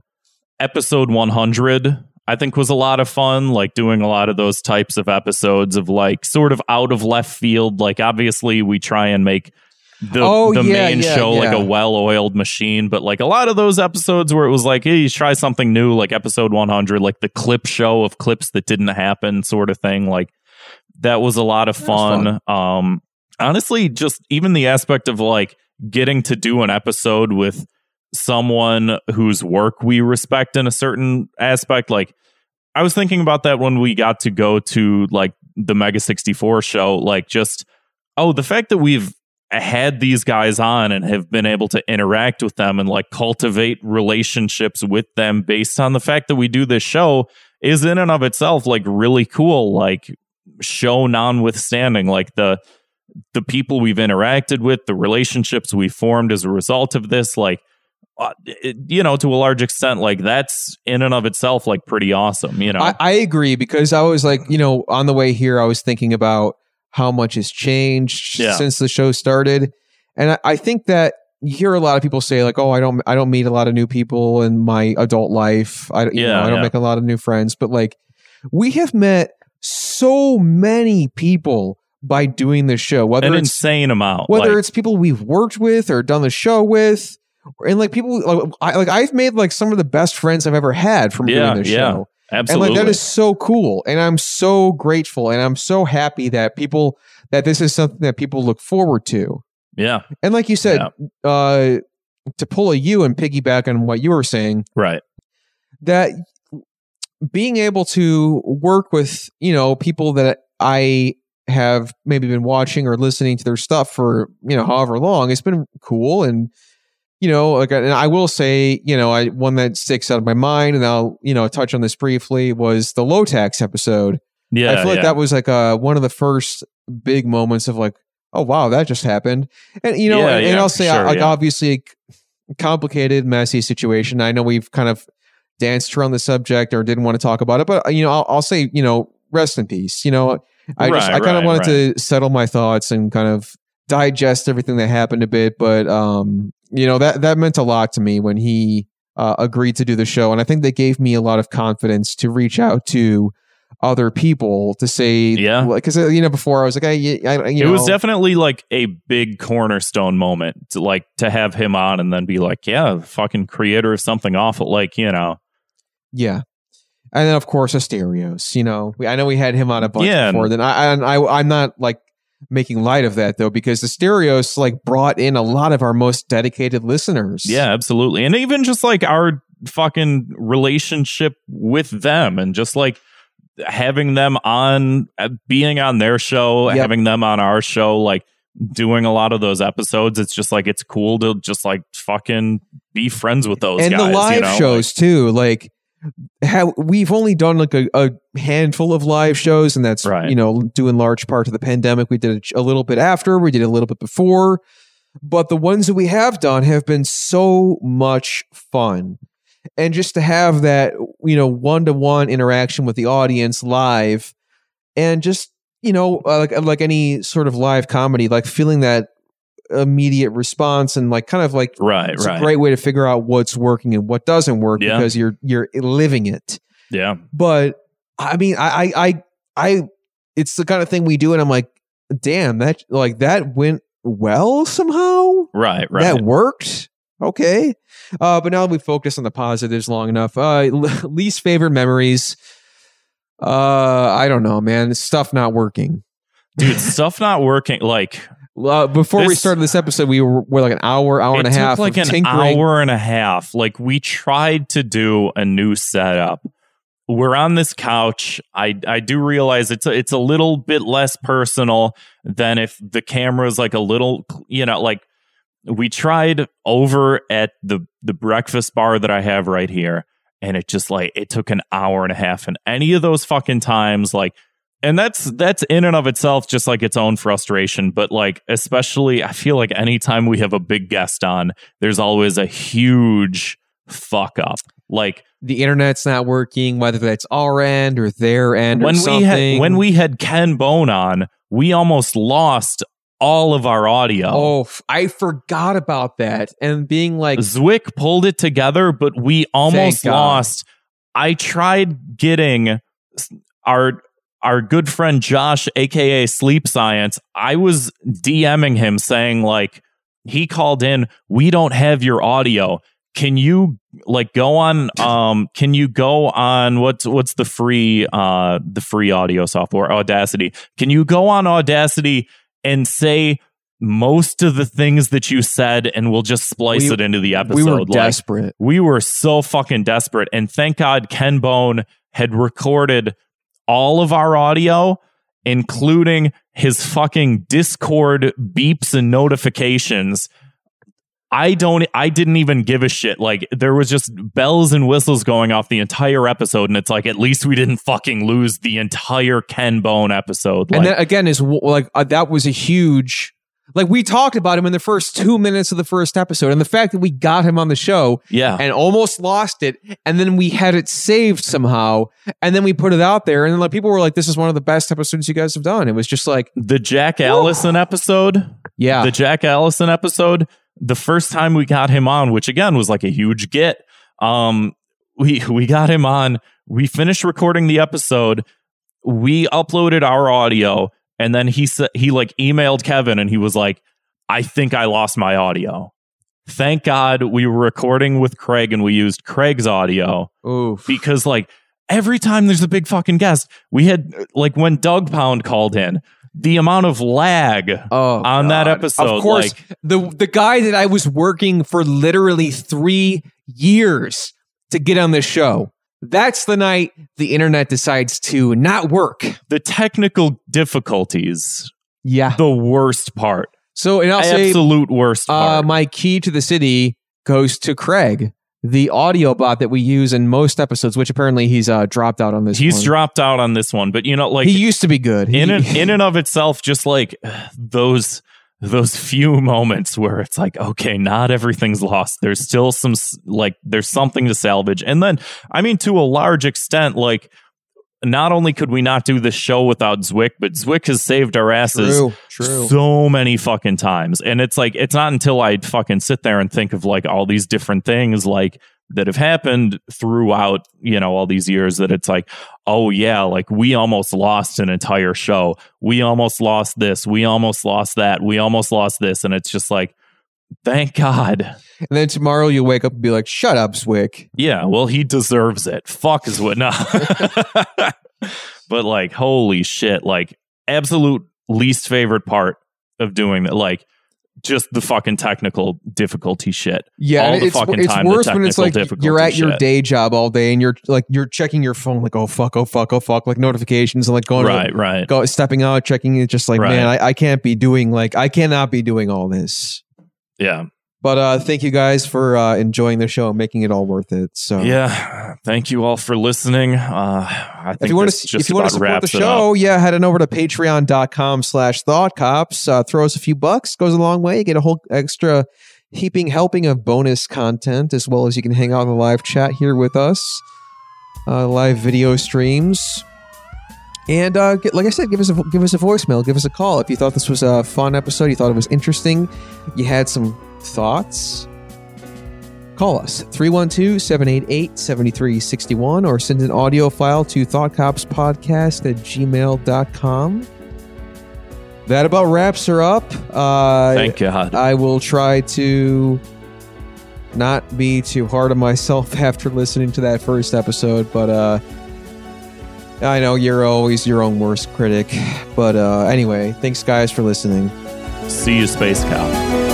episode 100 I think was a lot of fun like doing a lot of those types of episodes of like sort of out of left field like obviously we try and make the, Oh, the yeah, main yeah, show like yeah. a well-oiled machine but like a lot of those episodes where it was like hey you try something new like episode 100 like the clip show of clips that didn't happen sort of thing like that was a lot of fun. um honestly just even the aspect of like getting to do an episode with someone whose work we respect in a certain aspect like i was thinking about that when we got to go to like the mega 64 show like just oh the fact that we've had these guys on and have been able to interact with them and like cultivate relationships with them based on the fact that we do this show is in and of itself like really cool like show notwithstanding like the the people we've interacted with the relationships we formed as a result of this like uh, it- you know to a large extent like that's in and of itself like pretty awesome you know I, I agree because I was like, you know, on the way here, I was thinking about how much has changed Yeah. since the show started, and I, I think that you hear a lot of people say like, oh, I don't, I don't meet a lot of new people in my adult life. I, you know, Yeah, I don't yeah. make a lot of new friends, but like, we have met so many people by doing this show, whether an it's insane amount whether like, it's people we've worked with or done the show with and like people like, I, like i've made like some of the best friends i've ever had from Yeah, doing this yeah, show absolutely and like that is so cool and i'm so grateful and i'm so happy that people that this is something that people look forward to yeah and like you said uh to pull a you and piggyback on what you were saying right that being able to work with you know people that I have maybe been watching or listening to their stuff for you know however long, it's been cool and you know like and I will say you know I one that sticks out of my mind and I'll you know touch on this briefly was the low tax episode. yeah I feel like yeah. that was like uh one of the first big moments of like oh wow that just happened and you know Yeah, and, and yeah, I'll say sure, like yeah. obviously c- complicated messy situation I know we've kind of danced around the subject or didn't want to talk about it but uh, you know I'll, I'll say you know rest in peace you know I just Right, I kind of right, wanted to settle my thoughts and kind of digest everything that happened a bit but um you know that that meant a lot to me when he uh, agreed to do the show and I think that gave me a lot of confidence to reach out to other people to say Yeah. because you know before i was like i, I you it know was definitely like a big cornerstone moment to like to have him on and then be like yeah fucking creator of something awful like you know yeah and then of course asterios you know we, i know we had him on a bunch Yeah, and- before then I, and I i'm not like making light of that though because asterios like brought in a lot of our most dedicated listeners Yeah, absolutely. And even just like our fucking relationship with them and just like having them on uh, being on their show, Yep. having them on our show, like doing a lot of those episodes, it's just like it's cool to just like fucking be friends with those and guys. the live you know? shows too like how we've only done like a, a handful of live shows and that's Right. you know due in large part to the pandemic we did a, a little bit after we did a little bit before but the ones that we have done have been so much fun and just to have that you know one-to-one interaction with the audience live and just you know uh, like like any sort of live comedy like feeling that immediate response and like kind of like Right, it's right. a great way to figure out what's working and what doesn't work Yeah. because you're you're living it. Yeah. But I mean, I I I, I it's the kind of thing we do, and I'm like, damn, that like that went well somehow. Right, right. That worked. Okay. Uh, but now we focus on the positives long enough. Uh, l- <laughs> least favorite memories. Uh, I don't know, man. Stuff not working. Dude, stuff not working. Like, Uh, before we This- started this episode, we were, were like an hour, hour and a it half. Took like of an tinkering. hour and a half. Like we tried to do a new setup. We're on this couch. I I do realize it's a, it's a little bit less personal than if the camera's like a little you know like we tried over at the the breakfast bar that I have right here and it just like it took an hour and a half and any of those fucking times like and that's that's in and of itself just like its own frustration but like especially i feel like anytime we have a big guest on there's always a huge fuck up like The internet's not working, whether that's our end or their end or when we something. had when we had ken bone on we almost lost all of our audio oh, f- I forgot about that and being like, Zwick pulled it together, but we almost God. lost. I tried getting s- our our good friend Josh, aka Sleep Science. I was DMing him saying like he called in. We don't have your audio. Can you like go on? Um, can you go on what's what's the free uh the free audio software Audacity? Can you go on Audacity and say? Most of the things that you said, and we'll just splice We- it into the episode. we were Like, desperate. we were so fucking desperate. And thank God Ken Bone had recorded all of our audio, including his fucking Discord beeps and notifications. I don't I didn't even give a shit. Like there was just bells and whistles going off the entire episode, and it's like at least we didn't fucking lose the entire Ken Bone episode. Like, and that again is w- like uh, that was a huge like we talked about him in the first two minutes of the first episode and the fact that we got him on the show yeah. and almost lost it and then we had it saved somehow and then we put it out there and then like people were like this is one of the best episodes you guys have done it was just like the Jack Allison episode. yeah the Jack Allison episode, the first time we got him on, which again was like a huge get. Um, we we got him on. We finished recording the episode. We uploaded our audio, and then he said he like emailed Kevin, and he was like, "I think I lost my audio." Thank God we were recording with Craig, and we used Craig's audio oof because like every time there's a big fucking guest, we had like when Doug Pound called in, the amount of lag Oh, on that God. episode, of course, like- the the guy that I was working for literally three years to get on this show. That's the night the internet decides to not work. the technical difficulties Yeah. the worst part So, and I'll say absolute worst uh, part my key to the city goes to Craig, the audio bot that we use in most episodes, which apparently he's uh, dropped out on this. he's one. dropped out on this one but you know like he used to be good. in He- and, in and of itself just like those those few moments where it's like okay not everything's lost there's still some s- like there's something to salvage and then i mean to a large extent like not only could we not do this show without Zwick, but Zwick has saved our <laughs> asses true, true. so many fucking times. And it's like, it's not until I fucking sit there and think of like all these different things like that have happened throughout, you know, all these years that it's like, oh yeah, like we almost lost an entire show. We almost lost this. We almost lost that. We almost lost this. And it's just like, thank God. and then tomorrow you'll wake up and be like, "Shut up, Swick." Yeah. Well, he deserves it. Fuck is what not. <laughs> but like, holy shit. Like, absolute least favorite part of doing that. Like, just the fucking technical difficulty shit. Yeah, All and the it's, fucking it's time, the worse when it's like technical you're difficulty at your shit. day job all day and you're like you're checking your phone, like oh fuck, oh fuck, oh fuck, like notifications and like going to the- Right, right. go stepping out, checking it, just like Right. man, I, I can't be doing like I cannot be doing all this. Yeah. But uh thank you guys for uh enjoying the show and making it all worth it. So Yeah. Thank you all for listening. Uh, I think if you want this to just if you want about to support the wraps it up. show, yeah, head on over to patreon.com slash thought cops. Uh, throw us a few bucks, goes a long way. You get a whole extra heaping helping of bonus content, as well as you can hang out in the live chat here with us. Uh, live video streams. And uh, get, like I said, give us a give us a voicemail, give us a call if you thought this was a fun episode, you thought it was interesting, you had some thoughts. Call us 312-788-7361 or send an audio file to thoughtcopspodcast at gmail.com. That about wraps her up. Uh, Thank God. I will try to not be too hard on myself <laughs> after listening to that first episode, but uh I know you're always your own worst critic. But uh anyway, thanks guys for listening. See you, Space Cow.